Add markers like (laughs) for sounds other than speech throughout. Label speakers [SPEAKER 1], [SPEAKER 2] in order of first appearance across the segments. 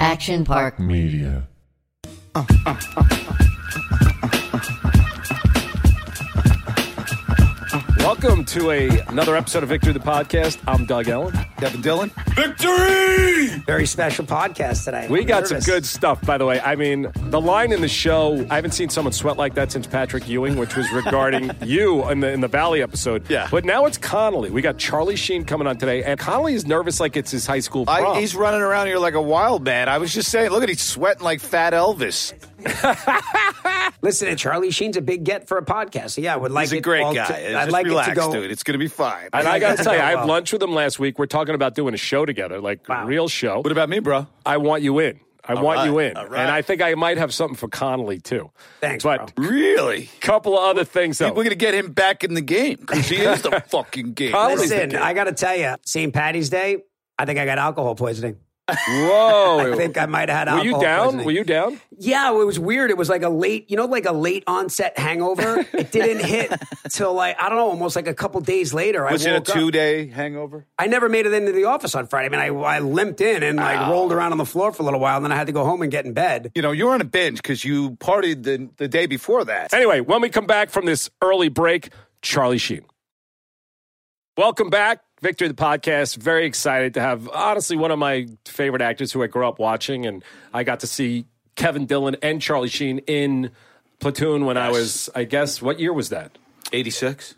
[SPEAKER 1] Action Park.
[SPEAKER 2] Media.
[SPEAKER 3] Welcome to a, another episode of Victory the Podcast. I'm Doug Ellen.
[SPEAKER 4] Devin Dillon.
[SPEAKER 3] Victory!
[SPEAKER 5] Very special podcast today.
[SPEAKER 3] We
[SPEAKER 5] I'm
[SPEAKER 3] got some
[SPEAKER 5] nervous.
[SPEAKER 3] good stuff, by the way. I mean, the line in the show, I haven't seen someone sweat like that since Patrick Ewing, which was
[SPEAKER 4] (laughs)
[SPEAKER 3] regarding you in the in the Valley episode.
[SPEAKER 4] Yeah.
[SPEAKER 3] But now it's Connolly. We got Charlie Sheen coming on today, and Connolly is nervous like it's his high school prom.
[SPEAKER 4] I, he's running around here like a wild man. I was just saying, look at he's sweating like Fat Elvis.
[SPEAKER 5] Listen, and Charlie Sheen's a big get for a podcast. So yeah, I would like
[SPEAKER 4] He's a
[SPEAKER 5] it
[SPEAKER 4] great
[SPEAKER 5] all
[SPEAKER 4] guy.
[SPEAKER 5] To,
[SPEAKER 4] Just
[SPEAKER 5] I'd like
[SPEAKER 4] relax,
[SPEAKER 5] it to go.
[SPEAKER 4] dude. It's gonna be fine.
[SPEAKER 3] and I
[SPEAKER 4] (laughs)
[SPEAKER 3] got to tell you, I had
[SPEAKER 5] Wow.
[SPEAKER 3] lunch with him last week. We're talking about doing a show together, like
[SPEAKER 5] Wow.
[SPEAKER 3] real show.
[SPEAKER 4] what about me, bro?
[SPEAKER 3] I want you in. I want
[SPEAKER 4] right,
[SPEAKER 3] you in.
[SPEAKER 4] all right.
[SPEAKER 3] And I think I might have something for Connolly, too.
[SPEAKER 5] Thanks,
[SPEAKER 3] But
[SPEAKER 4] Really?
[SPEAKER 3] couple of other things,
[SPEAKER 5] Oh.
[SPEAKER 3] though.
[SPEAKER 4] We're gonna get him back in the game because he
[SPEAKER 5] (laughs)
[SPEAKER 4] is the fucking game.
[SPEAKER 3] Collins is
[SPEAKER 5] Oh, Listen, I got to tell you, St. Patty's Day, I think I got alcohol poisoning.
[SPEAKER 4] (laughs)
[SPEAKER 3] Whoa.
[SPEAKER 5] I think I might have had
[SPEAKER 3] Were you
[SPEAKER 5] alcohol
[SPEAKER 3] down?
[SPEAKER 5] poisoning.
[SPEAKER 3] Were you down?
[SPEAKER 5] Yeah, it was weird. It was like a late, you know, like a late onset hangover. It didn't
[SPEAKER 4] (laughs)
[SPEAKER 5] hit till like I don't know, almost like a couple days later.
[SPEAKER 4] was
[SPEAKER 5] I
[SPEAKER 4] it a
[SPEAKER 5] woke up.
[SPEAKER 4] two day hangover?
[SPEAKER 5] I never made it into the office on Friday. I mean, I, I limped in and like rolled around on the floor for a little while, and then I had to go home and get in bed.
[SPEAKER 4] You know, you're on a binge because you partied the, the day before that.
[SPEAKER 3] Anyway, when we come back from this early break, Charlie Sheen. Welcome back, Victor the podcast. Very excited to have honestly one of my favorite actors who I grew up watching, and I got to see Kevin Dillon and Charlie Sheen in Platoon when I was, I guess, what year was that?
[SPEAKER 4] Eighty six.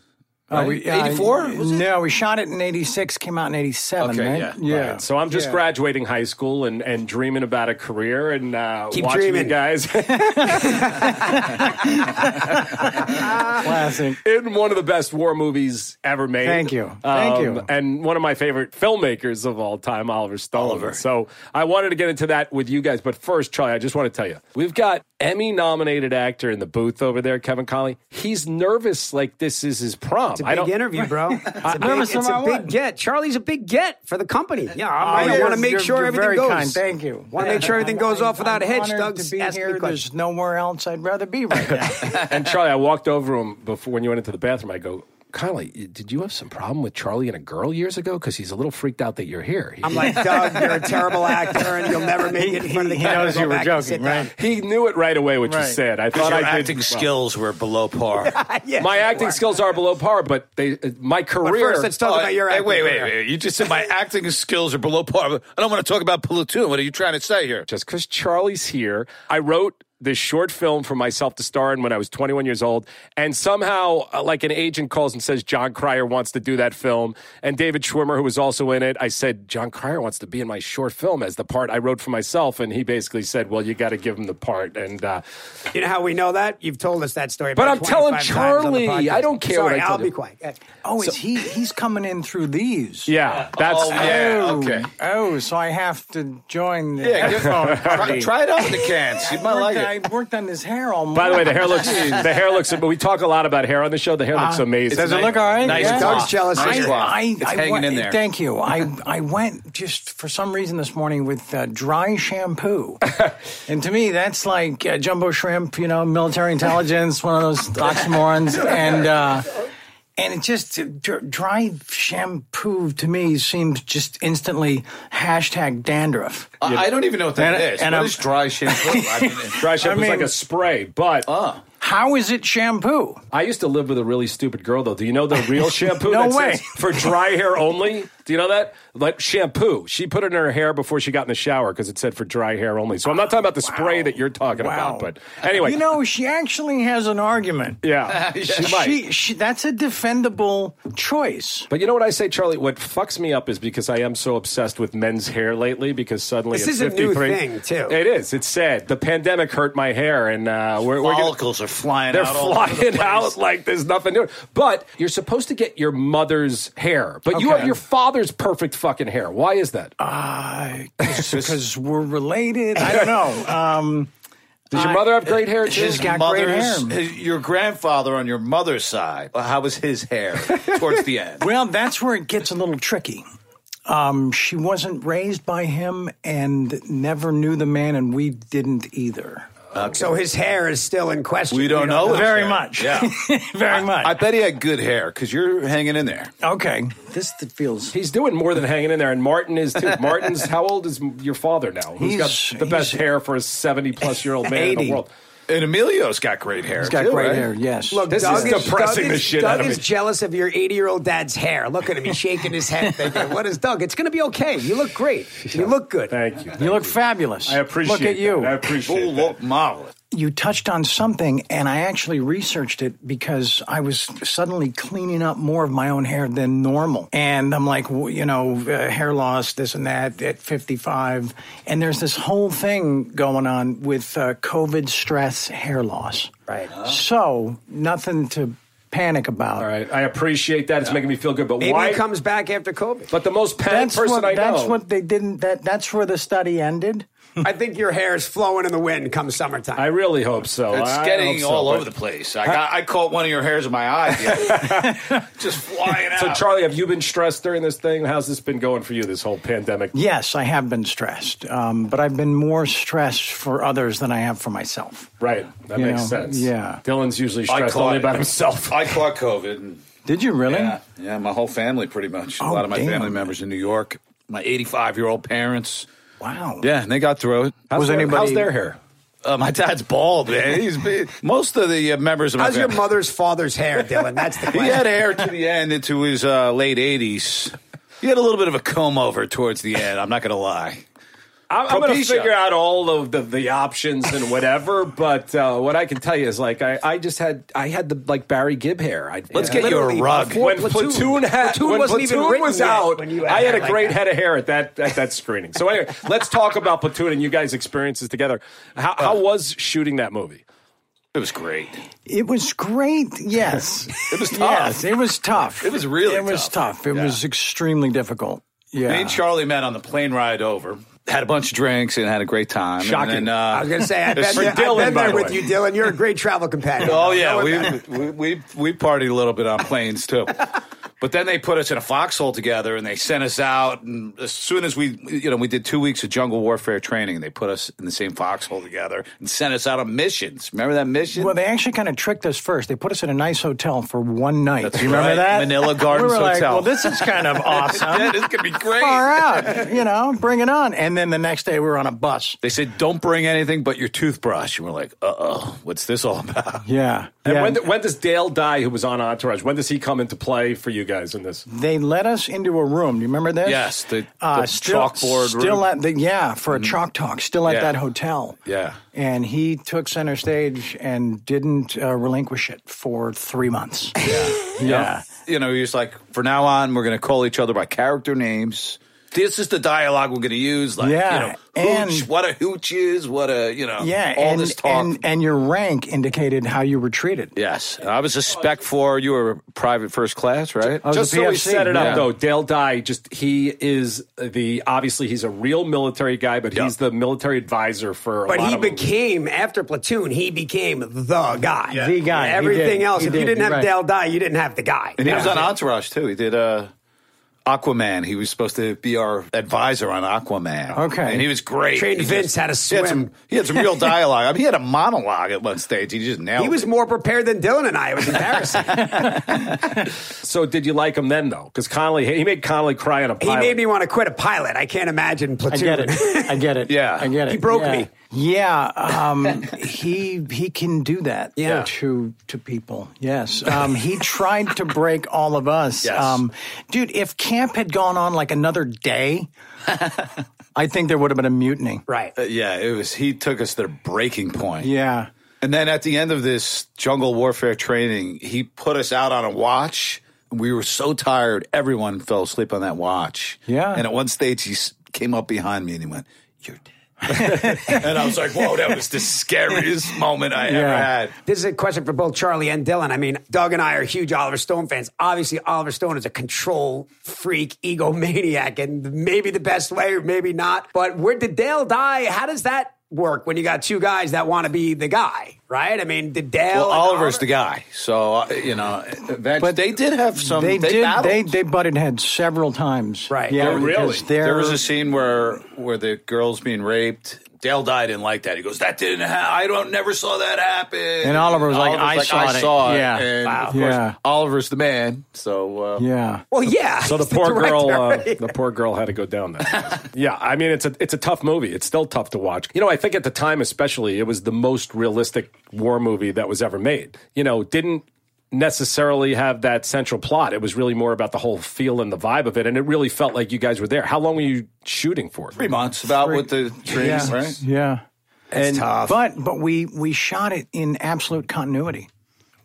[SPEAKER 6] Uh, we- yeah,
[SPEAKER 4] 84,
[SPEAKER 6] I-
[SPEAKER 4] was it?
[SPEAKER 6] No, we shot it in 86, came out in 87,
[SPEAKER 4] Okay,
[SPEAKER 6] right?
[SPEAKER 4] yeah,
[SPEAKER 3] Right, So I'm just
[SPEAKER 6] Yeah.
[SPEAKER 3] graduating high school and, and dreaming about a career and uh,
[SPEAKER 5] Keep
[SPEAKER 3] watching
[SPEAKER 5] dreaming.
[SPEAKER 3] you guys (laughs)
[SPEAKER 6] Ah. Classic.
[SPEAKER 3] in one of the best war movies ever made. Um,
[SPEAKER 6] Thank you. Thank you.
[SPEAKER 3] And one of my favorite filmmakers of all time, Oliver Stone. So I wanted to get into that with you guys. But first, Charlie, I just want to tell you we've got Emmy nominated actor in the booth over there, Kevin Conley. He's nervous like this is his prom.
[SPEAKER 5] It's a
[SPEAKER 3] I
[SPEAKER 5] big
[SPEAKER 3] don't.
[SPEAKER 5] interview,
[SPEAKER 6] (laughs)
[SPEAKER 5] bro. It's a big,
[SPEAKER 6] nervous
[SPEAKER 5] it's a
[SPEAKER 6] about
[SPEAKER 5] big
[SPEAKER 6] what?
[SPEAKER 5] get. Charlie's a big get for the company. Yeah,
[SPEAKER 6] Oh,
[SPEAKER 5] I'm- I
[SPEAKER 6] you're-
[SPEAKER 5] want to make
[SPEAKER 6] you're-
[SPEAKER 5] sure
[SPEAKER 6] you're
[SPEAKER 5] everything
[SPEAKER 6] very
[SPEAKER 5] goes.
[SPEAKER 6] Kind. Thank you.
[SPEAKER 5] Want to make sure everything goes
[SPEAKER 6] I'm-
[SPEAKER 5] off without a
[SPEAKER 6] I'm
[SPEAKER 5] hitch.
[SPEAKER 6] honored
[SPEAKER 5] Doug's
[SPEAKER 6] to be
[SPEAKER 5] asking me
[SPEAKER 6] here.
[SPEAKER 5] questions.
[SPEAKER 6] There's nowhere else I'd rather be
[SPEAKER 5] (laughs)
[SPEAKER 6] right now.
[SPEAKER 3] and Charlie, I walked over to him before when you went into the bathroom. I go, Conley, did you have some problem with Charlie and a girl years ago? Because he's a little freaked out that you're here. He-
[SPEAKER 5] I'm
[SPEAKER 6] (laughs)
[SPEAKER 5] like, Doug, you're a terrible actor, and you'll never make it in front of the
[SPEAKER 3] (laughs)
[SPEAKER 6] he
[SPEAKER 5] camera.
[SPEAKER 6] knows
[SPEAKER 5] Go
[SPEAKER 6] you were
[SPEAKER 5] back and
[SPEAKER 6] joking,
[SPEAKER 5] sit down.
[SPEAKER 6] right?
[SPEAKER 3] He knew it right away, which
[SPEAKER 6] Right.
[SPEAKER 3] is sad. I thought
[SPEAKER 4] Your
[SPEAKER 3] I did.
[SPEAKER 4] acting skills were below (laughs) par.
[SPEAKER 5] Yeah.
[SPEAKER 3] My acting skills are below par, but they uh, my career.
[SPEAKER 5] first, let's talk about your
[SPEAKER 4] hey,
[SPEAKER 5] acting.
[SPEAKER 4] wait, wait,
[SPEAKER 5] career.
[SPEAKER 4] wait! You just said my acting skills are below par. I don't want to talk about platoon. What are you trying to say here?
[SPEAKER 3] just because Charlie's here. I wrote this short film for myself to star in when I was 21 years old, and somehow, uh, like an agent calls and says John Cryer wants to do that film, and David Schwimmer, who was also in it, I said John Cryer wants to be in my short film as the part I wrote for myself, and he basically said, "Well, you got to give him the part." And uh,
[SPEAKER 5] You know how we know that? You've told us that story.
[SPEAKER 3] But
[SPEAKER 5] about
[SPEAKER 3] I'm telling
[SPEAKER 5] 25 times on the
[SPEAKER 3] Charlie.
[SPEAKER 5] podcast.
[SPEAKER 3] I don't care what
[SPEAKER 5] Sorry,
[SPEAKER 3] I told
[SPEAKER 5] I'll
[SPEAKER 3] you.
[SPEAKER 5] be quiet.
[SPEAKER 6] Oh, is he? He's coming in through these.
[SPEAKER 3] yeah, that's
[SPEAKER 4] Oh, yeah. Okay.
[SPEAKER 6] Oh, so I have to join the (laughs)
[SPEAKER 4] Yeah, get-
[SPEAKER 6] headphone
[SPEAKER 4] Try,
[SPEAKER 6] party.
[SPEAKER 4] try it out in the cans. You might
[SPEAKER 6] I
[SPEAKER 4] like
[SPEAKER 6] worked,
[SPEAKER 4] it.
[SPEAKER 6] I worked on his hair all
[SPEAKER 3] (laughs) By the way, the hair
[SPEAKER 6] morning.
[SPEAKER 3] looks the hair looks. But we talk a lot about hair on the show. The hair looks amazing.
[SPEAKER 6] Does Uh, it look all right?
[SPEAKER 4] Nice
[SPEAKER 6] Yeah.
[SPEAKER 4] cloth.
[SPEAKER 5] Doug's jealous.
[SPEAKER 4] Nice
[SPEAKER 5] I-
[SPEAKER 4] cloth.
[SPEAKER 6] I,
[SPEAKER 4] it's
[SPEAKER 6] I
[SPEAKER 4] hanging
[SPEAKER 6] went,
[SPEAKER 4] in there.
[SPEAKER 6] Thank
[SPEAKER 4] (laughs)
[SPEAKER 6] you. I, I went just for some reason this morning with uh,
[SPEAKER 4] (laughs)
[SPEAKER 6] dry shampoo. and to me, that's like uh, jumbo shrimp, you know, military intelligence, one of those oxymorons. And, uh, and it just, uh, dr- dry shampoo to me seems just instantly hashtag dandruff.
[SPEAKER 4] Uh, I, I don't even know what that
[SPEAKER 6] And-
[SPEAKER 4] is.
[SPEAKER 6] and
[SPEAKER 4] What
[SPEAKER 6] I'm-
[SPEAKER 4] is dry shampoo? I mean,
[SPEAKER 3] Dry shampoo is
[SPEAKER 6] I
[SPEAKER 3] like
[SPEAKER 6] mean- Oh.
[SPEAKER 3] a spray, but
[SPEAKER 6] How is it shampoo?
[SPEAKER 3] I used to live with a really stupid girl, though. Do you know the real shampoo?
[SPEAKER 6] (laughs) No
[SPEAKER 3] that
[SPEAKER 6] way.
[SPEAKER 3] says For dry hair only. Do you know that? Like shampoo. She put it in her hair before she got in the shower because it said for dry hair only. So I'm not talking about the spray that you're talking about. But anyway,
[SPEAKER 6] You know, she actually has an argument. Uh,
[SPEAKER 3] yeah, she might.
[SPEAKER 6] She, she, that's a defendable choice.
[SPEAKER 3] but you know what I say, Charlie? What fucks me up is because I am so obsessed with men's hair lately. Because suddenly
[SPEAKER 5] This
[SPEAKER 3] it's
[SPEAKER 5] is a new
[SPEAKER 3] 53
[SPEAKER 5] thing, too.
[SPEAKER 3] It is. It's sad. The pandemic hurt my hair, and uh, we're, we're gonna-
[SPEAKER 4] follicles are flying
[SPEAKER 3] They're
[SPEAKER 4] out. all over the
[SPEAKER 3] flying (laughs)
[SPEAKER 4] place.
[SPEAKER 3] out like there's nothing to it. But you're supposed to get your mother's hair, but you
[SPEAKER 6] Okay.
[SPEAKER 3] have your father's perfect fucking hair. Why is that?
[SPEAKER 6] (laughs) because we're related. I
[SPEAKER 3] (laughs)
[SPEAKER 6] don't know. Um,
[SPEAKER 3] Does your mother have great hair too?
[SPEAKER 6] She's got great
[SPEAKER 4] Mother's-
[SPEAKER 6] hair.
[SPEAKER 4] his- Your grandfather on your mother's side. well, How was his hair towards the end?
[SPEAKER 6] Well, that's where it gets a little tricky. Um, she wasn't raised by him and never knew the man, and we didn't either.
[SPEAKER 5] So his hair is still in question.
[SPEAKER 4] We don't know. his
[SPEAKER 6] Very
[SPEAKER 4] hair.
[SPEAKER 6] much.
[SPEAKER 4] Yeah.
[SPEAKER 6] (laughs) Very much.
[SPEAKER 4] I bet he had good hair because you're hanging in there.
[SPEAKER 6] okay. This th- feels.
[SPEAKER 3] He's doing more than hanging in there, and Martin is too. Martin's how old is your father now? Who's
[SPEAKER 6] He's-
[SPEAKER 3] got the best
[SPEAKER 6] he's-
[SPEAKER 3] hair for a seventy-plus-year-old man in the
[SPEAKER 5] 80.
[SPEAKER 3] world?
[SPEAKER 4] And Emilio's got great hair.
[SPEAKER 6] He's got
[SPEAKER 4] too,
[SPEAKER 6] great
[SPEAKER 4] right?
[SPEAKER 6] hair. Yes.
[SPEAKER 5] Look,
[SPEAKER 3] This
[SPEAKER 5] Doug
[SPEAKER 3] is depressing
[SPEAKER 5] Doug
[SPEAKER 3] the
[SPEAKER 5] is-
[SPEAKER 3] shit
[SPEAKER 5] Doug
[SPEAKER 3] out of
[SPEAKER 5] is
[SPEAKER 3] me.
[SPEAKER 5] jealous of your 80 year old dad's hair. Look at him. He's shaking his head, thinking, "What is Doug? It's going to be okay. You look great. You look good."
[SPEAKER 3] Thank you.
[SPEAKER 6] you look fabulous.
[SPEAKER 3] I appreciate.
[SPEAKER 6] Look at
[SPEAKER 3] that.
[SPEAKER 6] you.
[SPEAKER 3] I
[SPEAKER 4] Oh,
[SPEAKER 3] appreciate. that.
[SPEAKER 4] look, marvelous.
[SPEAKER 6] you touched on something, and I actually researched it because I was suddenly cleaning up more of my own hair than normal. And I'm like, w- you know, uh, hair loss, this and that at 55. And there's this whole thing going on with uh, COVID stress hair loss.
[SPEAKER 5] Right.
[SPEAKER 6] So, nothing to panic about.
[SPEAKER 3] All right, I appreciate that. It's making me feel good. But
[SPEAKER 5] Maybe
[SPEAKER 3] why?
[SPEAKER 5] he comes back after COVID.
[SPEAKER 3] but the most panicked
[SPEAKER 6] That's
[SPEAKER 3] person
[SPEAKER 6] what
[SPEAKER 3] I know.
[SPEAKER 6] that's what they didn't that that's where the study ended.
[SPEAKER 5] I think your hair is flowing in the wind come summertime.
[SPEAKER 3] I really hope so.
[SPEAKER 4] It's
[SPEAKER 3] I hope
[SPEAKER 4] getting
[SPEAKER 3] so,
[SPEAKER 4] all
[SPEAKER 3] but-
[SPEAKER 4] over the place. I, got, I caught one of your hairs in my eye. the other day. Just flying out.
[SPEAKER 3] So, Charlie, have you been stressed during this thing? How's this been going for you? This whole pandemic.
[SPEAKER 6] Yes, I have been stressed, um, but I've been more stressed for others than I have for myself.
[SPEAKER 3] Right, that
[SPEAKER 6] You
[SPEAKER 3] makes
[SPEAKER 6] know,
[SPEAKER 3] sense.
[SPEAKER 6] yeah.
[SPEAKER 3] Dylan's usually
[SPEAKER 4] I
[SPEAKER 3] stressed
[SPEAKER 4] caught
[SPEAKER 3] only
[SPEAKER 4] it.
[SPEAKER 3] about himself.
[SPEAKER 4] I caught COVID. And
[SPEAKER 6] Did you really?
[SPEAKER 4] yeah, yeah, my whole family pretty much. a
[SPEAKER 6] Oh,
[SPEAKER 4] lot of my
[SPEAKER 6] damn.
[SPEAKER 4] family members in New York. My 85 year old parents.
[SPEAKER 6] Wow.
[SPEAKER 4] Yeah, and they got through it.
[SPEAKER 6] Was anybody?
[SPEAKER 3] How's their hair?
[SPEAKER 4] Uh, my dad's bald, man. He's big. most of the uh, members of my
[SPEAKER 5] How's your
[SPEAKER 4] family-
[SPEAKER 5] mother's father's hair, Dylan?
[SPEAKER 3] (laughs)
[SPEAKER 5] That's the
[SPEAKER 4] He
[SPEAKER 5] question.
[SPEAKER 4] had hair to the end into his uh, late 80s. He had a little bit of a comb over towards the end. I'm not going to lie.
[SPEAKER 3] I'm, I'm going to
[SPEAKER 4] Propecia.
[SPEAKER 3] figure out all of the, the options and whatever. (laughs) but uh, what I can tell you is, like, I, I just had I had the like Barry Gibb hair. I,
[SPEAKER 4] Let's get you a
[SPEAKER 5] Literally
[SPEAKER 4] rug.
[SPEAKER 5] before-
[SPEAKER 3] when
[SPEAKER 5] Platoon.
[SPEAKER 3] Platoon, had
[SPEAKER 5] Platoon
[SPEAKER 3] when
[SPEAKER 5] wasn't even
[SPEAKER 3] Platoon
[SPEAKER 5] written
[SPEAKER 3] was
[SPEAKER 5] yet
[SPEAKER 3] out,
[SPEAKER 5] when you had
[SPEAKER 3] I had
[SPEAKER 5] hair
[SPEAKER 3] a
[SPEAKER 5] like
[SPEAKER 3] great
[SPEAKER 5] that.
[SPEAKER 3] head of hair at that at that screening. So anyway, (laughs) let's talk about Platoon and you guys' experiences together. How, how
[SPEAKER 5] Uh.
[SPEAKER 3] was shooting that movie?
[SPEAKER 4] It was great.
[SPEAKER 6] It was great. Yes.
[SPEAKER 4] (laughs)
[SPEAKER 6] it
[SPEAKER 4] was tough.
[SPEAKER 6] Yes, it was tough.
[SPEAKER 4] It was really
[SPEAKER 6] It was
[SPEAKER 4] tough.
[SPEAKER 6] tough. It was extremely difficult. Yeah.
[SPEAKER 4] Me and Charlie met on the plane ride over. Had a bunch of drinks and had a great time. And
[SPEAKER 3] Shocking.
[SPEAKER 4] then, uh,
[SPEAKER 5] I was going to say, I've been
[SPEAKER 4] For
[SPEAKER 5] there, I've
[SPEAKER 4] Dylan,
[SPEAKER 5] been
[SPEAKER 4] by
[SPEAKER 5] there
[SPEAKER 4] the
[SPEAKER 5] with
[SPEAKER 4] way.
[SPEAKER 5] you, Dylan. You're a great travel companion.
[SPEAKER 4] Oh
[SPEAKER 5] I
[SPEAKER 4] yeah,
[SPEAKER 5] know
[SPEAKER 4] we,
[SPEAKER 5] about it.
[SPEAKER 4] we we we partied a little bit on planes too. But then they put us in a foxhole together, and they sent us out. And as soon as we, you know, we did two weeks of jungle warfare training, and they put us in the same foxhole together and sent us out on missions. Remember that mission?
[SPEAKER 6] well, they actually kind of tricked us first. They put us in a nice hotel for one night.
[SPEAKER 4] That's
[SPEAKER 6] Do you remember
[SPEAKER 4] right.
[SPEAKER 6] that?
[SPEAKER 4] Manila Gardens
[SPEAKER 6] (laughs) we were like,
[SPEAKER 4] Hotel.
[SPEAKER 6] well, this is
[SPEAKER 4] (laughs)
[SPEAKER 6] kind of
[SPEAKER 4] yeah,
[SPEAKER 6] awesome.
[SPEAKER 4] this could be great.
[SPEAKER 6] Far out, you know, bring it on. And then the next day we were on a bus.
[SPEAKER 4] They said, "Don't bring anything but your toothbrush." And we're like, "Uh oh, what's this all about?"
[SPEAKER 6] Yeah.
[SPEAKER 3] And
[SPEAKER 6] yeah.
[SPEAKER 3] when, do- when does Dale die, who was on Entourage? When does he come into play for you guys in this?
[SPEAKER 6] they led us into a room. Do you remember this?
[SPEAKER 4] Yes, the-
[SPEAKER 6] uh,
[SPEAKER 4] the
[SPEAKER 6] still,
[SPEAKER 4] chalkboard
[SPEAKER 6] Still
[SPEAKER 4] room. Mm-hmm.
[SPEAKER 6] at the yeah for a chalk talk. Still at
[SPEAKER 4] Yeah.
[SPEAKER 6] that hotel.
[SPEAKER 4] Yeah.
[SPEAKER 6] and he took center stage and didn't uh, relinquish it for
[SPEAKER 4] (laughs)
[SPEAKER 6] three months. Yeah, yeah.
[SPEAKER 4] you know, he was like, "For now on, we're going to call each other by character names." This is the dialogue we're going to use. Like,
[SPEAKER 6] Yeah,
[SPEAKER 4] you know,
[SPEAKER 6] and-
[SPEAKER 4] hooch, what a hooch is, what a, you know,
[SPEAKER 6] Yeah,
[SPEAKER 4] all
[SPEAKER 6] and,
[SPEAKER 4] this talk.
[SPEAKER 6] and and your rank indicated how you were treated.
[SPEAKER 4] yes. And I was a spec for, you were private first class, right?
[SPEAKER 5] Oh,
[SPEAKER 6] was
[SPEAKER 3] Just
[SPEAKER 6] a
[SPEAKER 3] so we
[SPEAKER 6] PFC,
[SPEAKER 3] set it up,
[SPEAKER 4] yeah.
[SPEAKER 3] though, Dale Dye, just he is the obviously he's a real military guy, but he's the military advisor for. A
[SPEAKER 5] But
[SPEAKER 3] lot
[SPEAKER 5] he
[SPEAKER 3] of them.
[SPEAKER 5] became after platoon. He became the guy.
[SPEAKER 6] The guy. He
[SPEAKER 5] Everything
[SPEAKER 6] did.
[SPEAKER 5] else.
[SPEAKER 6] He
[SPEAKER 5] if you
[SPEAKER 6] did.
[SPEAKER 5] didn't have
[SPEAKER 6] You're
[SPEAKER 5] Dale
[SPEAKER 6] right.
[SPEAKER 5] Dye, you didn't have the guy.
[SPEAKER 4] and he was on Entourage, too. He did uh, Aquaman. He was supposed to be our advisor on Aquaman.
[SPEAKER 6] Okay.
[SPEAKER 4] And he was great.
[SPEAKER 5] Trained
[SPEAKER 4] He
[SPEAKER 5] Vince
[SPEAKER 4] just-
[SPEAKER 5] how to
[SPEAKER 4] He had, some,
[SPEAKER 5] swim.
[SPEAKER 4] he had some (laughs) real dialogue. I mean, he had a monologue at one stage. He just nailed
[SPEAKER 5] He was
[SPEAKER 4] it.
[SPEAKER 5] more prepared than Dylan and I. It was
[SPEAKER 3] (laughs)
[SPEAKER 5] embarrassing.
[SPEAKER 3] So did you like him then, though? Because Connolly, he made Connolly cry on a
[SPEAKER 5] he
[SPEAKER 3] pilot.
[SPEAKER 5] made me want to quit a pilot. I can't imagine
[SPEAKER 6] I
[SPEAKER 5] platoon.
[SPEAKER 6] get it. I get it.
[SPEAKER 4] Yeah.
[SPEAKER 6] I get it.
[SPEAKER 5] He broke
[SPEAKER 6] Yeah.
[SPEAKER 5] me.
[SPEAKER 6] Yeah, um, he he can do that.
[SPEAKER 5] Yeah.
[SPEAKER 6] to to people. Yes, um, he tried to break all of us.
[SPEAKER 4] Yes.
[SPEAKER 6] Um, dude, if camp had gone on like another day, I think there would have been a mutiny.
[SPEAKER 5] right.
[SPEAKER 4] Uh, yeah, it was. He took us to the breaking point.
[SPEAKER 6] Yeah.
[SPEAKER 4] And then at the end of this jungle warfare training, he put us out on a watch. We were so tired, everyone fell asleep on that watch.
[SPEAKER 6] Yeah.
[SPEAKER 4] And at one stage, he s- came up behind me and he went, You're
[SPEAKER 6] (laughs)
[SPEAKER 4] dead. and I was like, Whoa, that was the scariest moment I ever
[SPEAKER 6] Yeah.
[SPEAKER 4] had.
[SPEAKER 5] This is a question for both Charlie and Dylan. I mean, Doug and I are huge Oliver Stone fans. Obviously, Oliver Stone is a control freak, egomaniac, and maybe the best way, or maybe not. But where did Dale die? How does that work when you got two guys that want to be the guy, right? I mean, did Dale.
[SPEAKER 4] Well,
[SPEAKER 5] and
[SPEAKER 4] Oliver's
[SPEAKER 5] Oliver-
[SPEAKER 4] the guy. So, uh, you know, eventually, but
[SPEAKER 6] But
[SPEAKER 4] they did have some.
[SPEAKER 6] they,
[SPEAKER 4] They,
[SPEAKER 6] did.
[SPEAKER 4] battled.
[SPEAKER 6] They they butted heads several times.
[SPEAKER 5] Right.
[SPEAKER 6] Yeah.
[SPEAKER 5] Oh,
[SPEAKER 3] really?
[SPEAKER 6] because they're-
[SPEAKER 4] there was a scene where where the girl's being raped Dale Dye didn't like that. He goes, "That didn't happen. I don't never saw that happen."
[SPEAKER 6] And Oliver was like, "I saw it." Yeah.
[SPEAKER 4] And
[SPEAKER 6] Wow.
[SPEAKER 4] of course,
[SPEAKER 6] Yeah.
[SPEAKER 4] Oliver's the man. So uh,
[SPEAKER 6] Yeah.
[SPEAKER 5] Well, yeah.
[SPEAKER 3] So the
[SPEAKER 5] he's
[SPEAKER 3] poor girl,
[SPEAKER 5] (laughs)
[SPEAKER 3] uh,
[SPEAKER 5] director, right?
[SPEAKER 3] the poor girl had to go down that. yeah, I mean it's a it's a tough movie. It's still tough to watch. You know, I think at the time especially, it was the most realistic war movie that was ever made. You know, didn't necessarily have that central plot. It was really more about the whole feel and the vibe of it, and it really felt like you guys were there. How long were you shooting for?
[SPEAKER 4] three months about with the trees,
[SPEAKER 6] Yeah.
[SPEAKER 4] right?
[SPEAKER 6] Yeah.
[SPEAKER 3] and
[SPEAKER 6] But but we we shot it in absolute continuity.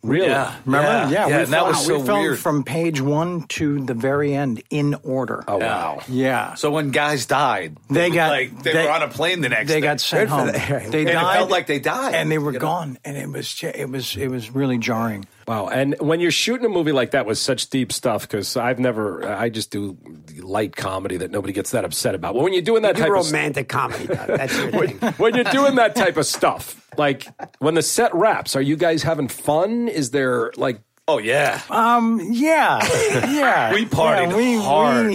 [SPEAKER 3] really,
[SPEAKER 6] Remember?
[SPEAKER 4] Yeah, yeah,
[SPEAKER 6] we
[SPEAKER 4] and that
[SPEAKER 6] filmed,
[SPEAKER 4] was so
[SPEAKER 6] we filmed
[SPEAKER 4] weird.
[SPEAKER 6] from page one to the very end in order.
[SPEAKER 3] oh wow,
[SPEAKER 6] Yeah.
[SPEAKER 4] So when guys died,
[SPEAKER 6] They got-
[SPEAKER 4] like they,
[SPEAKER 6] they-
[SPEAKER 4] were on a plane the next.
[SPEAKER 6] they
[SPEAKER 4] day.
[SPEAKER 6] got sent home. They
[SPEAKER 4] And it
[SPEAKER 6] died.
[SPEAKER 4] felt like they died,
[SPEAKER 6] and they were
[SPEAKER 4] you know?
[SPEAKER 6] gone. And it was j- it was it was really jarring.
[SPEAKER 3] wow. And when you're shooting a movie like that with such deep stuff, because I've never, I just do light comedy that nobody gets that upset about. Well, when you're doing that
[SPEAKER 5] You
[SPEAKER 3] type
[SPEAKER 5] do
[SPEAKER 3] of stuff.
[SPEAKER 5] romantic comedy. Doug. That's your thing.
[SPEAKER 3] when you're doing that type of stuff, like when the set wraps, are you guys having fun? Is there like
[SPEAKER 4] Oh yeah,
[SPEAKER 6] Um.
[SPEAKER 4] (laughs)
[SPEAKER 6] Yeah. Yeah.
[SPEAKER 4] We partied
[SPEAKER 6] yeah, we,
[SPEAKER 4] hard.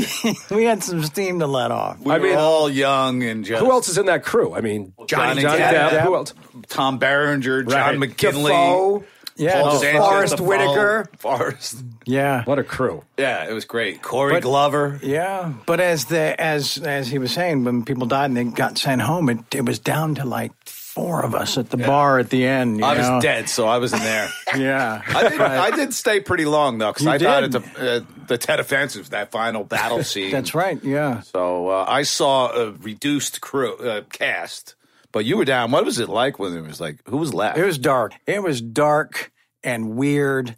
[SPEAKER 6] We, (laughs) we had some steam to let off.
[SPEAKER 4] we
[SPEAKER 3] I
[SPEAKER 4] were
[SPEAKER 3] mean-
[SPEAKER 4] all young and just
[SPEAKER 3] who else is in that crew? I mean,
[SPEAKER 4] Johnny Depp.
[SPEAKER 3] Depp.
[SPEAKER 4] Depp.
[SPEAKER 3] Who else?
[SPEAKER 4] Tom Berenger, John
[SPEAKER 3] Right.
[SPEAKER 4] McKinley,
[SPEAKER 5] Defoe.
[SPEAKER 6] Yeah.
[SPEAKER 4] Paul
[SPEAKER 6] no,
[SPEAKER 4] Sanchez,
[SPEAKER 5] Forrest
[SPEAKER 4] Defoe,
[SPEAKER 5] Whitaker.
[SPEAKER 4] Forrest.
[SPEAKER 6] yeah.
[SPEAKER 3] What a crew!
[SPEAKER 4] Yeah, it was great. Corey Glover.
[SPEAKER 6] Yeah, but as the as as he was saying, when people died and they got sent home, it it was down to like four of us at the bar at the end. You
[SPEAKER 4] I
[SPEAKER 6] know?
[SPEAKER 4] was dead, so I wasn't there.
[SPEAKER 6] Yeah,
[SPEAKER 4] (laughs) I did, I did stay pretty long though, because
[SPEAKER 6] You
[SPEAKER 4] I thought at
[SPEAKER 6] did.
[SPEAKER 4] the, uh, the Tet Offensive, that final
[SPEAKER 6] (laughs)
[SPEAKER 4] battle scene.
[SPEAKER 6] that's right. Yeah,
[SPEAKER 4] So uh, I saw a reduced crew uh, cast, but you were down. What was it like when it was like who was left?
[SPEAKER 6] it was dark. It was dark and weird,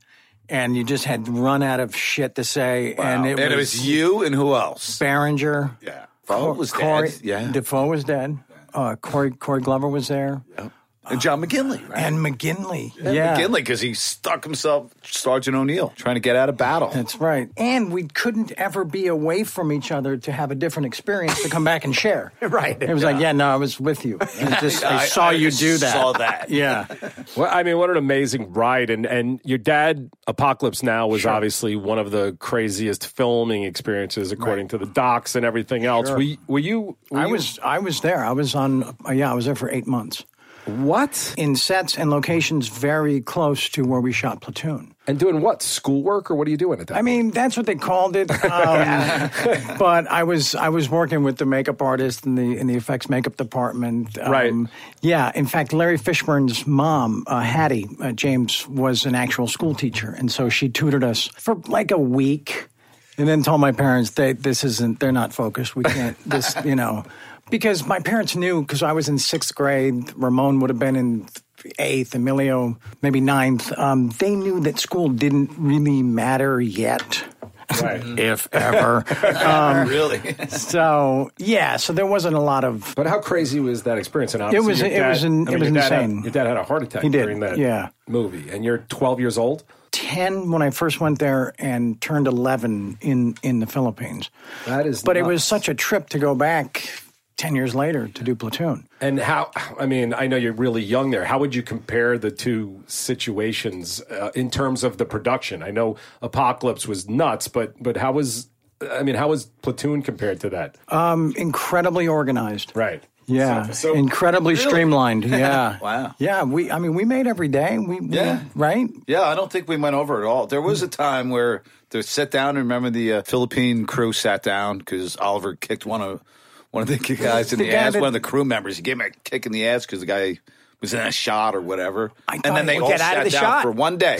[SPEAKER 6] and you just had run out of shit to say. And it
[SPEAKER 4] and
[SPEAKER 6] was,
[SPEAKER 4] it was you and who else?
[SPEAKER 6] Barringer.
[SPEAKER 4] Yeah, Paul was
[SPEAKER 6] Corey,
[SPEAKER 4] dead. Yeah,
[SPEAKER 6] Defoe was dead. Uh, Corey Corey Glover was there,
[SPEAKER 4] and John McKinley. Right?
[SPEAKER 6] and McGinley. Yeah,
[SPEAKER 4] McKinley because he stuck himself Sergeant O'Neill trying to get out of battle.
[SPEAKER 6] (laughs) That's right. And we couldn't ever be away from each other to have a different experience to come back
[SPEAKER 4] (laughs)
[SPEAKER 6] and share.
[SPEAKER 5] Right.
[SPEAKER 6] It was like, yeah, no, I was with you. I, just, I,
[SPEAKER 4] I-
[SPEAKER 6] saw
[SPEAKER 4] I
[SPEAKER 6] you
[SPEAKER 4] just
[SPEAKER 6] do that.
[SPEAKER 4] saw that. (laughs)
[SPEAKER 6] Yeah.
[SPEAKER 3] Well, I mean, what an amazing ride! And and your dad, Apocalypse Now, was obviously one of the craziest filming experiences according to the docs and everything else. Were, you- were you? Were
[SPEAKER 6] I
[SPEAKER 3] you-
[SPEAKER 6] was I was there. I was on. Uh, yeah, I was there for eight months
[SPEAKER 3] what
[SPEAKER 6] in sets and locations very close to where we shot Platoon.
[SPEAKER 3] and doing what schoolwork or what are you doing at that?
[SPEAKER 6] I mean, that's what they called it. Um, but I was I was working with the makeup artist in the in the effects makeup department. Um,
[SPEAKER 3] Right.
[SPEAKER 6] Yeah. In fact, Larry Fishburne's mom, uh, Hattie uh, James, was an actual school teacher, and so she tutored us for like a week, and then told my parents they this isn't they're not focused. We can't this you know because my parents knew because I was in sixth grade. Ramon would have been in. Eighth, Emilio, maybe ninth. Um, they knew that school didn't really matter yet,
[SPEAKER 3] Right.
[SPEAKER 6] if ever. Um,
[SPEAKER 4] really?
[SPEAKER 6] So yeah, so there wasn't a lot of
[SPEAKER 3] But how crazy was that experience? And obviously
[SPEAKER 6] was-
[SPEAKER 3] your
[SPEAKER 6] it was an- it was
[SPEAKER 3] your dad had-
[SPEAKER 6] insane.
[SPEAKER 3] your dad had a heart attack
[SPEAKER 6] He did,
[SPEAKER 3] during that
[SPEAKER 6] yeah.
[SPEAKER 3] movie, and you're 12 years old.
[SPEAKER 6] ten when I first went there and turned eleven in in the Philippines.
[SPEAKER 3] That is,
[SPEAKER 6] But it was
[SPEAKER 3] nuts.
[SPEAKER 6] such a trip to go back ten years later to do platoon.
[SPEAKER 3] And how? I mean, I know you're really young there. How would you compare the two situations uh, in terms of the production? I know Apocalypse was nuts, but but how was? I mean, how was Platoon compared to that?
[SPEAKER 6] Incredibly organized.
[SPEAKER 3] right.
[SPEAKER 6] Uh, Yeah,
[SPEAKER 3] So- so- (laughs)
[SPEAKER 6] incredibly streamlined. Yeah,
[SPEAKER 4] Wow.
[SPEAKER 6] Yeah, we. I mean, we made every day. We, we-
[SPEAKER 4] Yeah.
[SPEAKER 6] right.
[SPEAKER 4] Yeah, I don't think we went over it all. There was a time where they sat down. and Remember the uh, Philippine crew sat down because Oliver kicked one of one of the (laughs) guys in
[SPEAKER 6] The
[SPEAKER 4] the,
[SPEAKER 6] guy
[SPEAKER 4] ass.
[SPEAKER 6] that-
[SPEAKER 4] one of the crew members. He gave him a kick in the ass because the guy was in a shot or whatever.
[SPEAKER 6] I
[SPEAKER 4] And
[SPEAKER 6] thought
[SPEAKER 4] then
[SPEAKER 6] he
[SPEAKER 4] they
[SPEAKER 6] would
[SPEAKER 4] all
[SPEAKER 5] get
[SPEAKER 4] sat
[SPEAKER 5] out of the
[SPEAKER 4] down
[SPEAKER 5] shot.
[SPEAKER 4] for
[SPEAKER 5] (laughs)
[SPEAKER 4] one day.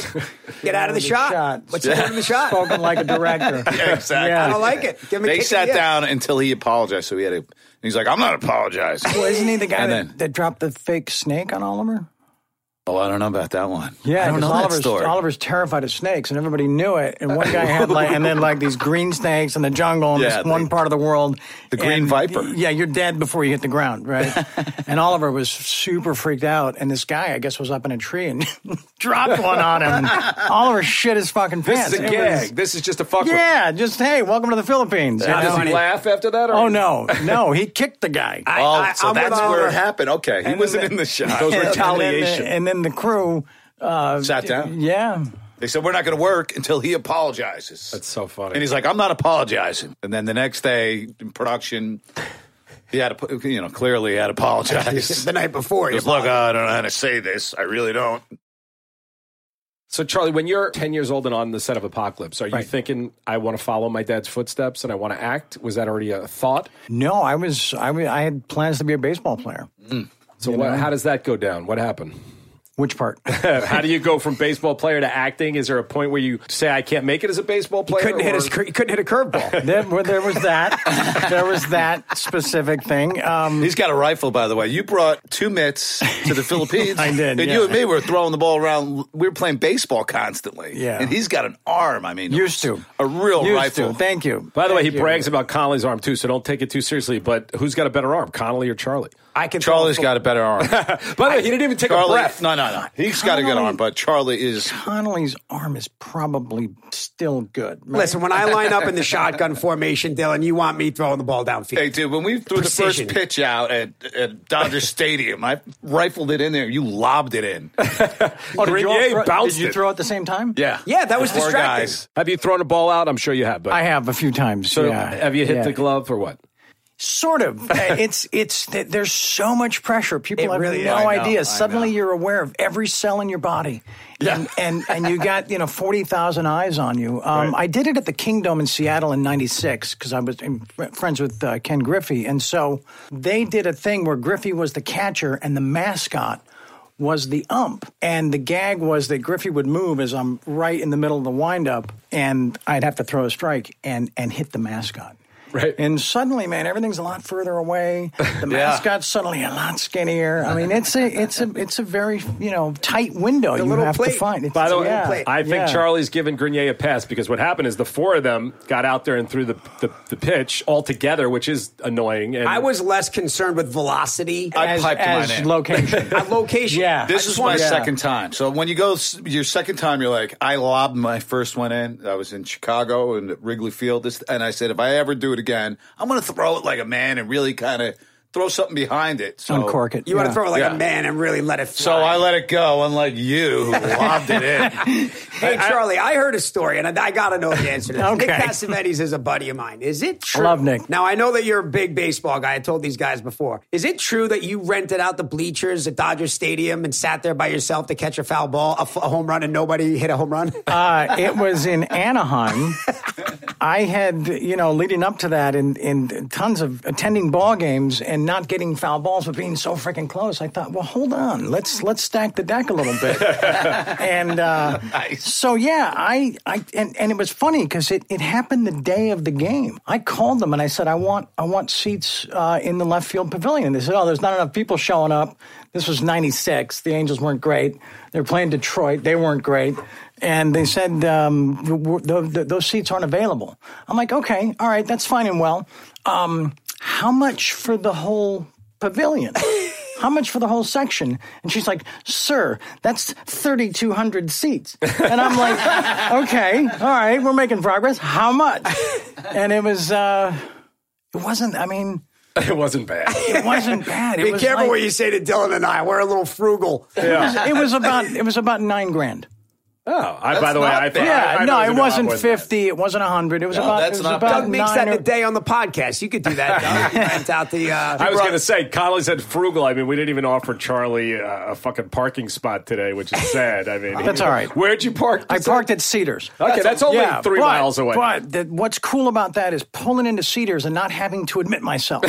[SPEAKER 5] Get out of the shot.
[SPEAKER 6] shot.
[SPEAKER 5] What's the name of the shot?
[SPEAKER 6] Spoken like
[SPEAKER 5] (laughs)
[SPEAKER 6] a director.
[SPEAKER 4] Yeah, exactly.
[SPEAKER 5] I don't like it. Give him a
[SPEAKER 4] They
[SPEAKER 5] kick in
[SPEAKER 4] sat
[SPEAKER 5] the ass.
[SPEAKER 4] down until he apologized. So he had a. He's like, I'm not apologizing.
[SPEAKER 6] Well, isn't he the guy
[SPEAKER 4] And
[SPEAKER 6] that,
[SPEAKER 4] then-
[SPEAKER 6] that dropped the fake snake on Oliver?
[SPEAKER 4] oh, I don't know about that one.
[SPEAKER 6] Yeah,
[SPEAKER 4] I don't
[SPEAKER 6] 'cause
[SPEAKER 4] know
[SPEAKER 6] Oliver's,
[SPEAKER 4] that story.
[SPEAKER 6] Oliver's terrified of snakes, and everybody knew it. And one guy had like, and then like these green snakes in the jungle in
[SPEAKER 4] Yeah,
[SPEAKER 6] this
[SPEAKER 4] the-
[SPEAKER 6] one part of the world.
[SPEAKER 4] the green
[SPEAKER 6] And,
[SPEAKER 4] viper.
[SPEAKER 6] Yeah, you're dead before you hit the
[SPEAKER 4] (laughs)
[SPEAKER 6] ground, right? and Oliver was super freaked out, and this guy, I guess, was up in a tree and (laughs) dropped one on him. And Oliver shit his fucking
[SPEAKER 3] This
[SPEAKER 6] pants.
[SPEAKER 3] is a
[SPEAKER 6] It
[SPEAKER 3] gag.
[SPEAKER 6] was-
[SPEAKER 3] this is just a fuck. with-
[SPEAKER 6] yeah, just hey, welcome to the Philippines. you
[SPEAKER 3] Now,
[SPEAKER 6] know?
[SPEAKER 3] Does he laugh after that? Or
[SPEAKER 6] Oh no, no, he kicked the guy.
[SPEAKER 5] I,
[SPEAKER 4] Oh,
[SPEAKER 5] I,
[SPEAKER 4] so
[SPEAKER 5] I'm with
[SPEAKER 4] that's where
[SPEAKER 5] Oliver.
[SPEAKER 4] it happened. Okay, he
[SPEAKER 6] then
[SPEAKER 4] wasn't
[SPEAKER 6] the-
[SPEAKER 4] in the (laughs) shot.
[SPEAKER 3] Those were
[SPEAKER 6] (laughs) And then the-
[SPEAKER 3] retaliation.
[SPEAKER 6] And then the, crew, uh,
[SPEAKER 4] sat down.
[SPEAKER 6] yeah.
[SPEAKER 4] They said we're not going to work until he apologizes.
[SPEAKER 3] That's so funny.
[SPEAKER 4] And he's like, I'm not apologizing. And then the next day in production, He had to, p- you know, clearly he had to
[SPEAKER 6] (laughs)
[SPEAKER 5] (laughs)
[SPEAKER 4] apologize.
[SPEAKER 5] the night before.
[SPEAKER 4] He goes, look, I don't know how to say this. I really don't.
[SPEAKER 3] So, Charlie, when you're 10 years old and on the set of Apocalypse, are you thinking, I want to follow my dad's footsteps and I want to act? Was that already a thought?
[SPEAKER 6] No, I was I, wa- I had plans to be a baseball player.
[SPEAKER 3] So, what, how does that go down? What happened?
[SPEAKER 6] Which part?
[SPEAKER 3] (laughs) how do you go from baseball player to acting? Is there a point where you say, I can't make it as a baseball player?
[SPEAKER 5] couldn't hit
[SPEAKER 3] or-
[SPEAKER 5] his, cur- he couldn't hit a curveball.
[SPEAKER 6] there, well, there was that. there was that specific thing. Um,
[SPEAKER 4] He's got a rifle, by the way. You brought two mitts to
[SPEAKER 6] (laughs)
[SPEAKER 4] the Philippines.
[SPEAKER 6] I did,
[SPEAKER 4] And
[SPEAKER 6] yeah.
[SPEAKER 4] you and me were throwing the ball around. We were playing baseball constantly.
[SPEAKER 6] Yeah.
[SPEAKER 4] And he's got an arm. I mean,
[SPEAKER 6] used to
[SPEAKER 4] a real
[SPEAKER 6] used
[SPEAKER 4] rifle.
[SPEAKER 6] To. Thank you.
[SPEAKER 3] (laughs) By the way, he
[SPEAKER 6] you.
[SPEAKER 3] brags about Connolly's arm too, so don't take it too seriously. But who's got a better arm, Connolly or Charlie?
[SPEAKER 5] I can throw
[SPEAKER 4] Charlie's
[SPEAKER 5] a-
[SPEAKER 4] got a better
[SPEAKER 6] (laughs)
[SPEAKER 4] arm.
[SPEAKER 3] (laughs) By the way, he didn't even take
[SPEAKER 4] Charlie,
[SPEAKER 3] a breath.
[SPEAKER 4] no, no, no. He's got a good
[SPEAKER 6] Connolly-
[SPEAKER 4] arm, but Charlie is.
[SPEAKER 6] Connolly's arm is probably still good. right?
[SPEAKER 5] Listen,
[SPEAKER 4] (laughs)
[SPEAKER 5] when I line up in the shotgun formation, Dylan, you want me throwing the ball downfield.
[SPEAKER 4] Hey, dude, when we threw
[SPEAKER 5] Precision.
[SPEAKER 4] the first pitch out at, at
[SPEAKER 6] (laughs)
[SPEAKER 4] Dodger Stadium, I rifled it in there. You lobbed it in.
[SPEAKER 6] oh, did you, all
[SPEAKER 3] Grenier
[SPEAKER 6] throw,
[SPEAKER 3] bounced
[SPEAKER 6] did you
[SPEAKER 3] it.
[SPEAKER 6] throw at the same time?
[SPEAKER 4] Yeah.
[SPEAKER 5] Yeah, that was
[SPEAKER 4] The four
[SPEAKER 5] distracting.
[SPEAKER 4] guys.
[SPEAKER 3] Have you thrown a ball out? I'm sure you have. But
[SPEAKER 6] I have a few times.
[SPEAKER 3] so
[SPEAKER 6] yeah.
[SPEAKER 3] have you hit
[SPEAKER 6] Yeah.
[SPEAKER 3] the glove or what?
[SPEAKER 6] Sort
[SPEAKER 5] (laughs)
[SPEAKER 6] of. Uh, it's it's th- there's so much pressure. People
[SPEAKER 5] It
[SPEAKER 6] have
[SPEAKER 5] really is.
[SPEAKER 6] no
[SPEAKER 5] I know,
[SPEAKER 6] idea.
[SPEAKER 4] I
[SPEAKER 6] Suddenly
[SPEAKER 4] know.
[SPEAKER 6] you're aware of every cell in your body. And, (laughs) and and you got you know forty thousand eyes on you. Um, I did it at the Kingdom in Seattle in '96 because I was in, friends with uh, Ken Griffey, and so they did a thing where Griffey was the catcher and the mascot was the ump. And the gag was that Griffey would move as I'm right in the middle of the windup and I'd have to throw a strike and, and hit the mascot.
[SPEAKER 3] Right.
[SPEAKER 6] And suddenly, man, everything's a lot further away.
[SPEAKER 3] (laughs)
[SPEAKER 6] The mascot's suddenly a lot skinnier. I mean, it's a it's a it's a very, you know, tight window you
[SPEAKER 5] little
[SPEAKER 6] have
[SPEAKER 5] plate.
[SPEAKER 6] to find. It's,
[SPEAKER 3] By the way,
[SPEAKER 6] yeah,
[SPEAKER 3] I think
[SPEAKER 6] yeah.
[SPEAKER 3] Charlie's given Grenier a pass because what happened is the four of them got out there and threw the the, the pitch all together, which is annoying. And
[SPEAKER 5] I was less concerned with velocity.
[SPEAKER 4] I
[SPEAKER 6] as,
[SPEAKER 4] piped
[SPEAKER 6] as
[SPEAKER 4] mine
[SPEAKER 5] (laughs)
[SPEAKER 4] in.
[SPEAKER 6] location.
[SPEAKER 5] at location.
[SPEAKER 6] Yeah.
[SPEAKER 4] This
[SPEAKER 6] I
[SPEAKER 4] is
[SPEAKER 6] just
[SPEAKER 4] my
[SPEAKER 6] wanna-
[SPEAKER 4] second time. So when you go s- your second time, you're like, I lobbed my first one in. I was in Chicago and at Wrigley Field, this, and I said, if I ever do it again, I'm going to throw it like a man and really kind of throw something behind it. So,
[SPEAKER 6] Uncork it.
[SPEAKER 5] You want
[SPEAKER 6] Yeah.
[SPEAKER 5] to throw it like
[SPEAKER 4] Yeah.
[SPEAKER 5] a man and really let it fly.
[SPEAKER 4] So I let it go, unlike you who lobbed it
[SPEAKER 6] (laughs)
[SPEAKER 4] in.
[SPEAKER 5] hey, Charlie, I heard a story and I, I got to know the answer to this. Nick
[SPEAKER 6] Okay. (laughs)
[SPEAKER 5] Cassavetes is a buddy of mine. Is it true?
[SPEAKER 6] love Nick.
[SPEAKER 5] Now, I know that you're a big baseball guy. I told these guys before. Is it true that you rented out the bleachers at Dodger Stadium and sat there by yourself to catch a foul ball, a, f- a home run, and nobody hit a home run? (laughs)
[SPEAKER 6] Uh, it was in Anaheim. I had, you know, leading up to that, in, in tons of attending ball games and not getting foul balls, but being so freaking close. I thought, well, hold on, let's let's stack the deck a little bit. and uh, so, yeah, I, I and, and it was funny because it, it happened the day of the game. I called them and I said, I want I want seats uh, in the left field pavilion. And they said, oh, there's not enough people showing up. This was '96. The Angels weren't great. They're playing Detroit. They weren't great and they said um, th- th- th- those seats aren't available. I'm like, okay, all right, that's fine and well. Um, how much for the whole pavilion? (laughs) How much for the whole section? And she's like, "Sir, that's 3,200 seats." And I'm like, (laughs) "Okay, all right, we're making progress. How much?" And it was, uh, it wasn't. I mean,
[SPEAKER 3] (laughs) it wasn't bad.
[SPEAKER 6] (laughs)
[SPEAKER 3] (laughs)
[SPEAKER 6] it wasn't bad. It
[SPEAKER 5] Be
[SPEAKER 6] was
[SPEAKER 5] careful
[SPEAKER 6] like-
[SPEAKER 5] what you say to Dylan and I. We're a little frugal.
[SPEAKER 6] It was about. It was about nine grand.
[SPEAKER 3] Oh, I, by the way,
[SPEAKER 4] not
[SPEAKER 3] I thought.
[SPEAKER 6] Yeah,
[SPEAKER 3] I, I
[SPEAKER 6] no,
[SPEAKER 3] really
[SPEAKER 6] it
[SPEAKER 3] didn't know
[SPEAKER 6] wasn't
[SPEAKER 3] I was bad.
[SPEAKER 6] 50. It wasn't 100. It was about.
[SPEAKER 4] that's
[SPEAKER 6] it was
[SPEAKER 4] not
[SPEAKER 6] about
[SPEAKER 4] bad.
[SPEAKER 5] Doug makes that
[SPEAKER 6] nine or-
[SPEAKER 5] today on the podcast. You could do
[SPEAKER 6] (laughs)
[SPEAKER 5] that. Doug. Rent out the. Uh,
[SPEAKER 3] I was going to say, Connolly said frugal. I mean, we didn't even offer Charlie uh, a fucking parking spot today, which is sad. I mean,
[SPEAKER 6] (laughs) That's
[SPEAKER 3] he-
[SPEAKER 6] all right.
[SPEAKER 3] Where'd you park?
[SPEAKER 6] I parked at Cedars.
[SPEAKER 3] Okay, that's only three
[SPEAKER 6] but-
[SPEAKER 3] miles away.
[SPEAKER 6] But the, what's cool about that is pulling into Cedars and not having to
[SPEAKER 3] (laughs)
[SPEAKER 6] admit myself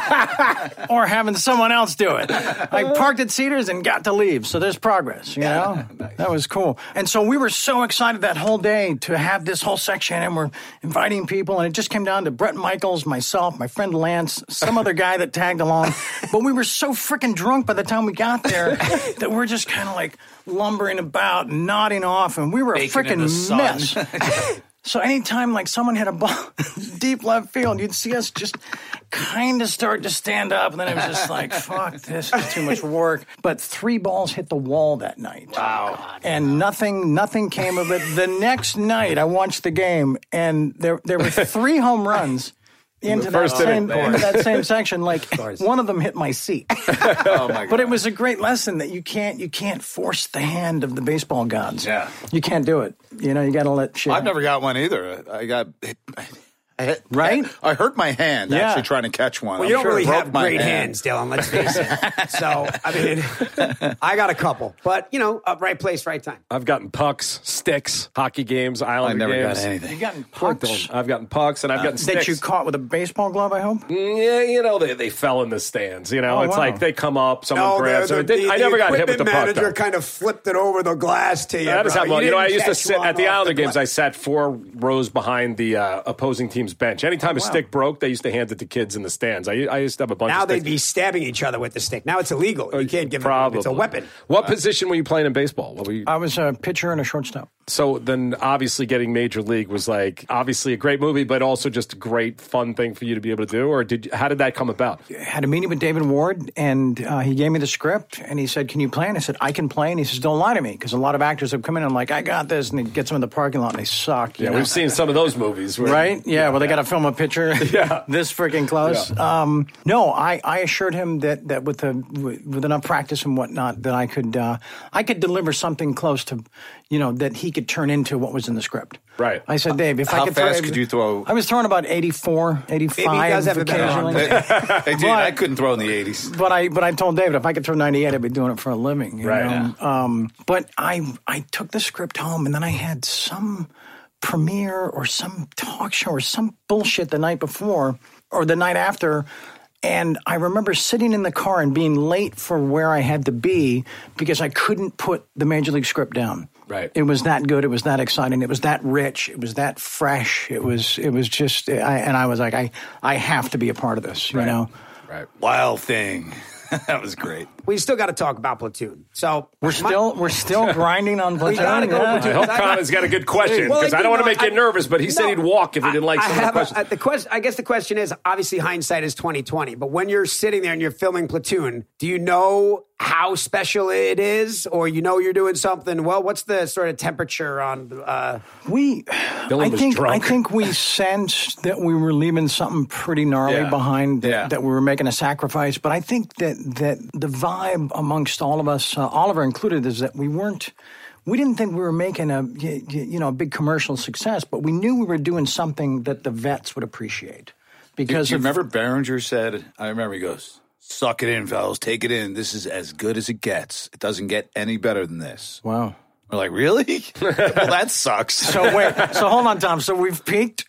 [SPEAKER 6] (laughs) or having someone else do
[SPEAKER 4] (laughs)
[SPEAKER 6] it. I parked at Cedars and got to leave. So there's progress, you know? That was cool. And so we were so excited that whole day to have this whole section and we're inviting people. And it just came down to Brett Michaels, myself, my friend Lance, some other guy that
[SPEAKER 4] (laughs)
[SPEAKER 6] tagged along. But we were so freaking drunk by the time we got there that we're just kind of like lumbering about, nodding off. And we were a
[SPEAKER 4] Baking in the
[SPEAKER 6] freaking
[SPEAKER 4] sun.
[SPEAKER 6] mess. (laughs) So anytime like someone hit a ball (laughs) deep left field, you'd see us just kind of start to stand up, and then it was just like, "Fuck, this is too much work." But three balls hit the wall that night. Wow! And nothing, nothing came of it. The next night, I watched the game, and there there were three
[SPEAKER 3] (laughs)
[SPEAKER 6] home runs. Into that,
[SPEAKER 3] first inning.
[SPEAKER 6] same, into that
[SPEAKER 3] (laughs)
[SPEAKER 6] same section, like one of them hit my seat. (laughs)
[SPEAKER 4] Oh, my God.
[SPEAKER 6] But it was a great lesson that you can't you can't force the hand of the baseball gods.
[SPEAKER 4] Yeah.
[SPEAKER 6] you can't do it. You know, you got to let shit.
[SPEAKER 4] I've never got one either. I got. I-
[SPEAKER 6] Right?
[SPEAKER 4] I hurt my hand
[SPEAKER 6] Yeah.
[SPEAKER 4] actually trying to catch one.
[SPEAKER 5] Well,
[SPEAKER 4] I'm
[SPEAKER 5] you don't
[SPEAKER 4] sure it
[SPEAKER 5] really
[SPEAKER 4] broke
[SPEAKER 5] have
[SPEAKER 4] my
[SPEAKER 5] great
[SPEAKER 4] hand. (laughs)
[SPEAKER 5] hands, Dylan. Let's face
[SPEAKER 3] (laughs)
[SPEAKER 5] it. So, I mean, I got a couple, but you know, uh, right place, right time.
[SPEAKER 3] I've gotten pucks, sticks, hockey games,
[SPEAKER 4] I
[SPEAKER 3] Islander
[SPEAKER 4] never
[SPEAKER 3] games.
[SPEAKER 4] got
[SPEAKER 6] You've
[SPEAKER 4] anything.
[SPEAKER 6] gotten
[SPEAKER 3] Poor
[SPEAKER 6] pucks
[SPEAKER 3] Dylan. I've gotten pucks and I've gotten
[SPEAKER 6] Uh, that
[SPEAKER 3] sticks.
[SPEAKER 6] you caught with a baseball glove, I hope?
[SPEAKER 3] yeah, you know they, they fell in the stands. You know,
[SPEAKER 6] Oh,
[SPEAKER 3] it's
[SPEAKER 6] wow.
[SPEAKER 3] like they come up, someone grabs them. It didn't- I never got hit with the puck.
[SPEAKER 5] manager
[SPEAKER 3] though.
[SPEAKER 5] kind of flipped it over the glass to you.
[SPEAKER 3] That is
[SPEAKER 5] bro.
[SPEAKER 3] how well, you know,
[SPEAKER 5] didn't
[SPEAKER 3] I used to
[SPEAKER 5] catch
[SPEAKER 3] sit
[SPEAKER 5] one
[SPEAKER 3] at the
[SPEAKER 5] off
[SPEAKER 3] Islander games.
[SPEAKER 5] glass.
[SPEAKER 3] I sat four rows behind the uh, opposing team's bench. Anytime a stick broke, they used to hand it to kids in the stands. I, I used to have a bunch. of
[SPEAKER 5] Now
[SPEAKER 3] sticks.
[SPEAKER 5] they'd be stabbing each other with the stick. Now it's illegal. You can't give
[SPEAKER 3] Probably.
[SPEAKER 5] it. It's a weapon. Uh,
[SPEAKER 3] What position were you playing in baseball? What were you,
[SPEAKER 6] I was a pitcher and a shortstop.
[SPEAKER 3] so then, obviously, getting major league was like obviously a great movie, but also just a great fun thing for you to be able to do. Or did how did that come about?
[SPEAKER 6] had a meeting with David Ward, and uh, he gave me the script, and he said, "Can you play?" And I said, "I can play." And he says, "Don't lie to me," because a lot of actors have come in and I'm like, "I got this," and they get them in the parking lot and they suck. you
[SPEAKER 3] Yeah,
[SPEAKER 6] know?
[SPEAKER 3] we've seen some of those movies, where-
[SPEAKER 6] Right? Yeah. Well, they got to film a picture.
[SPEAKER 3] Yeah.
[SPEAKER 6] this freaking close. Um, no, I, I assured him that that with the with, with enough practice and whatnot that I could uh, I could deliver something close to, you know, that he could turn into what was in the script.
[SPEAKER 3] Right.
[SPEAKER 6] I said, Dave, if
[SPEAKER 4] How
[SPEAKER 6] I could
[SPEAKER 4] fast
[SPEAKER 6] throw,
[SPEAKER 4] could you throw-
[SPEAKER 6] I was throwing about 84, 85
[SPEAKER 5] does have a better arm
[SPEAKER 6] occasionally.
[SPEAKER 5] than
[SPEAKER 4] (laughs) Hey, dude, I couldn't throw in the 80s.
[SPEAKER 6] But I but I told David if I could throw 98, I'd be doing it for a living. you
[SPEAKER 3] Right.
[SPEAKER 6] know? Um, but I I took the script home and then I had some premiere or some talk show or some bullshit the night before or the night after. And I remember sitting in the car and being late for where I had to be because I couldn't put the major league script down.
[SPEAKER 3] Right.
[SPEAKER 6] It was that good. It was that exciting. It was that rich. It was that fresh. It was. It was just. I, and I was like, I, I have to be a part of this. You know.
[SPEAKER 3] right.
[SPEAKER 4] Wild (laughs) thing. that was great.
[SPEAKER 5] We still got to talk about platoon. So
[SPEAKER 6] We're
[SPEAKER 5] my-
[SPEAKER 6] still
[SPEAKER 4] (laughs)
[SPEAKER 6] we're still grinding on platoon.
[SPEAKER 5] gotta go
[SPEAKER 6] yeah.
[SPEAKER 5] with
[SPEAKER 3] I
[SPEAKER 5] platoon.
[SPEAKER 3] hope Connor's got a good question
[SPEAKER 5] Well,
[SPEAKER 3] because I
[SPEAKER 5] do
[SPEAKER 3] don't want to
[SPEAKER 5] know-
[SPEAKER 3] make you
[SPEAKER 5] I-
[SPEAKER 3] nervous, but he said
[SPEAKER 5] No,
[SPEAKER 3] he'd walk if he didn't like
[SPEAKER 5] I
[SPEAKER 3] some of the
[SPEAKER 5] have a-
[SPEAKER 3] questions.
[SPEAKER 5] uh, the question. I guess the question is obviously hindsight is twenty twenty. But when you're sitting there and you're filming Platoon, do you know how special it is, or you know you're doing something? Well, what's the sort of temperature on? Uh,
[SPEAKER 6] We, I
[SPEAKER 3] was
[SPEAKER 6] think
[SPEAKER 3] drunk.
[SPEAKER 6] I think we sensed that we were leaving something pretty gnarly
[SPEAKER 4] Yeah.
[SPEAKER 6] behind. That,
[SPEAKER 4] Yeah.
[SPEAKER 6] that we were making a sacrifice. But I think that that the vibe amongst all of us, uh, Oliver included, is that we weren't. We didn't think we were making a y- y- you know a big commercial success, but we knew we were doing something that the vets would appreciate.
[SPEAKER 4] Do
[SPEAKER 6] Because
[SPEAKER 4] you
[SPEAKER 6] of-
[SPEAKER 4] remember Behringer said, I remember he goes, suck it in, fellas, take it in. This is as good as it gets. It doesn't get any better than this.
[SPEAKER 6] wow.
[SPEAKER 4] We're like, really? well, that sucks.
[SPEAKER 6] So wait, so hold on, Tom. So
[SPEAKER 4] (laughs)
[SPEAKER 6] we've peaked.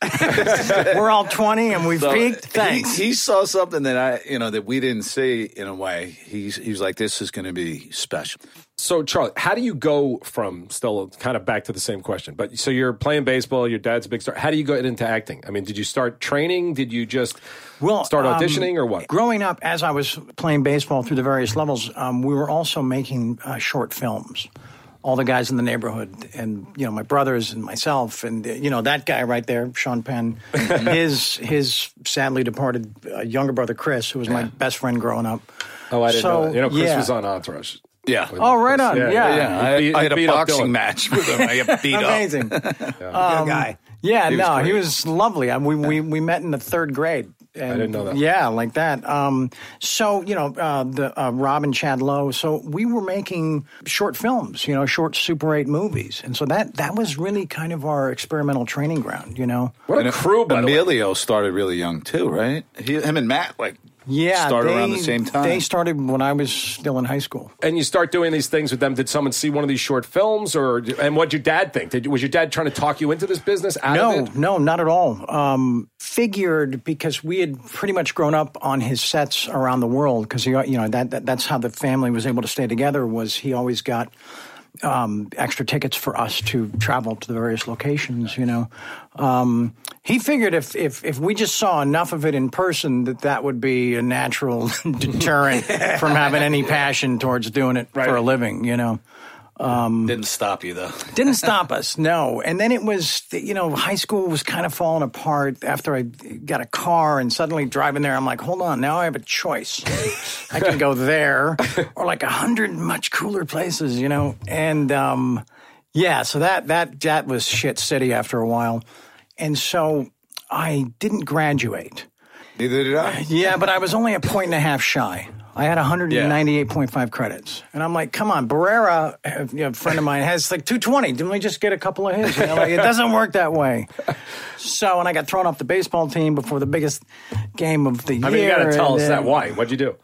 [SPEAKER 6] we're all twenty, and we've (laughs)
[SPEAKER 4] So
[SPEAKER 6] peaked.
[SPEAKER 4] he-
[SPEAKER 6] Thanks.
[SPEAKER 4] He, saw something that I, you know, that we didn't see in a way. He's, he was like, this is going to be special.
[SPEAKER 3] So, Charlie, how do you go from still kind of back to the same question? But so you're playing baseball, your dad's a big star. How do you get into acting? I mean, did you start training? Did you just
[SPEAKER 6] Well,
[SPEAKER 3] start
[SPEAKER 6] um,
[SPEAKER 3] auditioning or what?
[SPEAKER 6] Growing up, as I was playing baseball through the various levels, um, we were also making uh, short films. All the guys in the neighborhood, and you know my brothers and myself, and uh, you know that guy right there, Sean
[SPEAKER 3] (laughs)
[SPEAKER 6] Penn, his his sadly departed uh, younger brother Chris, who was my best friend growing up.
[SPEAKER 3] Oh, I didn't
[SPEAKER 6] So,
[SPEAKER 3] know that. You know, Chris
[SPEAKER 6] yeah.
[SPEAKER 3] was on Entourage.
[SPEAKER 4] Yeah.
[SPEAKER 6] Oh, right on.
[SPEAKER 3] Yeah, yeah,
[SPEAKER 6] Yeah,
[SPEAKER 4] Yeah, I,
[SPEAKER 3] He beat-
[SPEAKER 4] I had
[SPEAKER 3] he
[SPEAKER 4] a
[SPEAKER 3] beat up Dylan.
[SPEAKER 4] boxing match with him. I got beat up.
[SPEAKER 6] amazing. Um,
[SPEAKER 5] good guy.
[SPEAKER 6] Yeah,
[SPEAKER 4] was
[SPEAKER 6] no, he
[SPEAKER 4] great.
[SPEAKER 6] was lovely. I, we, we we met in the third grade. And,
[SPEAKER 3] didn't know that.
[SPEAKER 6] Yeah, like that. Um, so you know, uh, the uh, Rob and Chad Lowe. So we were making short films, you know, short Super Eight movies, and so that that was really kind of our experimental training ground, you know.
[SPEAKER 3] What a crew, by the way.
[SPEAKER 4] Emilio started really young too, right? He, him and Matt like
[SPEAKER 6] Yeah,
[SPEAKER 4] started
[SPEAKER 6] they,
[SPEAKER 4] around the same time.
[SPEAKER 6] They started when I was still in high school.
[SPEAKER 3] And you start doing these things with them. Did someone see one of these short films, or and what did your dad think? Did, was your dad trying to talk you into this business? Out
[SPEAKER 6] No,
[SPEAKER 3] of it?
[SPEAKER 6] no, not at all. Um, figured because we had pretty much grown up on his sets around the world because you know that, that that's how the family was able to stay together was he always got um, extra tickets for us to travel to the various locations. You know, um, he figured if, if if we just saw enough of it in person that that would be a natural (laughs)
[SPEAKER 3] (laughs)
[SPEAKER 6] deterrent from having any passion towards doing it
[SPEAKER 3] Right.
[SPEAKER 6] for a living. You know
[SPEAKER 4] Didn't stop you though.
[SPEAKER 6] didn't stop us no and then it was you know high school was kind of falling apart after i got a car and suddenly driving there i'm like hold on now i have a choice i can go there or like a hundred much cooler places you know and um yeah so that that that was shit city after a while and so i didn't graduate
[SPEAKER 4] Neither did I.
[SPEAKER 6] yeah, but I was only a point and a half shy I had 198.5 credits. And I'm like, come on, Barrera, a you know, a friend of mine, has like 220. Didn't we just get a couple of his? You know, like, it doesn't work that way. So, and I got thrown off the baseball team before the biggest game of the year.
[SPEAKER 3] I mean, you got to tell
[SPEAKER 6] and
[SPEAKER 3] us that.
[SPEAKER 6] then-
[SPEAKER 3] Why? What'd you do?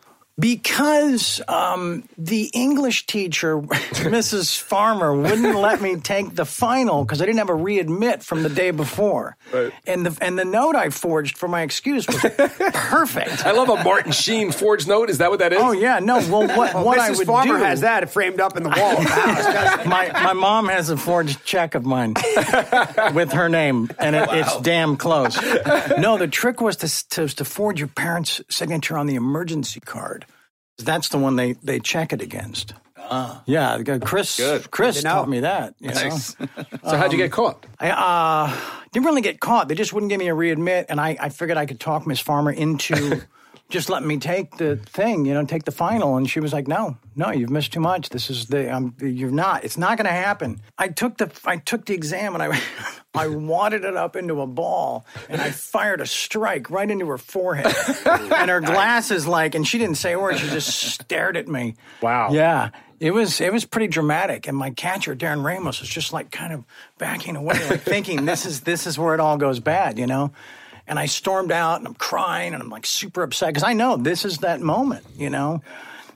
[SPEAKER 6] because um, the English teacher, (laughs) Mrs. Farmer, wouldn't let me take the final because I didn't have a readmit from the day before.
[SPEAKER 3] Right.
[SPEAKER 6] And the and the note I forged for my
[SPEAKER 3] (laughs)
[SPEAKER 6] excuse was perfect.
[SPEAKER 3] I love a Martin Sheen forged note. Is that what that is?
[SPEAKER 6] Oh yeah, no. Well,
[SPEAKER 5] (laughs)
[SPEAKER 6] what what I
[SPEAKER 5] Mrs.
[SPEAKER 6] would
[SPEAKER 5] Farmer
[SPEAKER 6] do
[SPEAKER 5] has that framed up in the wall. of the house.
[SPEAKER 6] (laughs) my my mom has a forged check of
[SPEAKER 5] (laughs)
[SPEAKER 6] mine with her name, and it, it's damn close.
[SPEAKER 5] (laughs)
[SPEAKER 6] No, the trick was to, to to forge your parents' signature on the emergency card. That's the one they they check it against. yeah, the guy- Chris
[SPEAKER 4] Good.
[SPEAKER 6] Chris
[SPEAKER 5] Ah. Good to know.
[SPEAKER 6] taught me that. You know?
[SPEAKER 3] So how'd you
[SPEAKER 6] Um,
[SPEAKER 3] get caught?
[SPEAKER 6] I uh, didn't really get caught. They just wouldn't give me a readmit, and I, I figured I could talk Miss Farmer into just letting me take the thing, you know, take the final. And she was like, "No, no, you've missed too much. This is the um, you're not. It's not going to happen." I took the I took the exam and I (laughs) I wadded it up into a ball and I fired a strike right into her forehead, and her glasses like, and she didn't say a word. She just stared at me.
[SPEAKER 3] Wow.
[SPEAKER 6] Yeah. It was it was pretty dramatic, and my catcher Darren Ramos was just like kind of backing away, like thinking this is this is where it all goes bad, you know. And I stormed out, and I'm crying, and I'm like super upset because I know this is that moment, you know.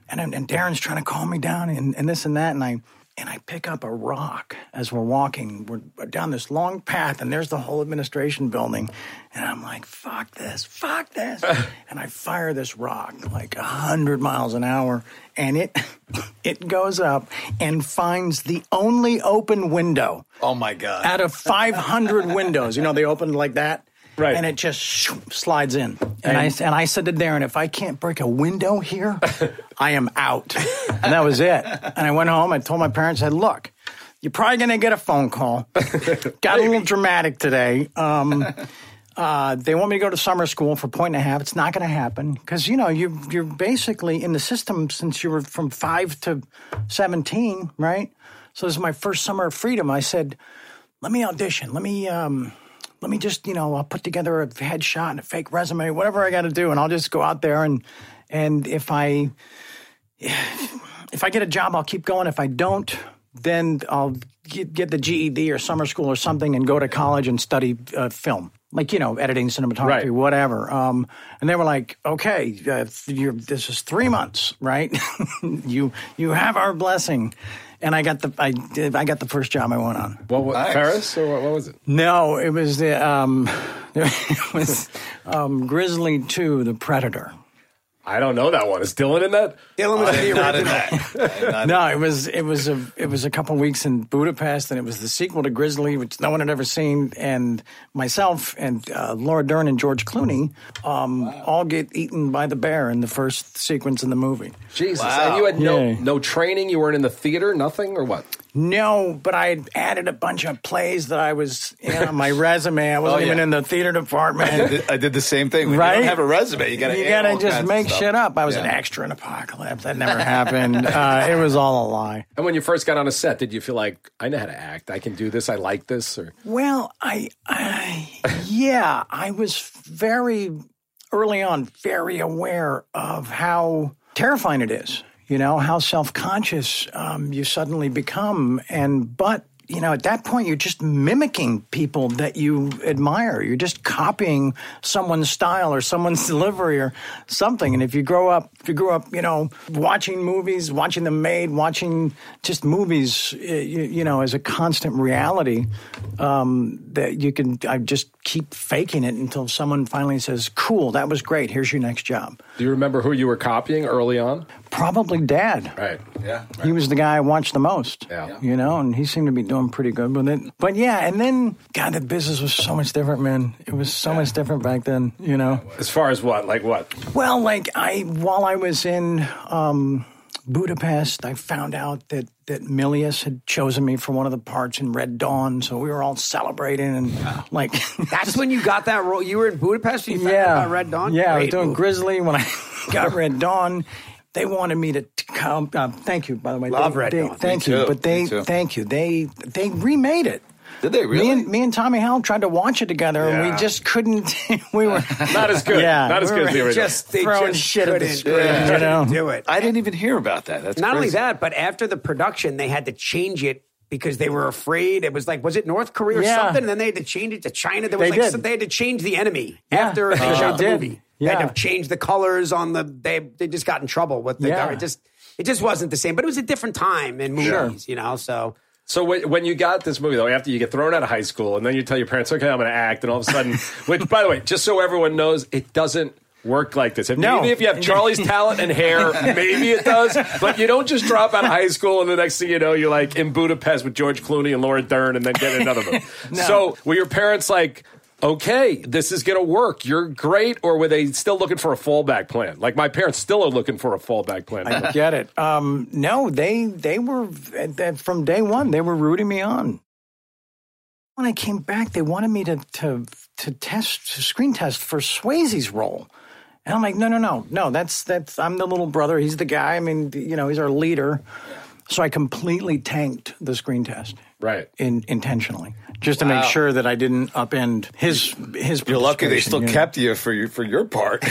[SPEAKER 6] And I'm- and Darren's trying to calm me down, and, and this and that, and I and I pick up a rock as we're walking. We're down this long path, and there's the whole administration building, and I'm like, "Fuck this, fuck this," and I fire this rock like hundred miles an hour, and it (laughs) it goes up and finds the only open window
[SPEAKER 4] Oh my god!
[SPEAKER 6] out of 500 windows. You know, they opened like that.
[SPEAKER 3] Right.
[SPEAKER 6] And it just shoo, slides in. And, I, and I said to Darren, if I can't break a window here, I am out. And that was it. And I went home. I told my parents, I said, look, you're probably going to get a phone call. Got a little dramatic today. Um, uh, they want me to go to summer school for a point and a half. It's not going to happen because, you know, you, you're basically in the system since you were from five to 17, right? So this is my first summer of freedom. I said, let me audition. Let me um, let me just you know I'll put together a headshot and a fake resume, whatever I got to do, and I'll just go out there and and if I if I get a job, I'll keep going. If I don't, then I'll get, get the GED or summer school or something and go to college and study uh, film. Like you know, editing, cinematography,
[SPEAKER 3] Right.
[SPEAKER 6] whatever. Um, and they were like, "Okay, uh, you're, this is three months, right? (laughs) you you have our blessing." And I got the I did, I got the first job I went on.
[SPEAKER 3] What, what
[SPEAKER 4] Nice.
[SPEAKER 3] Paris or what, what was it?
[SPEAKER 6] No, it was the um, (laughs) it was um, Grizzly Two, the Predator.
[SPEAKER 3] I don't know that one. Is Dylan in that?
[SPEAKER 5] Dylan was the
[SPEAKER 4] Not in
[SPEAKER 5] original.
[SPEAKER 4] that. Not-
[SPEAKER 6] No, it was it was a it was a couple weeks in Budapest, and it was the sequel to Grizzly, which no one had ever seen, and myself and uh, Laura Dern and George Clooney um, all get eaten by the bear in the first sequence in the movie.
[SPEAKER 3] Jesus. And you had no
[SPEAKER 6] Yeah.
[SPEAKER 3] no training. You weren't in the theater. Nothing or what?
[SPEAKER 6] No, but I had added a bunch of plays that I was in on
[SPEAKER 4] (laughs)
[SPEAKER 6] my resume. I wasn't
[SPEAKER 4] Oh, yeah.
[SPEAKER 6] even in the theater
[SPEAKER 4] I
[SPEAKER 6] department.
[SPEAKER 4] did- I did the same thing. When
[SPEAKER 6] Right?
[SPEAKER 4] You don't have a resume. You gotta.
[SPEAKER 6] you
[SPEAKER 4] add all
[SPEAKER 6] gotta
[SPEAKER 4] kinds
[SPEAKER 6] just
[SPEAKER 4] of
[SPEAKER 6] make
[SPEAKER 4] stuff.
[SPEAKER 6] shit up. I was an
[SPEAKER 4] Yeah.
[SPEAKER 6] extra in Apocalypse. That
[SPEAKER 4] (laughs)
[SPEAKER 6] never happened. Uh, it was all a lie.
[SPEAKER 3] And when you first got on a set, did you feel like I know how to act? I can do this. I like this. Or
[SPEAKER 6] Well, I, I yeah, I was very early on very aware of how terrifying it is. You know how self-conscious um, you suddenly become, and but you know at that point you're just mimicking people that you admire. You're just copying someone's style or someone's (laughs) delivery or something. And if you grow up, if you grew up, you know, watching movies, watching them made, watching just movies, eh, you, you know, as a constant reality, um, that you can I just keep faking it until someone finally says, "Cool, that was great. Here's your next job."
[SPEAKER 3] do you remember who you were copying early on?
[SPEAKER 6] Probably Dad.
[SPEAKER 3] Right.
[SPEAKER 4] Yeah.
[SPEAKER 6] He was the guy I watched the most.
[SPEAKER 3] Yeah.
[SPEAKER 6] You know, and he seemed to be doing pretty good with it. But yeah, and then God, the business was so much different, man. It was so much different back then, you know.
[SPEAKER 3] As far as what? Like what?
[SPEAKER 6] Well, like I while I was in um, Budapest, I found out that that Milius had chosen me for one of the parts in Red Dawn, so we were all celebrating and like (laughs)
[SPEAKER 5] That's when you got that role. You were in Budapest and you found out
[SPEAKER 6] yeah,
[SPEAKER 5] about Red Dawn?
[SPEAKER 6] Yeah, I was
[SPEAKER 5] Great
[SPEAKER 6] doing
[SPEAKER 5] move.
[SPEAKER 6] Grizzly when I (laughs) got Red Dawn. They wanted me to t- come. Uh, thank you, by the way.
[SPEAKER 5] Love
[SPEAKER 6] They-
[SPEAKER 5] Red
[SPEAKER 6] they-
[SPEAKER 5] Dawn.
[SPEAKER 6] Thank
[SPEAKER 4] Me
[SPEAKER 6] you,
[SPEAKER 4] too.
[SPEAKER 6] but they
[SPEAKER 4] Me too.
[SPEAKER 6] thank you. They they remade it.
[SPEAKER 4] Did they really?
[SPEAKER 6] Me and me and Tommy Howell tried to watch it together, and
[SPEAKER 4] Yeah.
[SPEAKER 6] we just couldn't. (laughs) we were
[SPEAKER 3] (laughs) Not as good.
[SPEAKER 6] Yeah,
[SPEAKER 3] Not as
[SPEAKER 6] we
[SPEAKER 3] good as the
[SPEAKER 6] were
[SPEAKER 3] original.
[SPEAKER 5] just they
[SPEAKER 6] Throwing
[SPEAKER 5] just
[SPEAKER 6] shit at the
[SPEAKER 5] couldn't-
[SPEAKER 6] screen,
[SPEAKER 5] couldn't
[SPEAKER 6] you know?
[SPEAKER 5] do it.
[SPEAKER 4] I didn't even hear about that. That's
[SPEAKER 5] Not only
[SPEAKER 4] crazy.
[SPEAKER 5] that, but after the production, they had to change it because they were afraid. It was like, was it North Korea or
[SPEAKER 6] Yeah.
[SPEAKER 5] something? And then they had to change it to China. There was
[SPEAKER 6] They
[SPEAKER 5] like,
[SPEAKER 6] did.
[SPEAKER 5] so they had to change the enemy
[SPEAKER 6] Yeah.
[SPEAKER 5] after they
[SPEAKER 6] Uh,
[SPEAKER 5] shot the
[SPEAKER 6] they did.
[SPEAKER 5] movie. They
[SPEAKER 6] Yeah.
[SPEAKER 5] had to change the colors on the. They they just got in trouble with the.
[SPEAKER 6] Yeah.
[SPEAKER 5] It just it just wasn't the same. But it was a different time in movies,
[SPEAKER 6] Sure.
[SPEAKER 5] you know. So
[SPEAKER 3] So when when you got this movie though, after you get thrown out of high school, and then you tell your parents, "Okay, I'm going to act," and all of a
[SPEAKER 6] (laughs)
[SPEAKER 3] sudden, which by the way, just so everyone knows, it doesn't work like this. If,
[SPEAKER 6] No.
[SPEAKER 3] Maybe if you have Charlie's talent and hair,
[SPEAKER 6] (laughs)
[SPEAKER 3] maybe it does. But you don't just drop out of high school, and the next thing you know, you're like in Budapest with George Clooney and Laura Dern, and then get in another
[SPEAKER 6] (laughs)
[SPEAKER 3] movie. So were your parents like? Okay, this is going to work. You're great. Or were they still looking for a fallback plan? Like my parents still are looking for a fallback plan.
[SPEAKER 4] (laughs)
[SPEAKER 6] get it. Um, no, they they were at that- from day one. They were rooting me on. When I came back, they wanted me to to to test to screen test for Swayze's role, and I'm like, no, no, no, no. That's that's I'm the little brother. He's the guy. I mean, you know, he's our leader. So I completely tanked the screen test.
[SPEAKER 3] right.
[SPEAKER 6] in, intentionally, just to make sure that I didn't upend his his.
[SPEAKER 4] You're lucky they still
[SPEAKER 6] participation, you know.
[SPEAKER 4] kept you for your for your part.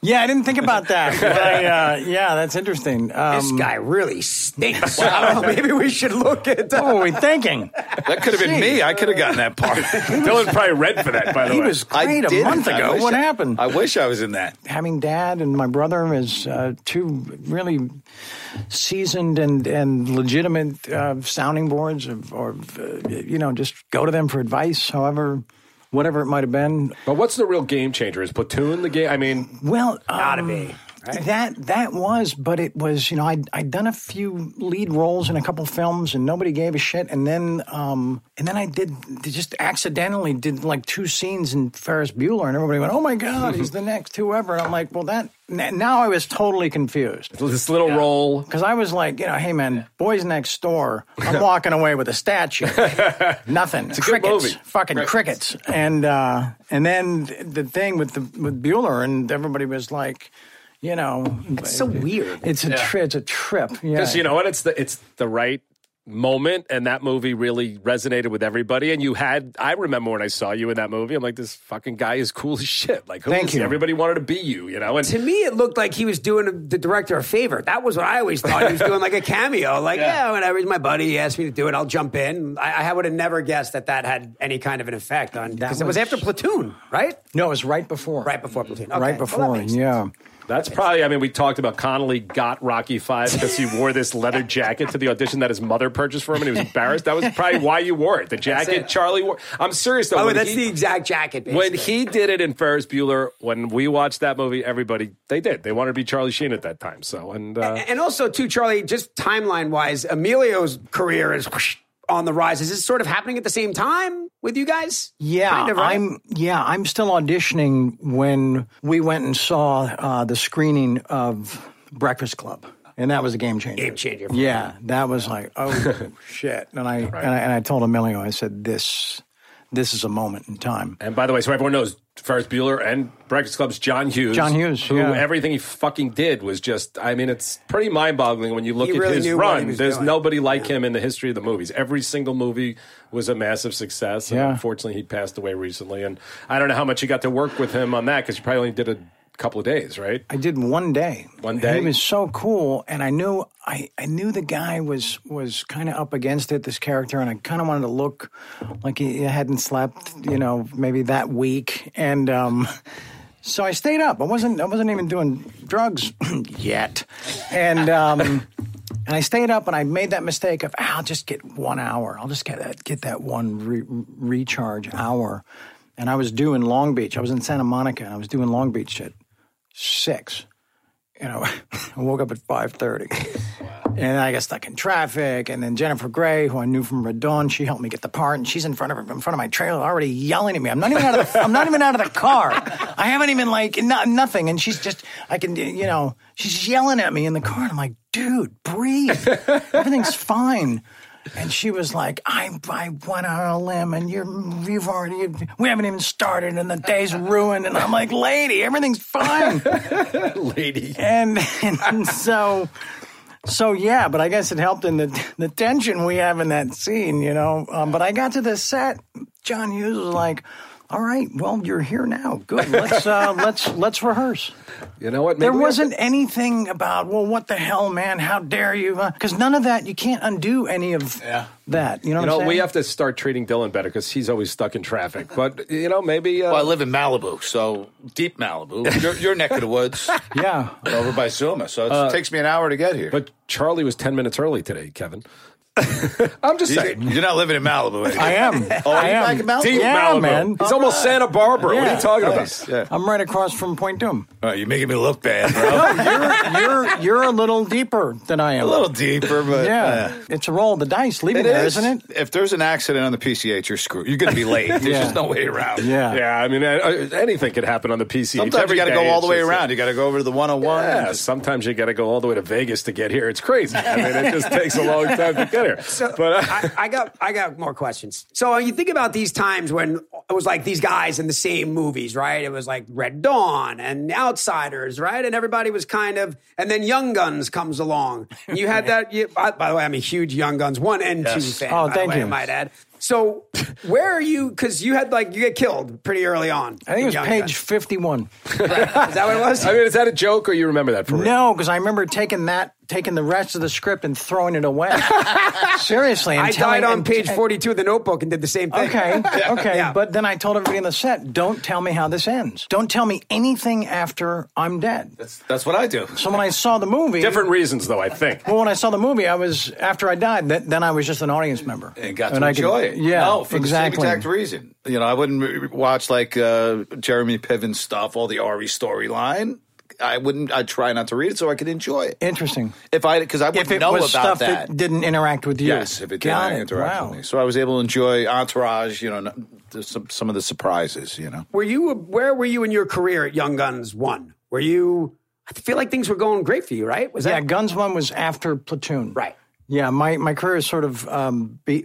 [SPEAKER 6] Yeah, I didn't think
[SPEAKER 4] (laughs)
[SPEAKER 6] about that. but I, uh, yeah, that's interesting. Um,
[SPEAKER 5] this guy really
[SPEAKER 6] (laughs)
[SPEAKER 5] stinks. I don't know, (laughs) maybe we should look at. uh,
[SPEAKER 6] what were we thinking?
[SPEAKER 4] that could have been me. I could have gotten that part.
[SPEAKER 3] Dylan probably read for that, by the
[SPEAKER 6] (laughs) He
[SPEAKER 3] way.
[SPEAKER 6] was
[SPEAKER 4] I
[SPEAKER 6] great a
[SPEAKER 4] didn't.
[SPEAKER 6] month
[SPEAKER 4] I
[SPEAKER 6] ago.
[SPEAKER 4] wish
[SPEAKER 6] What
[SPEAKER 4] I-
[SPEAKER 6] happened?
[SPEAKER 4] I wish I was in that.
[SPEAKER 6] Having dad and my brother as uh, two really seasoned and and legitimate uh, sounding boards, of, or uh, you know, just go to them for advice, however, whatever it might have been.
[SPEAKER 3] But what's the real game changer? Is Platoon the game? I mean,
[SPEAKER 6] Well,
[SPEAKER 5] Gotta
[SPEAKER 6] um,
[SPEAKER 5] be,
[SPEAKER 6] That that was, but it was you know I I'd done a few lead roles in a couple films and nobody gave a shit, and then um and then I did just accidentally did like two scenes in Ferris Bueller, and everybody went, oh my god, he's the next whoever, and I'm like, well that n- now I was totally confused.
[SPEAKER 3] this little role.
[SPEAKER 6] Because I was like, you know, hey man, boys next
[SPEAKER 5] (laughs)
[SPEAKER 6] door. I'm walking away with a statue, nothing,
[SPEAKER 3] a good
[SPEAKER 6] crickets,
[SPEAKER 3] movie.
[SPEAKER 6] fucking crickets, and uh, and then the thing with the with Bueller, and everybody was like, you know,
[SPEAKER 5] It's so weird.
[SPEAKER 6] it's a tri- it's a trip, yeah,
[SPEAKER 3] Because you know what? It's the it's the right moment, and that movie really resonated with everybody. And you had I remember when I saw you in that movie, I'm like, this fucking guy is cool as shit. Like, who
[SPEAKER 6] Thank
[SPEAKER 3] is-
[SPEAKER 6] you.
[SPEAKER 3] Everybody wanted to be you, you know. And
[SPEAKER 5] to me, it looked like he was doing the director a favor. That was what I always thought. He was doing like
[SPEAKER 3] (laughs)
[SPEAKER 5] a cameo. Like, yeah, whenever he's my buddy, he asked me to do it, I'll jump in. I, I would have never guessed that that had any kind of an effect on because it was
[SPEAKER 6] was-
[SPEAKER 5] after Platoon, right?
[SPEAKER 6] no, it was right before,
[SPEAKER 5] Right before Platoon. Okay.
[SPEAKER 6] right
[SPEAKER 5] Well, that
[SPEAKER 6] before,
[SPEAKER 5] makes sense.
[SPEAKER 6] yeah.
[SPEAKER 3] that's probably. I mean, we talked about Connolly got Rocky Five because he wore this
[SPEAKER 5] (laughs)
[SPEAKER 3] leather jacket to the audition that his mother purchased for him, and he was embarrassed. That was probably why you wore it. The jacket
[SPEAKER 5] it.
[SPEAKER 3] Charlie wore. I'm serious though.
[SPEAKER 5] By the way,
[SPEAKER 3] when
[SPEAKER 5] that's
[SPEAKER 3] he-
[SPEAKER 5] the exact jacket.
[SPEAKER 3] when
[SPEAKER 5] basically.
[SPEAKER 3] he did it in Ferris Bueller, when we watched that movie, everybody they did. They wanted to be Charlie Sheen at that time. So and uh,
[SPEAKER 5] and also too, Charlie, just timeline wise, Emilio's career is whoosh, on the rise. Is this sort of happening at the same time with you guys?
[SPEAKER 6] Yeah,
[SPEAKER 5] Kind of, right?
[SPEAKER 6] I'm. Yeah, I'm still auditioning. When we went and saw uh, the screening of Breakfast Club, and that was a game changer.
[SPEAKER 5] Game changer.
[SPEAKER 6] Yeah, that was like,
[SPEAKER 5] (laughs)
[SPEAKER 6] oh shit. And I, and I and I told Emilio, I said, this this is a moment in time.
[SPEAKER 3] and by the way, so everyone knows Ferris Bueller and Breakfast Club's John Hughes.
[SPEAKER 6] John Hughes,
[SPEAKER 3] who
[SPEAKER 6] yeah.
[SPEAKER 3] everything he fucking did was just. I mean, it's pretty mind boggling when you look
[SPEAKER 5] He
[SPEAKER 3] at
[SPEAKER 5] really
[SPEAKER 3] his
[SPEAKER 5] knew what
[SPEAKER 3] run.
[SPEAKER 5] he was
[SPEAKER 3] There's
[SPEAKER 5] doing.
[SPEAKER 3] nobody like him in the history of the movies. Every single movie was a massive success. And
[SPEAKER 6] Yeah.
[SPEAKER 3] unfortunately, he passed away recently, and I don't know how much you got to work with him on that because you probably only did a couple of days, right?
[SPEAKER 6] I did one day.
[SPEAKER 3] One
[SPEAKER 6] And
[SPEAKER 3] day?
[SPEAKER 6] He was so cool, and I knew I, I knew the guy was was kind of up against it. This character, and I kind of wanted to look like he hadn't slept, you know, maybe that week. And um, so I stayed up. I wasn't I wasn't even doing drugs (clears throat) yet, and um, and I stayed up, and I made that mistake of "Ah, I'll just get one hour. I'll just get that get that one re- recharge hour. And I was due in Long Beach. I was in Santa Monica, and I was doing Long Beach shit six. You know, (laughs) I woke up at five thirty, and I got stuck in traffic. And then Jennifer Gray, who I knew from Red Dawn, she helped me get the part, and she's in front of in front of my trailer, already yelling at me. I'm not even out of the I'm not even out of the car. I haven't even like no, nothing, and she's just I can you know she's yelling at me in the car, and I'm like, dude, breathe, everything's fine. And she was like, I, I went on a limb and you're, you've already, we haven't even started and the day's ruined. And I'm like, lady, everything's fine.
[SPEAKER 3] Lady,
[SPEAKER 6] And, and so So yeah, but I guess it helped in the the tension we have in that scene, you know. Um, but I got to the set, John Hughes was like, "All right, well, you're here now. Good.
[SPEAKER 3] (laughs)
[SPEAKER 6] Let's uh, let's let's rehearse."
[SPEAKER 3] You know what? Maybe
[SPEAKER 6] There
[SPEAKER 3] we have to-
[SPEAKER 6] wasn't anything about, well, what the hell, man? How dare you? Because none of that, you can't undo any of
[SPEAKER 4] Yeah.
[SPEAKER 6] that. You
[SPEAKER 3] You
[SPEAKER 6] know what I'm
[SPEAKER 3] know,
[SPEAKER 6] saying?
[SPEAKER 3] we have to start treating Dylan better because he's always stuck in traffic. But you know, maybe uh,
[SPEAKER 4] Well, I live in Malibu, so deep Malibu. Your, your neck of the woods,
[SPEAKER 6] (laughs) yeah. Uh,
[SPEAKER 4] over by Zuma. So it takes me an hour to get here.
[SPEAKER 3] But Charlie was 10 minutes early today, Kevin. I'm just
[SPEAKER 4] you,
[SPEAKER 3] saying.
[SPEAKER 4] are not living in Malibu. Anymore.
[SPEAKER 6] I
[SPEAKER 3] (laughs) Oh,
[SPEAKER 6] am. I am.
[SPEAKER 4] back in Malibu?
[SPEAKER 3] Deep
[SPEAKER 6] yeah,
[SPEAKER 3] Malibu.
[SPEAKER 6] man.
[SPEAKER 3] It's almost Santa Barbara. What are
[SPEAKER 6] Yeah.
[SPEAKER 3] you talking
[SPEAKER 4] Nice.
[SPEAKER 3] about?
[SPEAKER 4] Yeah.
[SPEAKER 6] I'm right across from Point Doom.
[SPEAKER 4] Oh, you're making me look bad,
[SPEAKER 6] (laughs)
[SPEAKER 4] bro.
[SPEAKER 6] You're, you're, you're a little deeper than I am.
[SPEAKER 4] Oh. a little deeper, but
[SPEAKER 6] Yeah.
[SPEAKER 4] uh,
[SPEAKER 6] It's a roll of the dice leaving there, not it?
[SPEAKER 4] If there's an accident on the PCH, you're screwed. You're going to be late. There's
[SPEAKER 6] Yeah.
[SPEAKER 4] just no way around.
[SPEAKER 6] Yeah.
[SPEAKER 3] Yeah, I mean, uh, anything could happen on the PC.
[SPEAKER 4] Sometimes you
[SPEAKER 3] Every
[SPEAKER 4] got to
[SPEAKER 3] day
[SPEAKER 4] go all the
[SPEAKER 3] it's
[SPEAKER 4] way
[SPEAKER 3] just-
[SPEAKER 4] around. You got to go over to the 101. and
[SPEAKER 3] Yeah,
[SPEAKER 4] just-
[SPEAKER 3] sometimes you got to go all the way to Vegas to get here. It's crazy. I mean, it just takes a long time to get here.
[SPEAKER 5] So
[SPEAKER 3] but uh,
[SPEAKER 5] I, I got I got more questions. So you think about these times when it was like these guys in the same movies, right? It was like Red Dawn and Outsiders, right? And everybody was kind of, and then Young Guns comes along. And
[SPEAKER 3] (laughs)
[SPEAKER 5] you had that. You, I, by the way, I'm a huge Young Guns one and two fan.
[SPEAKER 6] Oh,
[SPEAKER 5] by
[SPEAKER 6] thank
[SPEAKER 5] the way,
[SPEAKER 6] you.
[SPEAKER 5] I might add. So where are you? Because you had like you get killed pretty early on.
[SPEAKER 6] I think it was
[SPEAKER 5] in Young
[SPEAKER 6] page
[SPEAKER 5] Guns.
[SPEAKER 6] 51.
[SPEAKER 5] Is that what it was?
[SPEAKER 3] (laughs) I
[SPEAKER 6] (laughs)
[SPEAKER 3] mean, is that a joke or you remember that for real?
[SPEAKER 6] No, because I remember taking that, taking the rest of the script and throwing
[SPEAKER 4] (laughs)
[SPEAKER 6] it away. Seriously, and
[SPEAKER 5] I
[SPEAKER 6] telling-
[SPEAKER 5] died on
[SPEAKER 6] and-
[SPEAKER 5] page
[SPEAKER 6] and-
[SPEAKER 5] 42 of the Notebook and did the same thing.
[SPEAKER 4] (laughs)
[SPEAKER 6] Okay,
[SPEAKER 5] (laughs)
[SPEAKER 6] okay.
[SPEAKER 5] Yeah.
[SPEAKER 6] But then I told everybody on the set, don't tell me how this ends. Don't tell me anything after I'm dead.
[SPEAKER 4] That's what I do.
[SPEAKER 6] So when I saw the movie,
[SPEAKER 3] Different reasons, though, I think.
[SPEAKER 6] Well, when I saw the movie, I was after I died. Th- then I was just an audience member
[SPEAKER 4] and got to
[SPEAKER 6] I could-
[SPEAKER 4] enjoy it.
[SPEAKER 6] Yeah,
[SPEAKER 4] no, for
[SPEAKER 6] exactly.
[SPEAKER 4] the same exact reason. You know, I wouldn't re- watch like uh, Jeremy Piven stuff, all the Ari storyline. I wouldn't. I'd try not to read it so I could enjoy it.
[SPEAKER 6] Interesting.
[SPEAKER 4] If I, because I
[SPEAKER 6] If
[SPEAKER 4] wouldn't
[SPEAKER 6] it
[SPEAKER 4] know
[SPEAKER 6] was
[SPEAKER 4] about
[SPEAKER 6] stuff
[SPEAKER 4] that.
[SPEAKER 6] that didn't interact with you,
[SPEAKER 4] yes, if it did,
[SPEAKER 6] Got
[SPEAKER 4] I interact
[SPEAKER 6] Wow.
[SPEAKER 4] with me. So I was able to enjoy Entourage. You know, n- there's some some of the surprises. You know,
[SPEAKER 5] Were you where were you in your career at Young Guns One? Were you? I feel like things were going great for you, right? Was
[SPEAKER 6] Yeah,
[SPEAKER 5] that
[SPEAKER 6] Guns One was after Platoon.
[SPEAKER 5] right?
[SPEAKER 6] Yeah, my, my career is sort of um, B-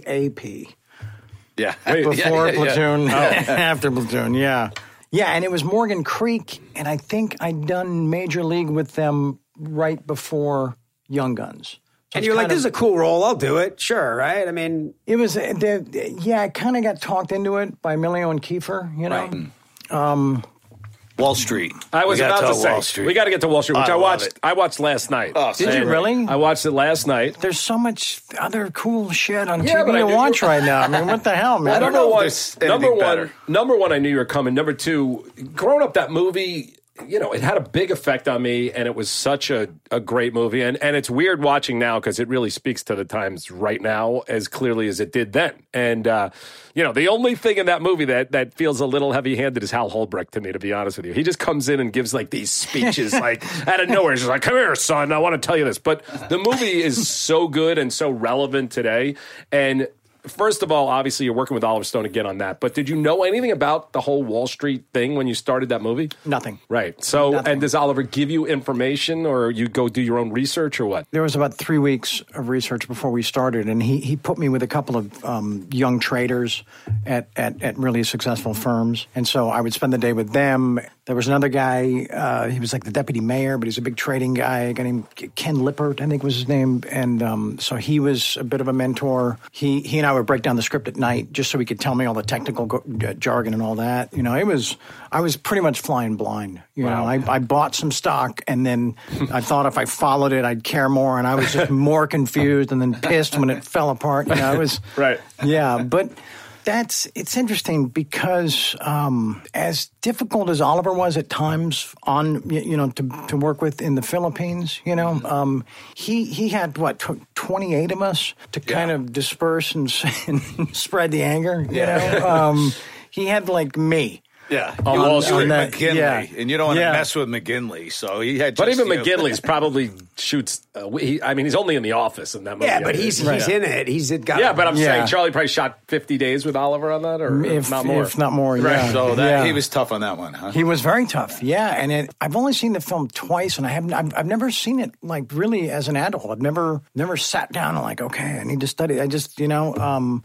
[SPEAKER 6] BPAP.
[SPEAKER 4] (laughs) yeah.
[SPEAKER 6] before
[SPEAKER 4] Yeah, Oh. yeah, yeah.
[SPEAKER 6] platoon (laughs) after platoon yeah yeah and it was morgan creek and i think i'd done major league with them right before young guns
[SPEAKER 5] And you're like,
[SPEAKER 6] kind
[SPEAKER 5] this is a cool role. I'll do it. Sure, right? I mean,
[SPEAKER 6] it was uh, the, yeah i kind of got talked into it by Emilio and kiefer you know
[SPEAKER 4] Mm. Wall Street.
[SPEAKER 3] I was
[SPEAKER 4] We gotta
[SPEAKER 3] about to
[SPEAKER 4] tell
[SPEAKER 3] say
[SPEAKER 4] Wall Street.
[SPEAKER 3] we got to get to Wall Street, which
[SPEAKER 4] I
[SPEAKER 3] I,
[SPEAKER 4] love
[SPEAKER 3] watched.
[SPEAKER 4] it.
[SPEAKER 3] I watched last night.
[SPEAKER 4] Oh,
[SPEAKER 6] did
[SPEAKER 4] same.
[SPEAKER 6] you really
[SPEAKER 3] I watched it last night.
[SPEAKER 6] there's so much other cool shit on
[SPEAKER 3] Yeah, but I
[SPEAKER 6] tv to
[SPEAKER 3] knew you
[SPEAKER 6] watch
[SPEAKER 3] were-
[SPEAKER 6] right now i
[SPEAKER 3] (laughs)
[SPEAKER 6] mean what the hell man
[SPEAKER 3] I don't know
[SPEAKER 4] if
[SPEAKER 3] why.
[SPEAKER 4] there's anything
[SPEAKER 3] Number one,
[SPEAKER 4] better.
[SPEAKER 3] number one, I knew you were coming. Number two, growing up, that movie, you know, it had a big effect on me, and it was such a, a great movie. And and it's weird watching now because it really speaks to the times right now as clearly as it did then. And uh, you know, the only thing in that movie that that feels a little heavy handed is Hal Holbrook to me. To be honest with you, he just comes in and gives like these speeches like out of nowhere. He's just like, "Come here, son, I want to tell you this." But the movie is so good and so relevant today, and First of all, obviously you're working with Oliver Stone again on that, but did you know anything about the whole Wall Street thing when you started that movie?
[SPEAKER 6] Nothing.
[SPEAKER 3] Right. So,
[SPEAKER 6] Nothing.
[SPEAKER 3] and does Oliver give you information or you go do your own research or what?
[SPEAKER 6] there was about three weeks of research before we started, and he, he put me with a couple of um, young traders at, at, at really successful firms. And so I would spend the day with them. There was another guy, uh, he was like the deputy mayor, but he's a big trading guy, a guy named Ken Lippert, I think was his name. And um, so he was a bit of a mentor. He, he and I would break down the script at night just so he could tell me all the technical go- j- jargon and all that. You know, it was, I was pretty much flying blind. You know, I, I bought some stock and then I thought if I followed it, I'd care more. And I
[SPEAKER 4] (laughs)
[SPEAKER 6] was just more confused and then pissed when it fell apart. You know,
[SPEAKER 4] (laughs)
[SPEAKER 6] it was
[SPEAKER 3] Right.
[SPEAKER 6] Yeah, but that's it's interesting because um, as difficult as Oliver was at times on y- you know to, to work with in the Philippines, you know, um, he he had what tw- twenty eight of us to kind of disperse and, s- (laughs) and spread the anger. You
[SPEAKER 4] Yeah.
[SPEAKER 6] know, um, he had like me.
[SPEAKER 4] Yeah,
[SPEAKER 3] On Wall
[SPEAKER 4] you were
[SPEAKER 3] Street.
[SPEAKER 4] McGinley,
[SPEAKER 6] Yeah.
[SPEAKER 4] and you don't want to
[SPEAKER 6] Yeah.
[SPEAKER 4] mess with McGinley, so he had.
[SPEAKER 3] But
[SPEAKER 4] just
[SPEAKER 3] even
[SPEAKER 4] you.
[SPEAKER 5] (laughs)
[SPEAKER 3] McGinley's probably shoots. Uh, he, I mean, he's only in the office in that movie.
[SPEAKER 5] Yeah, but he's he's in it. He's it got
[SPEAKER 3] Yeah, but I'm
[SPEAKER 6] Yeah.
[SPEAKER 3] saying Charlie probably shot 50 days with Oliver on that, or
[SPEAKER 6] If
[SPEAKER 3] not more.
[SPEAKER 6] if not more, yeah.
[SPEAKER 4] So that
[SPEAKER 6] Yeah.
[SPEAKER 4] he was tough on that one, huh?
[SPEAKER 3] Uh-huh.
[SPEAKER 6] He was very tough, yeah. And it, I've only seen the film twice, and I haven't. I've, I've never seen it like really as an adult. I've never never sat down and like, okay, I need to study. I just you know, um,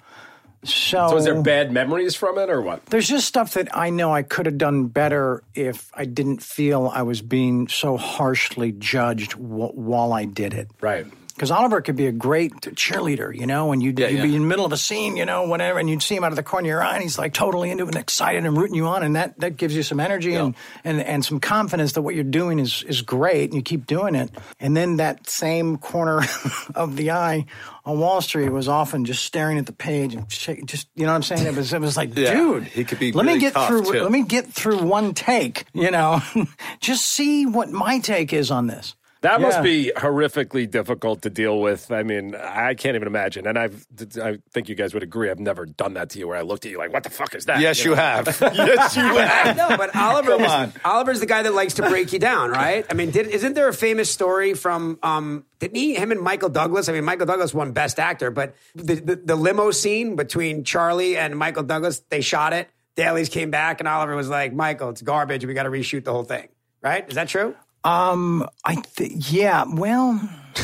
[SPEAKER 6] So,
[SPEAKER 3] So is there bad memories from it or what?
[SPEAKER 6] there's just stuff that I know I could have done better if I didn't feel I was being so harshly judged w- while I did it.
[SPEAKER 3] Right.
[SPEAKER 6] Because Oliver could be a great cheerleader, you know, and you'd, you'd
[SPEAKER 4] yeah.
[SPEAKER 6] be in the middle of a scene, you know, whatever, and you'd see him out of the corner of your eye, and he's like totally into it and excited and rooting you on, and that, that gives you some energy and, and, and some confidence that what you're doing is, is great, and you keep doing it. And then that same corner (laughs) of the eye on Wall Street was often just staring at the page and shak just, you know what I'm saying? It was, it was like,
[SPEAKER 4] Yeah,
[SPEAKER 6] dude,
[SPEAKER 4] he could be
[SPEAKER 6] let me
[SPEAKER 4] really
[SPEAKER 6] get
[SPEAKER 4] tough,
[SPEAKER 6] through,
[SPEAKER 4] too.
[SPEAKER 6] let me get through one take, you know, (laughs) just see what my take is on this.
[SPEAKER 3] That must
[SPEAKER 6] Yeah.
[SPEAKER 3] be horrifically difficult to deal with. I mean, I can't even imagine. And I've, I think you guys would agree. I've never done that to you, where I looked at you like, "What the fuck is that?"
[SPEAKER 4] Yes, you
[SPEAKER 3] know?
[SPEAKER 4] have.
[SPEAKER 6] (laughs)
[SPEAKER 4] yes, you (laughs) have.
[SPEAKER 5] No, but Oliver
[SPEAKER 4] Come
[SPEAKER 5] was,
[SPEAKER 4] on.
[SPEAKER 5] Oliver's the guy that likes to break you down, right? I mean, did, isn't there a famous story from um, didn't he him and Michael Douglas? I mean, Michael Douglas won Best Actor, but the, the, the limo scene between Charlie and Michael Douglas, they shot it. Daly's came back, and Oliver was like, "Michael, it's garbage. We got to reshoot the whole thing." Right? Is that true?
[SPEAKER 6] Um, I th- yeah. Well,
[SPEAKER 4] (laughs)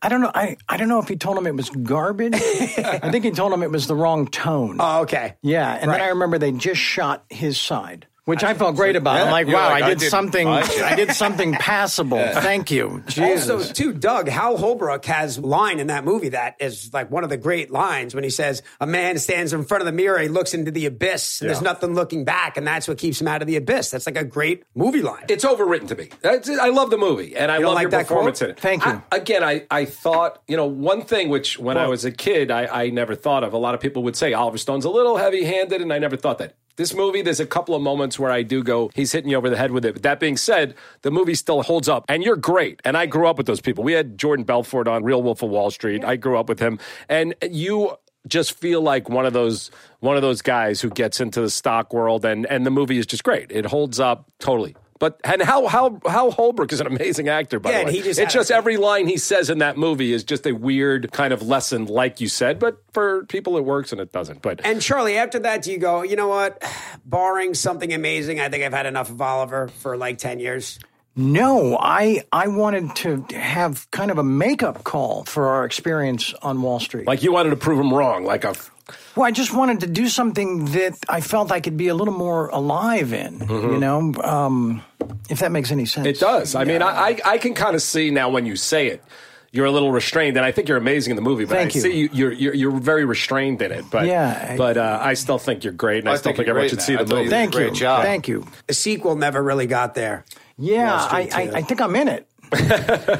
[SPEAKER 6] I don't know. I, I don't know if he told him it was
[SPEAKER 4] (laughs)
[SPEAKER 6] garbage. I think he told him it was the wrong tone.
[SPEAKER 4] Uh,
[SPEAKER 5] Oh, okay.
[SPEAKER 6] yeah, and then I remember they just shot his side, which I felt great about. I'm
[SPEAKER 4] Yeah,
[SPEAKER 6] like,
[SPEAKER 4] you're
[SPEAKER 6] wow,
[SPEAKER 4] like,
[SPEAKER 6] I
[SPEAKER 4] I
[SPEAKER 6] did
[SPEAKER 4] did
[SPEAKER 6] something.
[SPEAKER 4] my job.
[SPEAKER 6] I
[SPEAKER 4] (laughs)
[SPEAKER 6] did something passable. Thank you. Jesus.
[SPEAKER 5] Also, too, Doug, Hal Holbrook has line in that movie that is like one of the great lines when he says, "A man stands in front of the mirror, he looks into the abyss, and there's nothing looking back, and that's what keeps him out of the abyss." That's like a great movie line.
[SPEAKER 3] It's overwritten to me. That's it. I love the movie, and I
[SPEAKER 5] don't
[SPEAKER 3] love
[SPEAKER 5] like
[SPEAKER 3] your
[SPEAKER 5] that
[SPEAKER 3] performance
[SPEAKER 5] quote?
[SPEAKER 3] in it.
[SPEAKER 6] Thank you.
[SPEAKER 3] I- again, I, I thought you know one thing which when I was a kid I, I never thought of. A lot of people would say Oliver Stone's a little heavy handed, and I never thought that. This movie, there's a couple of moments where I do go, he's hitting you over the head with it. But that being said, the movie still holds up, and you're great. And I grew up with those people. We had Jordan Belfort on Real Wolf of Wall Street. I grew up with him, and you just feel like one of those one of those guys who gets into the stock world and and the movie is just great. It holds up totally. But and how how how Holbrook is an amazing actor by
[SPEAKER 5] Yeah,
[SPEAKER 3] the
[SPEAKER 5] and
[SPEAKER 3] way.
[SPEAKER 5] he just
[SPEAKER 3] it's
[SPEAKER 5] had-
[SPEAKER 3] just every line he says in that movie is just a weird kind of lesson like you said, but for people it works and it doesn't. But
[SPEAKER 5] And Charlie, after that, do you go, you know what? Barring something amazing, I think I've had enough of Oliver for like 10 years.
[SPEAKER 6] No, I I wanted to have kind of a makeup call for our experience on Wall Street.
[SPEAKER 3] like you wanted to prove him wrong like a
[SPEAKER 6] Well, I just wanted to do something that I felt I could be a little more alive in,
[SPEAKER 4] Mm-hmm.
[SPEAKER 6] you know, um, if that makes any sense.
[SPEAKER 3] It does. I mean, I, I, I can kind of see now when you say it, you're a little restrained, and I think you're amazing in the movie. But
[SPEAKER 6] Thank
[SPEAKER 3] I
[SPEAKER 6] you.
[SPEAKER 3] see you, you're, you're you're very restrained in it. But
[SPEAKER 6] Yeah, I-
[SPEAKER 3] but uh, I still think you're great, and I,
[SPEAKER 4] I
[SPEAKER 3] still
[SPEAKER 4] think
[SPEAKER 3] think
[SPEAKER 4] you're
[SPEAKER 3] everyone
[SPEAKER 4] great
[SPEAKER 3] should
[SPEAKER 4] in
[SPEAKER 3] see
[SPEAKER 4] that.
[SPEAKER 3] the
[SPEAKER 4] I thought
[SPEAKER 3] movie.
[SPEAKER 4] you did
[SPEAKER 6] Thank you.
[SPEAKER 4] Great job.
[SPEAKER 6] Thank you.
[SPEAKER 5] The sequel never really got there.
[SPEAKER 6] Yeah,
[SPEAKER 5] Wall
[SPEAKER 6] I,
[SPEAKER 5] Street
[SPEAKER 6] I,
[SPEAKER 5] too.
[SPEAKER 6] I think I'm in it.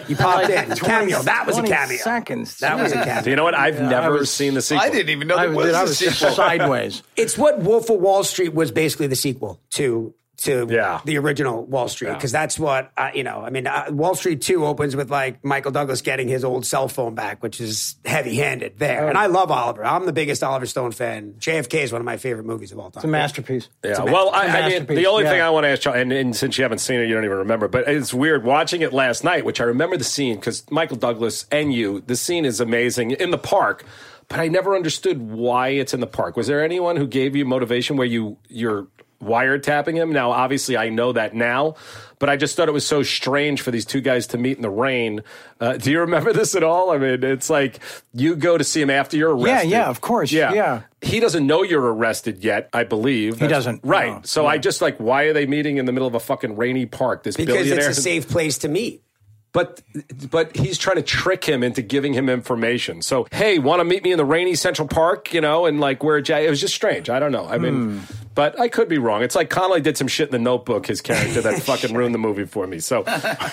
[SPEAKER 5] You popped in.
[SPEAKER 6] 20
[SPEAKER 5] Cameo. That was a
[SPEAKER 6] 20
[SPEAKER 5] cameo.
[SPEAKER 6] seconds.
[SPEAKER 5] That was a
[SPEAKER 6] Yeah.
[SPEAKER 3] Do
[SPEAKER 5] cameo.
[SPEAKER 3] you know what? I've never
[SPEAKER 6] was-
[SPEAKER 3] seen the sequel.
[SPEAKER 4] I didn't even know
[SPEAKER 6] I
[SPEAKER 4] there
[SPEAKER 6] was, dude, I
[SPEAKER 4] was a
[SPEAKER 6] was just
[SPEAKER 4] sequel. (laughs)
[SPEAKER 6] sideways.
[SPEAKER 5] It's what Wolf of Wall Street was basically the sequel to to
[SPEAKER 3] Yeah.
[SPEAKER 5] the original Wall Street because that's what uh, you know. I mean, uh, Wall Street Two opens with like Michael Douglas getting his old cell phone back, which is heavy handed there. And I love Oliver. I'm the biggest Oliver Stone fan. JFK is one of my favorite movies of all time.
[SPEAKER 6] It's a masterpiece.
[SPEAKER 3] Yeah. Well, I,
[SPEAKER 6] it's a
[SPEAKER 3] I mean, the
[SPEAKER 6] masterpiece,
[SPEAKER 3] only
[SPEAKER 6] yeah.
[SPEAKER 3] thing I want to ask you, and, and since you haven't seen it, you don't even remember. But it's weird watching it last night, which I remember the scene because Michael Douglas and you, the scene is amazing in the park. But I never understood why it's in the park. Was there anyone who gave you motivation where you you're wiretapping him? Now, obviously, I know that now, but I just thought it was so strange for these two guys to meet in the rain. Uh, do you remember this at all? I mean, it's like you go to see him after you're arrested.
[SPEAKER 6] yeah, of course, yeah.
[SPEAKER 3] He doesn't know you're arrested yet, I believe. He
[SPEAKER 6] doesn't,
[SPEAKER 3] Right.
[SPEAKER 6] no.
[SPEAKER 3] So I just like, why are they meeting in the middle of a fucking rainy park? This
[SPEAKER 5] because
[SPEAKER 3] billionaire.
[SPEAKER 5] it's a safe place to meet.
[SPEAKER 3] but but he's trying to trick him into giving him information. So hey, want to meet me in the rainy Central Park? You know, and like where Jay? It was just strange. I don't know. I mean, but I could be wrong. It's like Connolly did some shit in the Notebook, his character that fucking ruined the movie for me. So,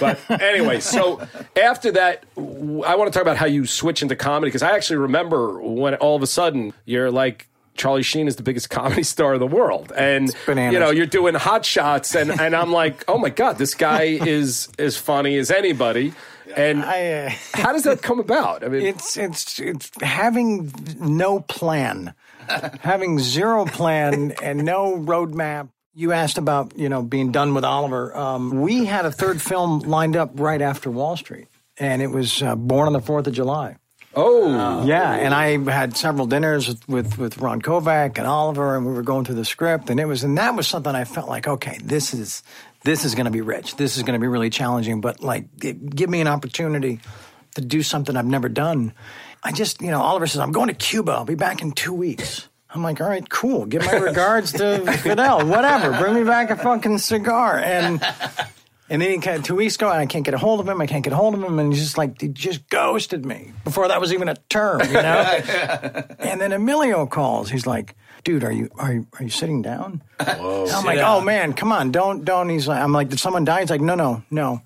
[SPEAKER 3] but anyway, so after that, w- I want to talk about how you switch into comedy because I actually remember when all of a sudden you're like. Charlie Sheen is the biggest (laughs) comedy star in the world, and
[SPEAKER 6] bananas.
[SPEAKER 3] you know you're doing hot shots, and, and I'm like, oh my god, this
[SPEAKER 6] (laughs)
[SPEAKER 3] guy is as funny as anybody. And
[SPEAKER 6] I, uh,
[SPEAKER 3] how does that come about? I mean,
[SPEAKER 6] It's it's it's having no plan, having zero plan and no roadmap. You asked about you know being done with Oliver. Um, we had a third film lined up right after Wall Street, and it was uh, Born on the Fourth of July.
[SPEAKER 3] oh,
[SPEAKER 6] Yeah, and I had several dinners with, with with Ron Kovac and Oliver, and we were going through the script, and it was and that was something I felt like, okay, this is this is going to be rich, this is going to be really challenging, but like, g- give me an opportunity to do something I've never done. I just, you know, Oliver says I'm going to Cuba. I'll be back in two weeks. I'm like, all right, cool. Give my regards to Fidel. Whatever. Bring me back a fucking cigar. And and then he kind of two weeks ago, and I can't get a hold of him. I can't get a hold of him, and he's just like he just ghosted me before that was even a term,
[SPEAKER 3] (laughs)
[SPEAKER 6] you know. and then Emilio calls. He's like, dude, are you are you, are you sitting down? I'm like, oh man, come on, don't don't. He's like, I'm like, did someone die? He's like, no, no, no.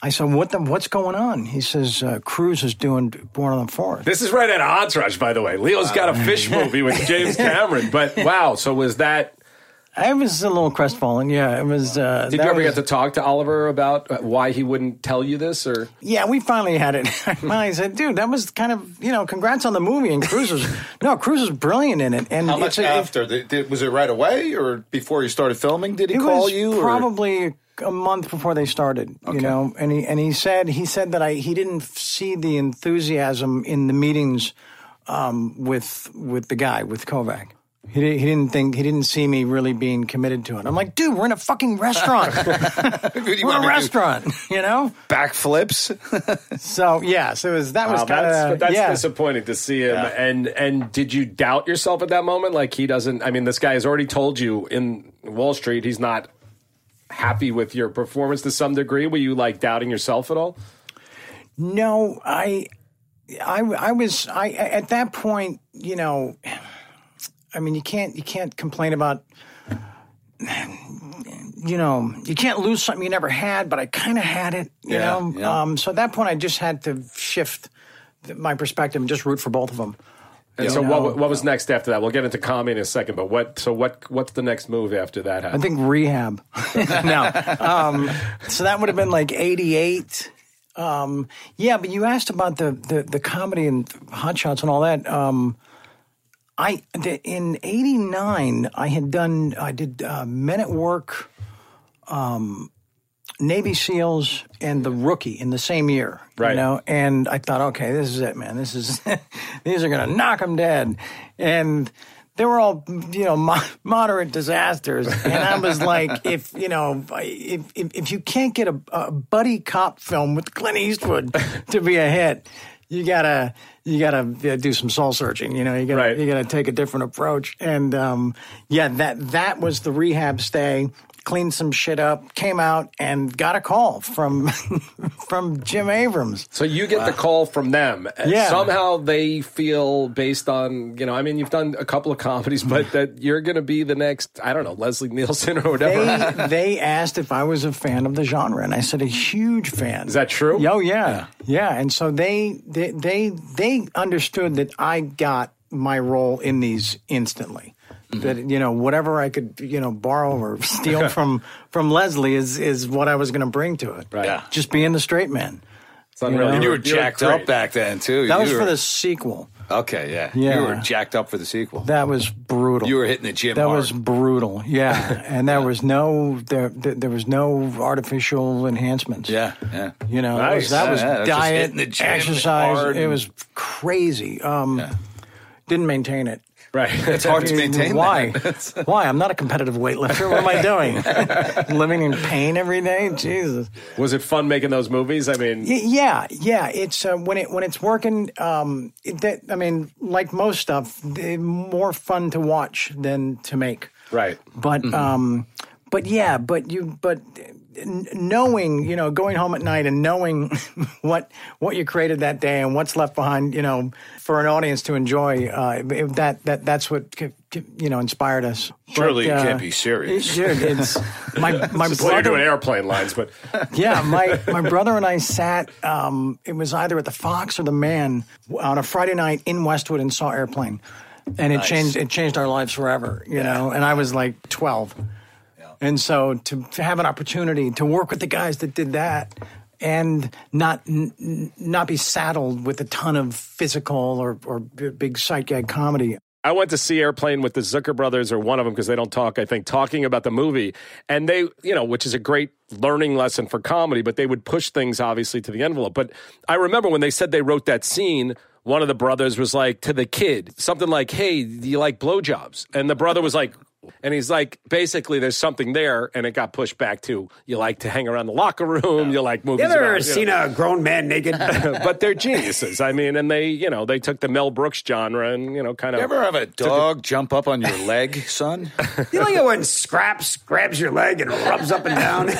[SPEAKER 6] I said, what the, what's going on? He says, uh, Cruz is doing Born on the Fourth.
[SPEAKER 3] This is right at Entourage, by the way. Leo's got a
[SPEAKER 6] Uh,
[SPEAKER 3] fish movie with
[SPEAKER 6] (laughs)
[SPEAKER 3] James Cameron. But wow, so was that?
[SPEAKER 6] I was a little crestfallen. Yeah, it was. Uh,
[SPEAKER 3] Did you ever get to talk to Oliver about uh, why he wouldn't tell you this? Or
[SPEAKER 6] Yeah, we finally had (laughs) it. I said, dude, that was kind of you know, congrats on the movie and Cruz was (laughs) no, Cruz was brilliant in it. And
[SPEAKER 4] How much
[SPEAKER 6] it's a-
[SPEAKER 4] after? Did- did- was it right away or before you started filming? Did he
[SPEAKER 6] it
[SPEAKER 4] call
[SPEAKER 6] was
[SPEAKER 4] you? or-
[SPEAKER 6] probably a month before they started. You know, and he and he said he said that I he didn't see the enthusiasm in the meetings um, with with the guy with Kovac. He, di- he didn't think he didn't see me really being committed to it. I'm like, dude, we're in a fucking
[SPEAKER 4] (laughs)
[SPEAKER 6] restaurant.
[SPEAKER 4] What do (laughs) you
[SPEAKER 6] we're
[SPEAKER 4] want me to
[SPEAKER 6] in a
[SPEAKER 4] do?
[SPEAKER 6] restaurant, (laughs) you know.
[SPEAKER 4] Backflips.
[SPEAKER 6] (laughs) So yeah, so it was that was
[SPEAKER 3] Wow,
[SPEAKER 6] kind
[SPEAKER 3] Uh, that's
[SPEAKER 6] of
[SPEAKER 3] that's
[SPEAKER 6] yeah.
[SPEAKER 3] disappointing to see him. And and did you doubt yourself at that moment? Like he doesn't. I mean, this guy has already told you in Wall Street he's not happy with your performance to some degree. Were you like doubting yourself at all?
[SPEAKER 6] No, I, I, I was I at that point. You know, I mean, you can't you can't complain about. You know, you can't lose something you never had, but I kind of had it. You
[SPEAKER 4] Yeah,
[SPEAKER 6] know,
[SPEAKER 4] yeah.
[SPEAKER 6] Um, so at that point, I just had to shift th- my perspective and just root for both of them.
[SPEAKER 3] And so what what was next after that? We'll get into comedy in a second. But what? So what? What's the next move after that?
[SPEAKER 6] I
[SPEAKER 3] Happened?
[SPEAKER 6] think rehab. (laughs) no. Um, so that would have been like 88. Um, yeah, but you asked about the, the, the comedy and hot shots and all that. Um, I the, in 89, I had done, I did uh, Men at Work, um, Navy SEALs, and The Rookie in the same year.
[SPEAKER 3] Right.
[SPEAKER 6] You know? And I thought, okay, this is it, man. This is, (laughs) these are going to knock them dead. And they were all, you know, mo- (laughs) moderate disasters. And I was like, if, you know, if, if, if you can't get a, a buddy cop film with Clint Eastwood (laughs) to be a hit, you gotta, you gotta uh, do some soul searching. You know, you gotta,
[SPEAKER 3] Right.
[SPEAKER 6] you gotta take a different approach. And, um, yeah, that, that was the rehab stay cleaned some shit up, came out and got a call from (laughs) from Jim Abrams.
[SPEAKER 3] So you get the call from them. and
[SPEAKER 6] Uh, Yeah.
[SPEAKER 3] Somehow they feel based on, you know, I mean, you've done a couple of comedies, but that you're going to be the next, I don't know, Leslie Nielsen or whatever.
[SPEAKER 6] They
[SPEAKER 4] (laughs)
[SPEAKER 6] they asked if I was a fan of the genre, and I said a huge fan.
[SPEAKER 3] Is that true?
[SPEAKER 6] Oh yeah, yeah. And so they they they, they understood that I got my role in these instantly.
[SPEAKER 4] Mm-hmm.
[SPEAKER 6] That you know whatever I could you know borrow or
[SPEAKER 4] (laughs)
[SPEAKER 6] (laughs) steal from from Leslie is is what I was going to bring to it.
[SPEAKER 3] Right. Yeah.
[SPEAKER 6] Just being the straight man.
[SPEAKER 3] It's unreal.
[SPEAKER 4] and you were
[SPEAKER 3] You're- you're
[SPEAKER 4] jacked
[SPEAKER 3] great.
[SPEAKER 4] up back then too.
[SPEAKER 6] That
[SPEAKER 4] You
[SPEAKER 6] was
[SPEAKER 4] were-
[SPEAKER 6] for the sequel.
[SPEAKER 4] (laughs) Okay, yeah.
[SPEAKER 6] Yeah.
[SPEAKER 4] You were jacked up for the sequel.
[SPEAKER 6] That was brutal.
[SPEAKER 4] you were hitting the gym.
[SPEAKER 6] That
[SPEAKER 4] hard.
[SPEAKER 6] was brutal.
[SPEAKER 4] (laughs)
[SPEAKER 6] Yeah, and there was no there, there there was no artificial enhancements.
[SPEAKER 4] yeah, yeah.
[SPEAKER 6] You know,
[SPEAKER 3] Nice.
[SPEAKER 6] that was,
[SPEAKER 4] Yeah,
[SPEAKER 6] that
[SPEAKER 4] yeah,
[SPEAKER 6] was
[SPEAKER 4] just
[SPEAKER 6] diet,
[SPEAKER 4] hitting the gym
[SPEAKER 6] exercise.
[SPEAKER 4] hard
[SPEAKER 6] It
[SPEAKER 4] and-
[SPEAKER 6] was crazy. Um, Didn't maintain it.
[SPEAKER 3] Right. (laughs)
[SPEAKER 4] It's hard to maintain.
[SPEAKER 6] Why?
[SPEAKER 4] That. (laughs)
[SPEAKER 6] Why? I'm not a competitive weightlifter. What am I
[SPEAKER 4] (laughs)
[SPEAKER 6] doing? Living in pain every day? Jesus.
[SPEAKER 3] was it fun making those movies? I mean,
[SPEAKER 6] Y- Yeah, yeah. It's uh, when it when it's working. Um, it, that, I mean, like most stuff, they- more fun to watch than to make.
[SPEAKER 3] right.
[SPEAKER 6] But
[SPEAKER 4] Mm-hmm.
[SPEAKER 6] um, but yeah, but you but n- knowing you know going home at night and knowing (laughs) what what you created that day and what's left behind you know for an audience to enjoy uh, it- that that that's what c- c- you know inspired us.
[SPEAKER 4] Surely you
[SPEAKER 6] But,
[SPEAKER 4] can't be serious.
[SPEAKER 6] it- dude, uh, it's
[SPEAKER 4] (laughs)
[SPEAKER 6] my my
[SPEAKER 3] Well, you're doing
[SPEAKER 6] brother.
[SPEAKER 3] airplane lines, but
[SPEAKER 6] Yeah, my my brother and I sat. Um, it was either at the Fox or the Man on a Friday night in Westwood and saw Airplane, and it changed it changed our lives forever. You know, and I was like twelve, and so to to have an opportunity to work with the guys that did that. And not n- n- not be saddled with a ton of physical or, or b- big sight gag comedy.
[SPEAKER 3] I went to see Airplane with the Zucker brothers or one of them because they don't talk, I think, talking about the movie. And they, you know, which is a great learning lesson for comedy, but they would push things obviously to the envelope. But I remember when they said they wrote that scene, one of the brothers was like to the kid, something like, Hey, do you like blowjobs? And the brother was like, And he's like, basically, there's something there, and it got pushed back to you like to hang around the locker room, you like movies.
[SPEAKER 5] You ever
[SPEAKER 3] about, you know.
[SPEAKER 5] seen a grown man naked?
[SPEAKER 3] but they're geniuses. I mean, and they, you know, they took the Mel Brooks genre and you know, kind of.
[SPEAKER 4] You ever have a dog jump up
[SPEAKER 6] (laughs)
[SPEAKER 4] on your leg, son?
[SPEAKER 5] you like it when Scraps grabs your leg and rubs up and down?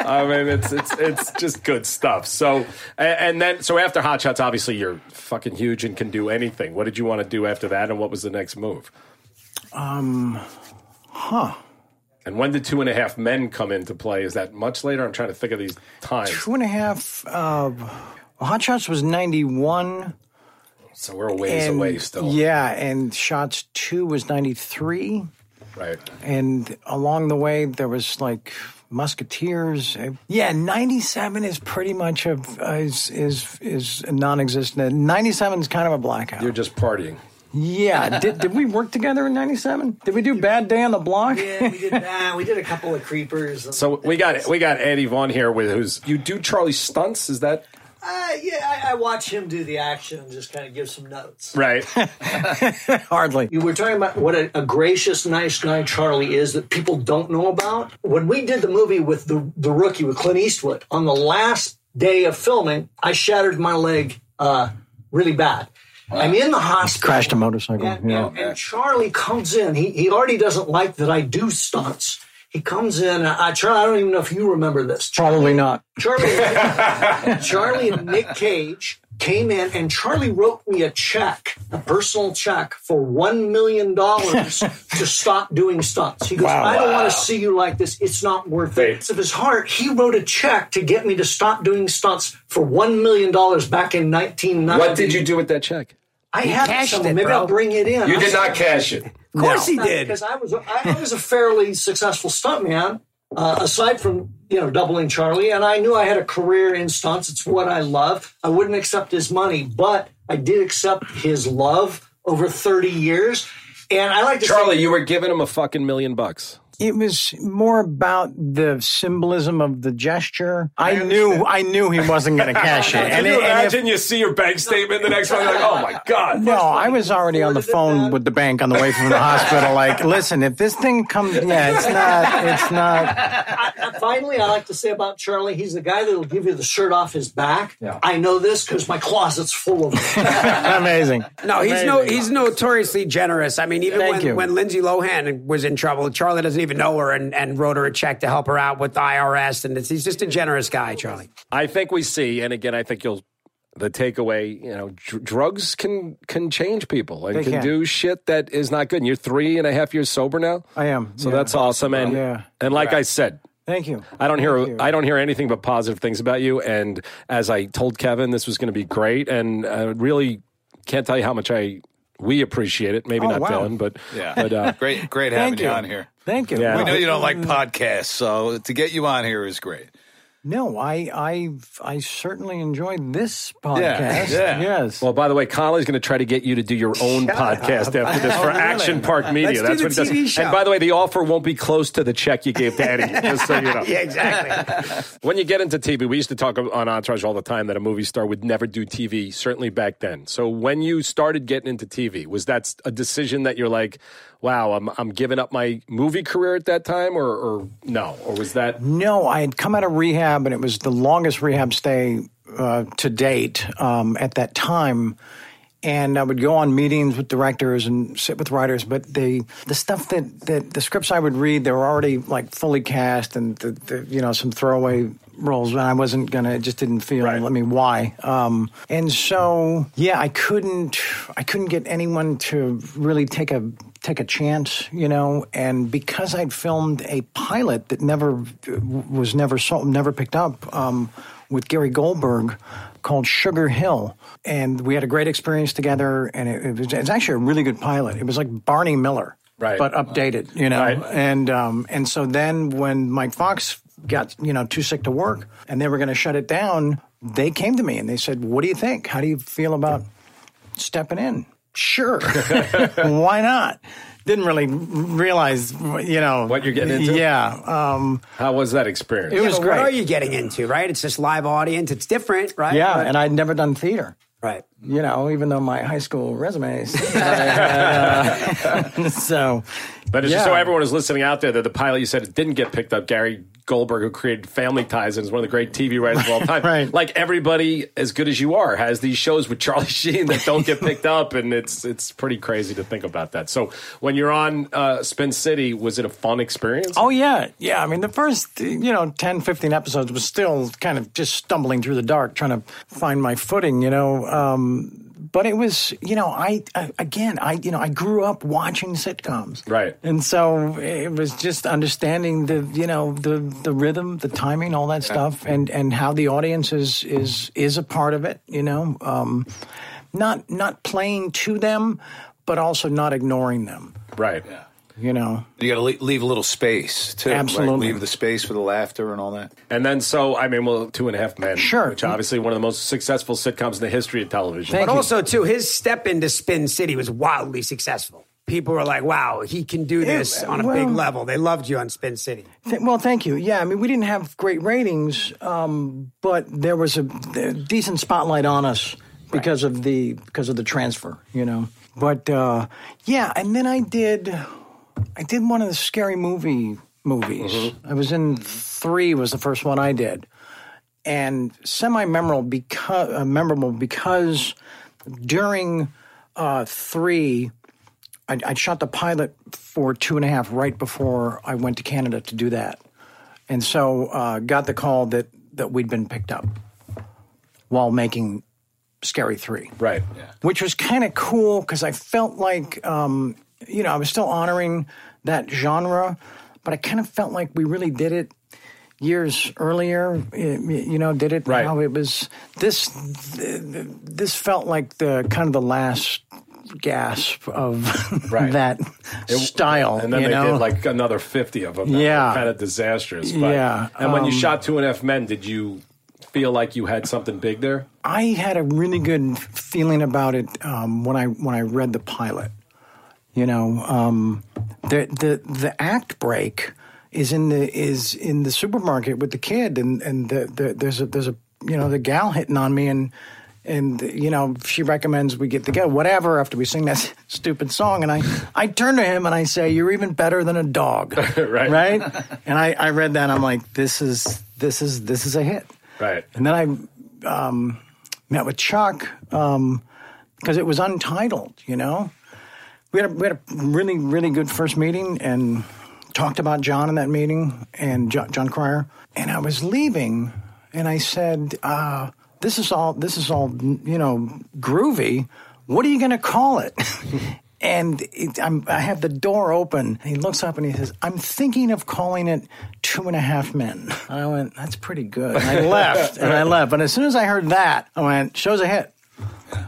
[SPEAKER 3] I mean, it's it's it's just good stuff. So, a- and then so after Hot Shots, obviously you're fucking huge and can do anything. What did you want to do after that, and what was the next move?
[SPEAKER 6] Um, Huh.
[SPEAKER 3] And when did Two and a Half Men come into play? Is that much later? I'm trying to think of these times.
[SPEAKER 6] Two and a half. Uh, Hot Shots was 91.
[SPEAKER 3] So we're a ways
[SPEAKER 6] and-
[SPEAKER 3] away still,
[SPEAKER 6] Yeah, and Shots 2 was 93.
[SPEAKER 3] right?
[SPEAKER 6] And along the way, there was like Musketeers. Uh, Yeah, 97 is pretty much a, uh, is, is, is non existent. 97 is kind of a blackout.
[SPEAKER 3] You're just partying.
[SPEAKER 6] yeah. did, did we work together in 97? Did we do Bad Day on the Block?
[SPEAKER 1] Yeah, we did that. We did a couple of creepers.
[SPEAKER 3] So we got we got Eddie Vaughn here with who's you do Charlie stunts? Is that
[SPEAKER 1] Uh, yeah, I, I watch him do the action and just kind of give some notes.
[SPEAKER 3] right?
[SPEAKER 6] Hardly.
[SPEAKER 1] You were talking about what a, a gracious, nice guy Charlie is that people don't know about. When we did the movie with the the rookie with Clint Eastwood, on the last day of filming, I shattered my leg uh, really bad. I'm in the hospital.
[SPEAKER 6] Crashed a motorcycle.
[SPEAKER 1] And,
[SPEAKER 6] yeah.
[SPEAKER 1] and- and Charlie comes in. He, he already doesn't like that I do stunts. He comes in. and I, Charlie, I don't even know if you remember this.
[SPEAKER 6] Probably not.
[SPEAKER 1] Charlie, Charlie and Nick Cage came in, and Charlie wrote me a check, a personal check for one million dollars to stop doing stunts. He goes, "I don't want to see you like this. It's not worth it." It's of his heart. He wrote a check to get me to stop doing stunts for one million dollars back in nineteen ninety.
[SPEAKER 3] What did you do with that check?
[SPEAKER 1] I have
[SPEAKER 5] cashed
[SPEAKER 1] some.
[SPEAKER 5] it,
[SPEAKER 1] Maybe
[SPEAKER 5] bro.
[SPEAKER 1] I'll bring it in.
[SPEAKER 2] You did not cash it.
[SPEAKER 5] Of course he did.
[SPEAKER 1] because I was I was a fairly successful stuntman. Uh, aside from you know doubling Charlie, and I knew I had a career in stunts. It's what I love. I wouldn't accept his money, but I did accept his love over thirty years. And I like to
[SPEAKER 3] Charlie, you were giving him a fucking million bucks.
[SPEAKER 6] It was more about the symbolism of the gesture. I, knew, I knew he
[SPEAKER 3] (laughs)
[SPEAKER 6] wasn't going to cash it.
[SPEAKER 3] Can
[SPEAKER 6] And,
[SPEAKER 3] you
[SPEAKER 6] it- and if-
[SPEAKER 3] imagine you see your bank statement the next morning, you're like, oh my god.
[SPEAKER 6] No, I was already on the phone with the bank on the way from the hospital. Like, listen, if this thing comes, yeah, it's not, it's not.
[SPEAKER 1] say, finally, I like to say about Charlie, he's the guy that'll give you the shirt off his back. I know this because my
[SPEAKER 3] (laughs)
[SPEAKER 1] closet's full of them.
[SPEAKER 6] Amazing.
[SPEAKER 5] No, he's no
[SPEAKER 6] Amazing.
[SPEAKER 5] he's notoriously generous. I mean, even
[SPEAKER 6] Thank
[SPEAKER 5] when,
[SPEAKER 6] you.
[SPEAKER 5] when Lindsay Lohan was in trouble, Charlie doesn't even know her and, and wrote her a check to help her out with the IRS. And it's, he's just a generous guy, Charlie.
[SPEAKER 3] I think we see, and again, I think you'll the takeaway. You know, dr- drugs can can change people and
[SPEAKER 6] They
[SPEAKER 3] can,
[SPEAKER 6] can.
[SPEAKER 3] do shit that is not good. And you're three and a half years sober now.
[SPEAKER 6] I am,
[SPEAKER 3] So
[SPEAKER 6] yeah.
[SPEAKER 3] that's awesome. And
[SPEAKER 6] Yeah.
[SPEAKER 3] and like I said.
[SPEAKER 6] Thank you.
[SPEAKER 3] I don't
[SPEAKER 6] Thank you.
[SPEAKER 3] hear I don't hear anything but positive things about you. And as I told Kevin, this was going to be great, and I really can't tell you how much I we appreciate it. Maybe
[SPEAKER 6] Oh,
[SPEAKER 3] not
[SPEAKER 6] wow.
[SPEAKER 3] Dylan, but
[SPEAKER 4] Yeah.
[SPEAKER 3] but
[SPEAKER 6] (laughs)
[SPEAKER 3] uh,
[SPEAKER 4] great, great having
[SPEAKER 6] Thank
[SPEAKER 4] you.
[SPEAKER 6] you Uh,
[SPEAKER 4] on here.
[SPEAKER 6] Thank you.
[SPEAKER 3] Yeah.
[SPEAKER 4] We know you don't like podcasts, so to get you on here is great.
[SPEAKER 6] No, I, I, I certainly enjoyed this podcast.
[SPEAKER 4] yeah.
[SPEAKER 6] Yes.
[SPEAKER 3] Well, by the way, Collie's going to try to get you to do your own podcast after this for Action Park Media.
[SPEAKER 5] Oh, Let's do
[SPEAKER 3] That's
[SPEAKER 5] the
[SPEAKER 3] what it
[SPEAKER 5] TV
[SPEAKER 3] does.
[SPEAKER 5] show.
[SPEAKER 3] And by the way, the offer won't be close to the check you gave to Eddie, just so you know.
[SPEAKER 5] (laughs) Yeah,
[SPEAKER 6] (laughs)
[SPEAKER 5] exactly.
[SPEAKER 3] When you get into TV, we used to talk on Entourage all the time that a movie star would never do TV, certainly back then. So when you started getting into TV, was that a decision that you're like, wow, I'm, I'm giving up my movie career at that time, or, or no? Or was that.
[SPEAKER 6] No, I had come out of rehab, and it was the longest rehab stay uh, to date um, at that time. And I would go on meetings with directors and sit with writers, but the the stuff that, that the scripts I would read, they were already like fully cast, and the, the, you know some throwaway roles, and I wasn't gonna. It just didn't feel. I mean, why? Um, and so yeah, I couldn't. I couldn't get anyone to really take a take a chance, you know. And because I'd filmed a pilot that never was never sold, never picked up um, with Gary Goldberg called Sugar Hill, and we had a great experience together. And it, it was it's actually a really good pilot. It was like Barney Miller,
[SPEAKER 3] Right.
[SPEAKER 6] But updated, you know. And um, and so then when Mike Fox got you know too sick to work, and they were going to shut it down, they came to me and they said, "What do you think? How do you feel about?" stepping in. Sure, (laughs) why not? Didn't really realize, you know,
[SPEAKER 3] What you're getting into?
[SPEAKER 6] Yeah, um,
[SPEAKER 3] How was that experience?
[SPEAKER 6] it was
[SPEAKER 5] But what are
[SPEAKER 6] great.
[SPEAKER 5] you getting into, right? It's this live audience. It's different, right?
[SPEAKER 6] yeah,
[SPEAKER 5] But-
[SPEAKER 6] and I'd never done theater,
[SPEAKER 5] right.
[SPEAKER 6] you know, even though my high school resume. says that, uh, (laughs) so,
[SPEAKER 3] But it's just
[SPEAKER 6] Yeah.
[SPEAKER 3] so everyone is listening out there that the pilot you said it didn't get picked up. Gary Goldberg, who created Family Ties and is one of the great TV writers
[SPEAKER 6] (laughs)
[SPEAKER 3] of all time.
[SPEAKER 6] Right.
[SPEAKER 3] Like everybody, as good as you are, has these shows with Charlie (laughs) Sheen that don't get picked up, and it's it's pretty crazy to think about that. So when you're on uh, Spin City, was it a fun experience?
[SPEAKER 6] oh, yeah. Yeah. I mean, the first, you know, 10, 15 episodes was still kind of just stumbling through the dark, trying to find my footing, you know. Um, but it was, you know, I, I again, I, you know, I grew up watching sitcoms,
[SPEAKER 3] Right.
[SPEAKER 6] And so it was just understanding the, you know, the the rhythm, the timing, all that stuff, and and how the audience is is is a part of it, you know, um, not not playing to them, but also not ignoring them,
[SPEAKER 3] Right.
[SPEAKER 6] you know.
[SPEAKER 4] You got to leave, leave a little space too. like,
[SPEAKER 6] Absolutely.
[SPEAKER 4] leave the space for the laughter and all that.
[SPEAKER 3] And then so I mean, well, Two and a Half Men,
[SPEAKER 6] Sure.
[SPEAKER 3] which obviously one of the most successful sitcoms in the history of television.
[SPEAKER 6] Thank
[SPEAKER 5] But
[SPEAKER 6] you.
[SPEAKER 5] also, too, his step into Spin City was wildly successful. People were like, wow, he can do this on a big
[SPEAKER 6] well-
[SPEAKER 5] level. They loved you on Spin City.
[SPEAKER 6] Th- well, thank you. Yeah, I mean, we didn't have great ratings, um, but there was a, a decent spotlight on us because of the because of the transfer, you know. But uh, yeah, and then I did I did one of the scary movie movies. I was in three was the first one I did, and semi memorable because uh, memorable because during uh, three. I, I shot the pilot for two and a half right before I went to Canada to do that, and so uh, got the call that that we'd been picked up while making Scary Three,
[SPEAKER 3] Right.
[SPEAKER 6] which was kind of cool because I felt like um, you know I was still honoring that genre, but I kind of felt like we really did it years earlier. eh, You know, did it
[SPEAKER 3] Right.
[SPEAKER 6] how it was. This this felt like the kind of the last gasp of
[SPEAKER 3] Right.
[SPEAKER 6] (laughs) that style.
[SPEAKER 3] And then
[SPEAKER 6] you
[SPEAKER 3] they
[SPEAKER 6] know?
[SPEAKER 3] did like another fifty of them. that were
[SPEAKER 6] Yeah.
[SPEAKER 3] kind of disastrous. But,
[SPEAKER 6] Yeah,
[SPEAKER 3] And when you
[SPEAKER 6] um,
[SPEAKER 3] shot Two and a Half Men, did you feel like you had something big there?
[SPEAKER 6] I had a really good feeling about it um, when I when I read the pilot. You know, um, the the the act break is in the is in the supermarket with the kid, and and the, the, there's a there's a you know the gal hitting on me, and and you know she recommends we get together, whatever. After we sing that (laughs) stupid song, and I I turn to him and I say, "You're even better than a dog,"
[SPEAKER 3] Right.
[SPEAKER 6] Right? And I I read that, and I'm like, this is this is this is a hit,
[SPEAKER 3] Right.
[SPEAKER 6] and then I um, met with Chuck because it was untitled, you know. We had, a, we had a really, really good first meeting and talked about John in that meeting and jo- John Cryer. And I was leaving and I said, uh, this is all, this is all, you know, groovy. What are you going to call it? (laughs) and it, I'm, I have the door open. He looks up and he says, I'm thinking of calling it Two and a Half Men. And I went, that's pretty good. And I left and I left. But as soon as I heard that, I went, show's a hit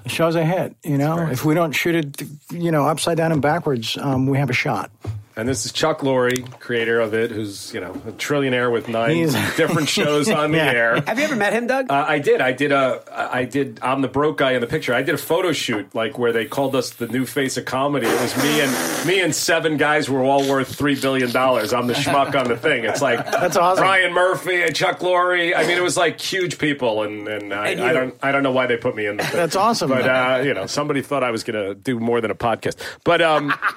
[SPEAKER 6] show's a hit. You know, if we don't shoot it, you know, upside down and backwards, um, we have a shot.
[SPEAKER 3] And this is Chuck Lorre, creator of it, who's you know a trillionaire with nine
[SPEAKER 6] He's-
[SPEAKER 3] different shows on the
[SPEAKER 6] (laughs) Yeah.
[SPEAKER 3] air.
[SPEAKER 5] Have you ever met him, Doug?
[SPEAKER 3] Uh, I did. I did a. I did. I'm the broke guy in the picture. I did a photo shoot like where they called us the new face of comedy. It was me and me and seven guys were all worth three billion dollars. I'm the schmuck on the thing. It's like
[SPEAKER 6] (laughs) That's awesome.
[SPEAKER 3] Brian Murphy and Chuck Lorre. I mean, it was like huge people, and and, I,
[SPEAKER 5] And
[SPEAKER 3] I
[SPEAKER 5] you.
[SPEAKER 3] don't I don't know why they put me in. The thing.
[SPEAKER 6] That's awesome.
[SPEAKER 3] But uh, you know, somebody thought I was gonna do more than a podcast. But um, (laughs)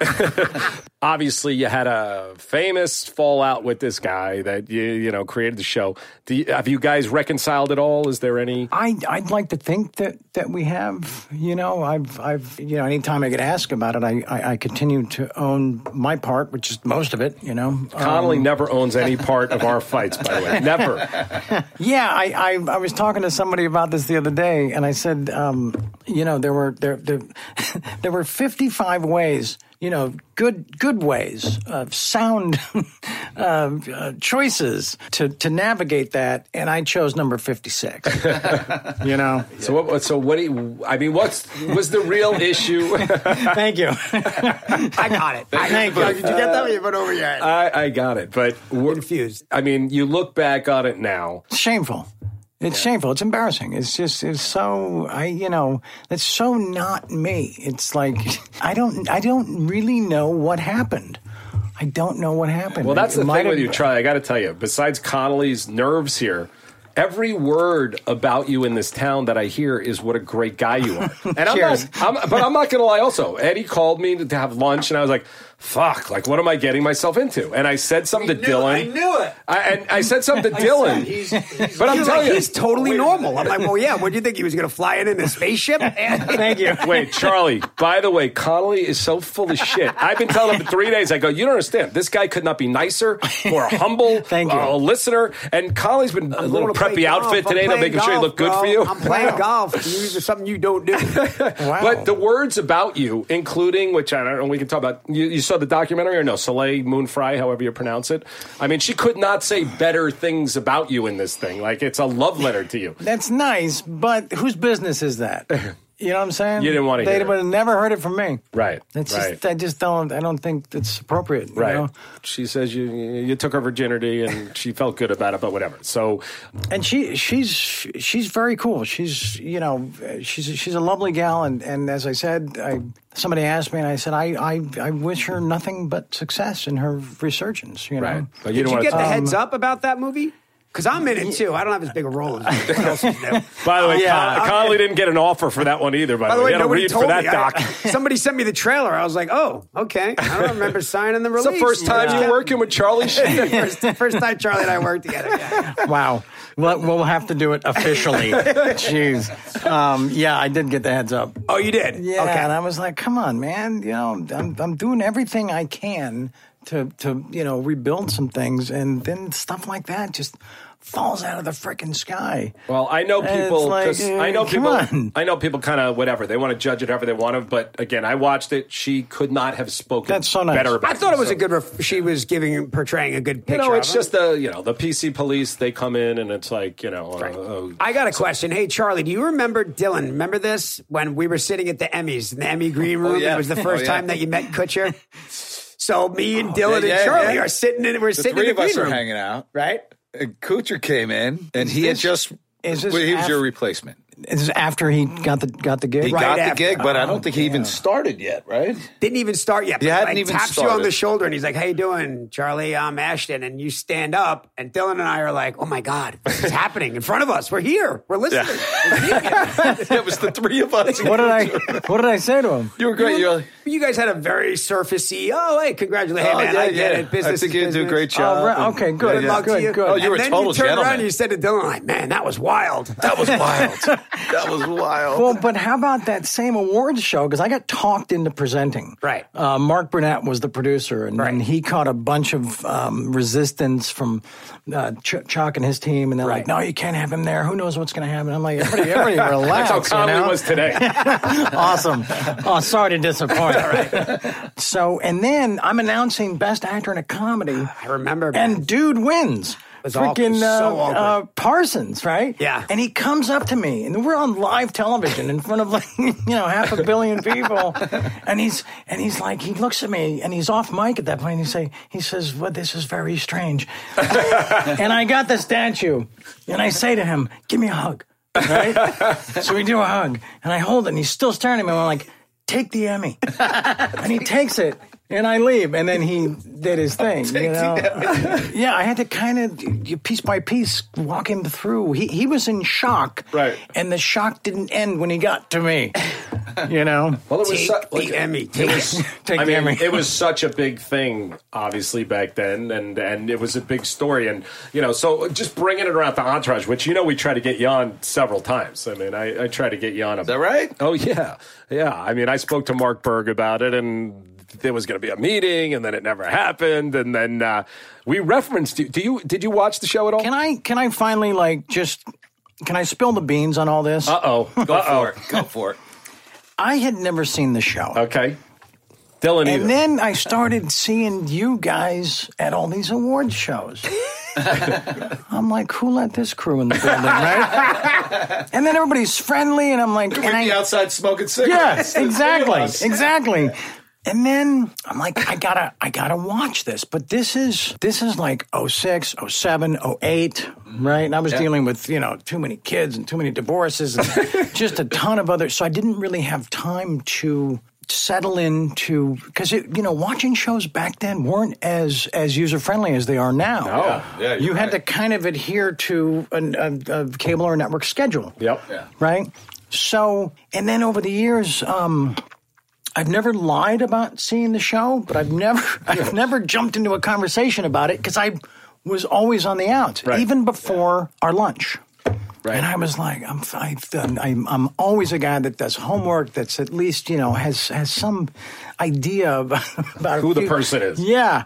[SPEAKER 3] obviously, you had a famous fallout with this guy that you you know created the show. Do you, have you guys reconciled at all? Is there any?
[SPEAKER 6] I, I'd like to think that, that we have, you know, I've, I've, you know, anytime I get asked about it, I, I, I continue to own my part, which is most of it, you know. Um,
[SPEAKER 3] Connolly never owns any part of our fights, by
[SPEAKER 6] (laughs)
[SPEAKER 3] the way. Never.
[SPEAKER 6] Yeah, I, I I was talking to somebody about this the other day, and I said, um, you know, there were there (laughs) there, there were fifty five ways, you know, good good ways, uh, sound (laughs) uh, uh, choices to to navigate that, and I chose number fifty six.
[SPEAKER 3] (laughs)
[SPEAKER 6] you know,
[SPEAKER 3] So what? So what? Do you, I mean, what's was the real issue? (laughs)
[SPEAKER 6] thank you.
[SPEAKER 5] I got it. I,
[SPEAKER 6] (laughs) Thank
[SPEAKER 5] Doug,
[SPEAKER 6] you.
[SPEAKER 5] did you get that? You put over your head.
[SPEAKER 3] I, I got it, but we're-
[SPEAKER 5] Confused.
[SPEAKER 3] I mean, you look back on it now.
[SPEAKER 6] It's shameful. It's shameful. It's embarrassing. It's just it's so I you know it's so not me. It's like (laughs) I don't I don't really know what happened. I don't know what happened.
[SPEAKER 3] Well, that's
[SPEAKER 6] It
[SPEAKER 3] the
[SPEAKER 6] might
[SPEAKER 3] thing with
[SPEAKER 6] have-
[SPEAKER 3] you, Charlie. I got to tell you. Besides Connolly's nerves here, Every word about you in this town that I hear is what a great guy you
[SPEAKER 6] (laughs)
[SPEAKER 3] are. And I'm
[SPEAKER 6] Cheers.
[SPEAKER 3] not, I'm, but I'm not going to lie. Also, Eddie called me to, to have lunch, and I was like, "Fuck! Like, what am I getting myself into?" And I said something to
[SPEAKER 1] I knew-
[SPEAKER 3] Dylan.
[SPEAKER 1] I knew it.
[SPEAKER 3] I, and I said
[SPEAKER 1] (laughs)
[SPEAKER 3] something to Dylan.
[SPEAKER 1] He's, he's
[SPEAKER 3] but I'm
[SPEAKER 5] He's
[SPEAKER 3] telling
[SPEAKER 5] like,
[SPEAKER 3] you,
[SPEAKER 5] he's totally normal. I'm like, well, yeah. What do you think he was going to fly in in a spaceship?
[SPEAKER 3] (laughs)
[SPEAKER 5] Thank (laughs) you.
[SPEAKER 3] Wait, Charlie, by the way, Connolly is so full of shit. I've been telling him for three days, I go, you don't understand. This guy could not be nicer,
[SPEAKER 6] (laughs)
[SPEAKER 3] more humble, uh,
[SPEAKER 6] Thank you.
[SPEAKER 3] a listener. And Connolly's been a little preppy outfit today to make him sure you look good for you.
[SPEAKER 5] I'm playing golf. You- There's something you
[SPEAKER 3] (laughs)
[SPEAKER 5] don't do.
[SPEAKER 6] Wow.
[SPEAKER 3] But the words about you, including, which I don't know, we can talk about, you, you saw the documentary or no, Soleil Moon Frye, however you pronounce it. I mean, she could not say better things about you in this thing. Like, it's a love letter to you.
[SPEAKER 6] That's nice, but whose business
[SPEAKER 3] (laughs)
[SPEAKER 6] is that? You know what I'm saying?
[SPEAKER 3] You didn't wanna
[SPEAKER 6] They
[SPEAKER 3] hear it.
[SPEAKER 6] would have never heard it from me.
[SPEAKER 3] Right,
[SPEAKER 6] It's
[SPEAKER 3] right.
[SPEAKER 6] just I just don't I don't think it's appropriate. (laughs) you
[SPEAKER 3] Right.
[SPEAKER 6] know?
[SPEAKER 3] She says you you took her virginity and she felt good about it, but whatever. So
[SPEAKER 6] And she she's she's very cool. She's you know she's she's a lovely gal. And, and as I said, I somebody asked me, and I said I, I, I wish her nothing but success in her resurgence. You know.
[SPEAKER 3] Right. But
[SPEAKER 5] Did
[SPEAKER 3] don't
[SPEAKER 5] you
[SPEAKER 3] wanna
[SPEAKER 5] get the
[SPEAKER 3] talk-
[SPEAKER 5] heads up about that movie? Because I'm in it too. I don't have as big a role
[SPEAKER 3] (laughs)
[SPEAKER 5] as what else is new.
[SPEAKER 3] By the way,
[SPEAKER 6] Yeah.
[SPEAKER 3] Con-
[SPEAKER 6] Okay.
[SPEAKER 3] Connolly didn't get an offer for that one either. By,
[SPEAKER 5] By
[SPEAKER 3] the
[SPEAKER 5] the
[SPEAKER 3] way,
[SPEAKER 5] way,
[SPEAKER 3] you had to
[SPEAKER 5] nobody
[SPEAKER 3] read
[SPEAKER 5] told
[SPEAKER 3] for that
[SPEAKER 5] me. I-
[SPEAKER 3] doc.
[SPEAKER 5] (laughs) somebody sent me the trailer. I was like, "Oh, okay." I don't remember signing the
[SPEAKER 3] It's
[SPEAKER 5] release.
[SPEAKER 3] the first time
[SPEAKER 5] Yeah.
[SPEAKER 3] you're working with
[SPEAKER 5] (laughs)
[SPEAKER 3] Charlie Sheen.
[SPEAKER 5] First, first time Charlie and I worked
[SPEAKER 3] (laughs)
[SPEAKER 5] together. Yeah.
[SPEAKER 6] Wow. Well, we'll have to do it officially. Jeez. Um, yeah, I did get the heads up.
[SPEAKER 5] Oh, you did?
[SPEAKER 6] Yeah,
[SPEAKER 5] Okay.
[SPEAKER 6] and I was like, "Come on, man! You know, I'm I'm doing everything I can to to you know rebuild some things, and then stuff like that just falls out of the frickin' sky."
[SPEAKER 3] well, I know
[SPEAKER 6] And it's
[SPEAKER 3] people.
[SPEAKER 6] like,
[SPEAKER 3] 'cause
[SPEAKER 5] eh,
[SPEAKER 3] I know
[SPEAKER 6] uh,
[SPEAKER 3] people.
[SPEAKER 6] come on.
[SPEAKER 3] I know people. Kind of whatever they want to judge it however they want to. But again, I watched it. She could not have spoken.
[SPEAKER 6] That's so nice.
[SPEAKER 3] Better. About
[SPEAKER 5] I thought it was
[SPEAKER 3] so-
[SPEAKER 5] a good. Ref- she was giving, portraying a good
[SPEAKER 3] You
[SPEAKER 5] picture.
[SPEAKER 3] know, it's
[SPEAKER 5] of him.
[SPEAKER 3] just the you know the PC police. They come in and it's like you know. uh, uh,
[SPEAKER 5] I got a question. Hey, Charlie, do you remember Dylan? Remember this when we were sitting at the Emmys in the
[SPEAKER 4] (laughs)
[SPEAKER 5] Emmy green room?
[SPEAKER 4] yeah.
[SPEAKER 5] It was the
[SPEAKER 4] Oh,
[SPEAKER 5] first
[SPEAKER 4] yeah. Oh,
[SPEAKER 5] time that you met
[SPEAKER 4] (laughs)
[SPEAKER 5] Kutcher. So me and Dylan
[SPEAKER 4] yeah,
[SPEAKER 5] and
[SPEAKER 4] yeah,
[SPEAKER 5] Charlie
[SPEAKER 4] yeah.
[SPEAKER 5] are sitting in. We're
[SPEAKER 4] The
[SPEAKER 5] sitting
[SPEAKER 4] three
[SPEAKER 5] in
[SPEAKER 4] of
[SPEAKER 5] the
[SPEAKER 4] us
[SPEAKER 5] green
[SPEAKER 4] are
[SPEAKER 5] room.
[SPEAKER 4] hanging out,
[SPEAKER 5] right?
[SPEAKER 4] And Kuchar came in, and he had
[SPEAKER 6] this-
[SPEAKER 4] just.
[SPEAKER 6] is this
[SPEAKER 4] well, he was
[SPEAKER 6] af-
[SPEAKER 4] your replacement.
[SPEAKER 6] This is after he got the got the gig.
[SPEAKER 4] He
[SPEAKER 5] Right
[SPEAKER 4] got
[SPEAKER 5] after-
[SPEAKER 4] the gig, but I
[SPEAKER 6] Oh,
[SPEAKER 4] don't think he even
[SPEAKER 6] yeah.
[SPEAKER 4] started yet,
[SPEAKER 5] (laughs)
[SPEAKER 4] right? (laughs)
[SPEAKER 5] Didn't even start yet.
[SPEAKER 4] You
[SPEAKER 5] but,
[SPEAKER 4] hadn't
[SPEAKER 5] like,
[SPEAKER 4] even
[SPEAKER 5] taps you on
[SPEAKER 4] started.
[SPEAKER 5] the shoulder and he's like, "How you doing, Charlie? I'm Ashton." And you stand up, and Dylan and I are like, "Oh my god, it's happening in front of us. We're here. We're listening."
[SPEAKER 4] (laughs)
[SPEAKER 5] We're seeing it."
[SPEAKER 4] it was the three of us.
[SPEAKER 6] What did I What did I say to him?
[SPEAKER 4] (laughs) You were great. You're like,
[SPEAKER 5] You guys had a very surfacey. Oh, hey, congratulations! Hey,
[SPEAKER 4] oh,
[SPEAKER 5] man,
[SPEAKER 4] yeah,
[SPEAKER 5] I get
[SPEAKER 4] yeah.
[SPEAKER 5] it. Business.
[SPEAKER 4] I
[SPEAKER 5] is
[SPEAKER 4] think you do a
[SPEAKER 5] business.
[SPEAKER 4] great
[SPEAKER 6] Oh,
[SPEAKER 4] job.
[SPEAKER 6] right.
[SPEAKER 4] and-
[SPEAKER 6] Okay, good,
[SPEAKER 4] Yeah, yeah.
[SPEAKER 6] good, good.
[SPEAKER 4] Oh, you were a
[SPEAKER 5] and then
[SPEAKER 4] total
[SPEAKER 5] you turned around
[SPEAKER 4] gentleman.
[SPEAKER 5] and you said to Dylan, like, man, that was wild.
[SPEAKER 4] That
[SPEAKER 5] (laughs)
[SPEAKER 4] was wild. (laughs) that was wild.
[SPEAKER 6] Well, but how about that same awards show? Because I got talked into presenting.
[SPEAKER 5] Right.
[SPEAKER 6] Uh, Mark Burnett was the producer, and,
[SPEAKER 5] Right.
[SPEAKER 6] and he caught a bunch of um, resistance from uh, Ch- Chuck and his team, and they're
[SPEAKER 5] Right.
[SPEAKER 6] like, "No, you can't have him there. Who knows what's going to happen?" I'm like, "Everybody, everybody relax."
[SPEAKER 3] that's how
[SPEAKER 6] you
[SPEAKER 3] Connolly
[SPEAKER 6] know?
[SPEAKER 3] was today.
[SPEAKER 5] (laughs)
[SPEAKER 6] awesome. Oh, sorry to disappoint. So, and then I'm announcing Best Actor in a Comedy.
[SPEAKER 5] I remember.
[SPEAKER 6] And dude wins.
[SPEAKER 5] was
[SPEAKER 6] Freaking
[SPEAKER 5] awful. So
[SPEAKER 6] uh,
[SPEAKER 5] awkward.
[SPEAKER 6] uh, Parsons, right?
[SPEAKER 5] Yeah.
[SPEAKER 6] And he comes up to me, and we're on live television in front of like (laughs) you know half a billion people, and he's and he's like he looks at me, and he's off mic at that point. And he say he says, "Well, this is very
[SPEAKER 5] (laughs)
[SPEAKER 6] strange," and I got the statue, and I say to him, "Give me a hug." Right? so we do a hug, and I hold it, and he's still staring at me, and I'm like, "Take the Emmy," (laughs) and he takes it. And I leave, and then he did
[SPEAKER 3] (laughs)
[SPEAKER 6] his thing. you know? (laughs) Yeah, I had to kind of piece by piece walk him through. He he was in shock,
[SPEAKER 3] Right.
[SPEAKER 6] And the shock didn't end when he got
[SPEAKER 3] (laughs)
[SPEAKER 6] to me. You know,
[SPEAKER 3] Well, it was
[SPEAKER 5] take
[SPEAKER 3] so- like-
[SPEAKER 5] the E Emmy.
[SPEAKER 3] It
[SPEAKER 5] Take it.
[SPEAKER 3] was,
[SPEAKER 6] Take
[SPEAKER 3] I
[SPEAKER 6] the
[SPEAKER 3] mean,
[SPEAKER 6] Emmy.
[SPEAKER 3] it was such a big thing, obviously back then, and and it was a big story, and you know, so just bringing it around to Entourage, which you know we try to get you on several times. I mean, I, I try to get you on. A, Is
[SPEAKER 4] that right?
[SPEAKER 3] Oh yeah, yeah. I mean, I spoke to Mark Berg about it, and there was going to be a meeting, and then it never happened, and then uh, we referenced you. Do you did you watch the show at all?
[SPEAKER 6] can I can I finally like just can I spill the beans on all this?
[SPEAKER 3] uh oh.
[SPEAKER 4] (laughs) Go
[SPEAKER 3] Uh oh.
[SPEAKER 4] for it. Go for it.
[SPEAKER 6] I had never seen the show,
[SPEAKER 3] Okay. Dylan either.
[SPEAKER 6] and then I started seeing you guys at all these award shows. I'm like, who let this crew in the building, right? and then everybody's friendly, and I'm like, and
[SPEAKER 4] We'd
[SPEAKER 6] I,
[SPEAKER 4] be outside smoking cigarettes.
[SPEAKER 6] (laughs) Yes,
[SPEAKER 4] the (laughs) three of
[SPEAKER 6] exactly,
[SPEAKER 4] us.
[SPEAKER 6] exactly. And then I'm like, I gotta, I gotta watch this. But this is, this is like 06, 07, 08, right? And I was dealing with, you know, too many
[SPEAKER 4] (laughs)
[SPEAKER 6] kids and too many divorces and just a ton of other, so I didn't really have time to settle into because you know watching shows back then weren't as as user friendly as they are now.
[SPEAKER 3] No. Yeah,
[SPEAKER 4] yeah,
[SPEAKER 6] you
[SPEAKER 4] you're
[SPEAKER 6] had to
[SPEAKER 4] right.
[SPEAKER 6] kind of adhere to an, a, a cable or network schedule.
[SPEAKER 3] Yep.
[SPEAKER 4] Yeah.
[SPEAKER 6] Right. So and then over the years. um I've never lied about seeing the show, but I've never (laughs) I've never jumped into a conversation about it because I was always on the outs,
[SPEAKER 3] Right.
[SPEAKER 6] even before our lunch.
[SPEAKER 3] Right.
[SPEAKER 6] And I was like, I'm, I, I'm, I'm always a guy that does homework. That's at least you know has has some idea about, (laughs) about
[SPEAKER 3] Who
[SPEAKER 6] a
[SPEAKER 3] the
[SPEAKER 6] few-
[SPEAKER 3] person is.
[SPEAKER 6] Yeah.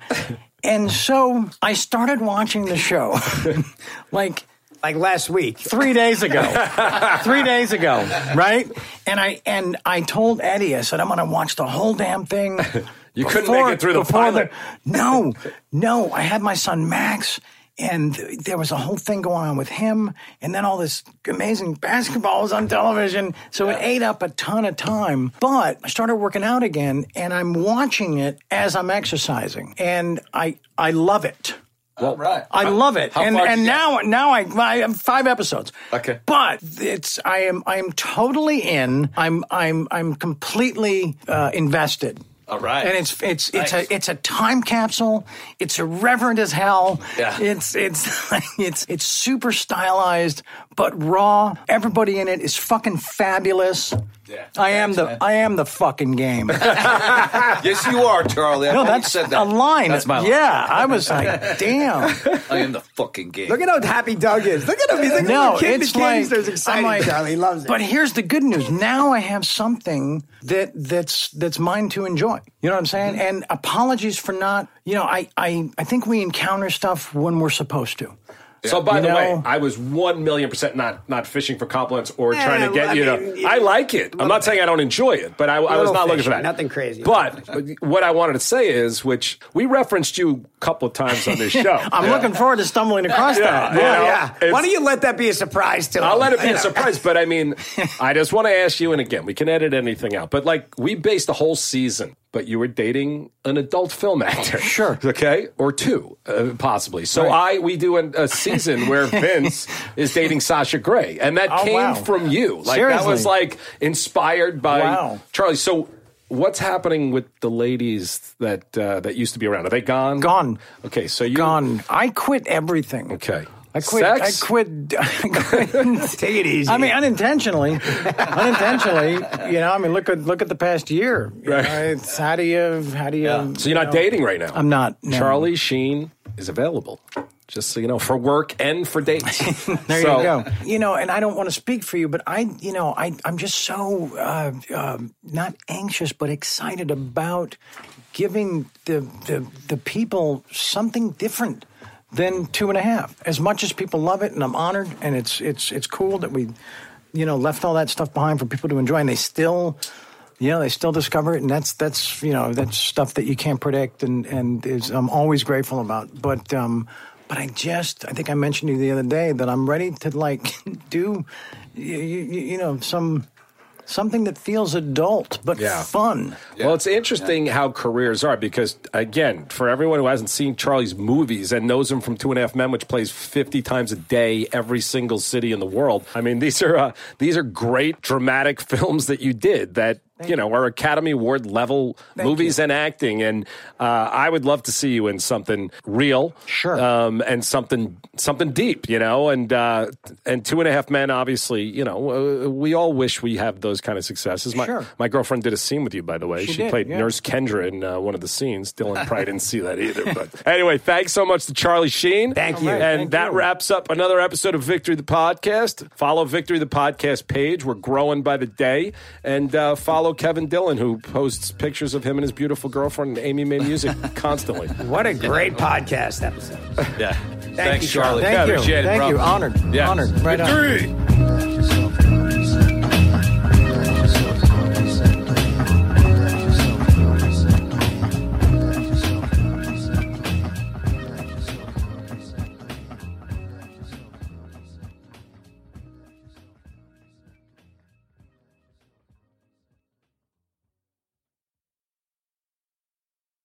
[SPEAKER 6] And so I started watching the show, (laughs) like
[SPEAKER 5] (laughs) Like last week.
[SPEAKER 6] three
[SPEAKER 3] (laughs)
[SPEAKER 6] days ago. three days ago, right? And I and I told Eddie, I said, I'm gonna watch the whole damn thing.
[SPEAKER 3] (laughs) You couldn't make it through the
[SPEAKER 6] before
[SPEAKER 3] pilot.
[SPEAKER 6] no, no. I had my son Max, and there was a whole thing going on with him, and then all this amazing basketball was on television, so it ate up a ton of time. But I started working out again, and I'm watching it as I'm exercising, and I I love it.
[SPEAKER 4] Well, right.
[SPEAKER 6] I love it,
[SPEAKER 4] how
[SPEAKER 6] and
[SPEAKER 4] far did
[SPEAKER 6] and
[SPEAKER 4] you
[SPEAKER 6] now now I, I have five episodes.
[SPEAKER 4] Okay.
[SPEAKER 6] but it's I am I am totally in. I'm I'm I'm completely uh, invested.
[SPEAKER 4] All right.
[SPEAKER 6] and it's it's it's
[SPEAKER 4] Nice.
[SPEAKER 6] a it's a time capsule. It's irreverent as hell.
[SPEAKER 4] Yeah.
[SPEAKER 6] it's it's (laughs) it's it's super stylized but raw. Everybody in it is fucking fabulous.
[SPEAKER 4] Yeah.
[SPEAKER 6] I am
[SPEAKER 4] Thanks,
[SPEAKER 6] the
[SPEAKER 4] man.
[SPEAKER 6] I am the fucking game.
[SPEAKER 4] (laughs) yes, you are, Charlie. I
[SPEAKER 6] No,
[SPEAKER 4] already
[SPEAKER 6] that's
[SPEAKER 4] said
[SPEAKER 6] a
[SPEAKER 4] that.
[SPEAKER 6] line.
[SPEAKER 4] That's my line.
[SPEAKER 6] yeah. I was like, damn.
[SPEAKER 4] I am the fucking game.
[SPEAKER 5] Look at how happy Doug is. Look at him. He's like,
[SPEAKER 6] no,
[SPEAKER 5] no, kid
[SPEAKER 6] it's
[SPEAKER 5] became,
[SPEAKER 6] like
[SPEAKER 5] there's
[SPEAKER 6] I'm
[SPEAKER 5] excited.
[SPEAKER 6] like-
[SPEAKER 5] Charlie he loves it.
[SPEAKER 6] But here's the good news: now I have something that that's that's mine to enjoy. You know what I'm saying?
[SPEAKER 5] Mm-hmm.
[SPEAKER 6] And apologies for not. You know, I I I think we encounter stuff when we're supposed to.
[SPEAKER 3] So by
[SPEAKER 6] You
[SPEAKER 3] the way,
[SPEAKER 6] know-
[SPEAKER 3] I was one million percent not not fishing for compliments or
[SPEAKER 5] Yeah,
[SPEAKER 3] trying to get
[SPEAKER 5] I
[SPEAKER 3] you
[SPEAKER 5] mean,
[SPEAKER 3] to.
[SPEAKER 5] yeah.
[SPEAKER 3] I like it. I'm not saying I don't enjoy it, but I, I was
[SPEAKER 5] Little
[SPEAKER 3] not looking for
[SPEAKER 5] fishing,
[SPEAKER 3] that.
[SPEAKER 5] nothing crazy.
[SPEAKER 3] But what I wanted to say is, which we referenced you a couple of times
[SPEAKER 6] (laughs)
[SPEAKER 3] on this show.
[SPEAKER 6] I'm looking forward to stumbling across that.
[SPEAKER 3] you know,
[SPEAKER 5] yeah. Why
[SPEAKER 3] it's-
[SPEAKER 5] don't you let that be a surprise to him?
[SPEAKER 3] I'll let it be
[SPEAKER 5] (laughs)
[SPEAKER 3] a surprise, but I mean,
[SPEAKER 6] (laughs)
[SPEAKER 3] I just want to ask you, and again, we can edit anything out, but like, we based the whole season, but you were dating an adult film actor.
[SPEAKER 6] Sure.
[SPEAKER 3] (laughs) Okay. Or two, uh, possibly. So I, we do an, a season
[SPEAKER 6] (laughs)
[SPEAKER 3] where Vince is dating Sasha Gray, and that
[SPEAKER 6] Oh,
[SPEAKER 3] came
[SPEAKER 6] wow.
[SPEAKER 3] from you. Like, that
[SPEAKER 6] Seriously.
[SPEAKER 3] was like inspired by
[SPEAKER 6] Wow.
[SPEAKER 3] Charlie. So, What's happening with the ladies that uh, that used to be around? Are they gone?
[SPEAKER 6] Gone.
[SPEAKER 3] Okay, so you
[SPEAKER 6] Gone. I quit everything.
[SPEAKER 3] Okay.
[SPEAKER 6] I quit.
[SPEAKER 3] Sex?
[SPEAKER 6] I quit. (laughs) I quit
[SPEAKER 5] Take it easy.
[SPEAKER 6] I mean, unintentionally, unintentionally. You know, I mean, look at look at the past year. You
[SPEAKER 3] Right.
[SPEAKER 6] know, it's how do you how do you?
[SPEAKER 3] So you're not dating right now.
[SPEAKER 6] Um, I'm not, no.
[SPEAKER 3] Charlie Sheen is available. Just so you know, for work and for dates.
[SPEAKER 6] (laughs) There
[SPEAKER 3] So-
[SPEAKER 6] you go. You know, and I don't want to speak for you, but I, you know, I, I'm just so uh, um not anxious, but excited about giving the, the the people something different than two and a half. As much as people love it, and I'm honored, and it's it's it's cool that we, you know, left all that stuff behind for people to enjoy, and they still. You know, they still discover it, and that's that's you know that's stuff that you can't predict, and and is I'm always grateful about. But um, but I just, I think I mentioned to you the other day that I'm ready to like (laughs) do, you, you, you know, some something that feels adult but
[SPEAKER 3] Yeah.
[SPEAKER 6] fun.
[SPEAKER 3] Well, it's interesting how careers are because, again, for everyone who hasn't seen Charlie's movies and knows him from Two and a Half Men, which plays fifty times a day, every single city in the world. I mean, these are uh, these are great dramatic (laughs) films that you did that you know are Academy Award level movies and acting. And uh, I would love to see you in something real,
[SPEAKER 6] Sure.
[SPEAKER 3] um, and something something deep, you know, and uh, and Two and a Half Men. Obviously, you know, uh, we all wish we have those kind of successes. My,
[SPEAKER 6] Sure.
[SPEAKER 3] my girlfriend did a scene with you, by the way. She,
[SPEAKER 6] did,
[SPEAKER 3] played
[SPEAKER 6] yeah.
[SPEAKER 3] Nurse Kendra in uh, one of the scenes. Dylan
[SPEAKER 6] (laughs)
[SPEAKER 3] probably didn't see that either. But anyway, thanks so much to Charlie Sheen.
[SPEAKER 5] Thank you.
[SPEAKER 3] And
[SPEAKER 6] Thank
[SPEAKER 3] that
[SPEAKER 6] you.
[SPEAKER 3] wraps up another episode of Victory the Podcast. Follow Victory the Podcast page. We're growing by the day. And uh, follow Kevin Dillon, who posts pictures of him and his beautiful girlfriend, Amy Mae Music, constantly.
[SPEAKER 5] what a great podcast episode.
[SPEAKER 4] Yeah. Thanks,
[SPEAKER 5] you, Charlie.
[SPEAKER 4] Charlie.
[SPEAKER 6] Thank
[SPEAKER 4] Yeah,
[SPEAKER 6] you,
[SPEAKER 4] appreciate it,
[SPEAKER 6] thank
[SPEAKER 4] bro.
[SPEAKER 6] you, honored,
[SPEAKER 4] Yeah.
[SPEAKER 6] honored, right on.
[SPEAKER 4] Victory!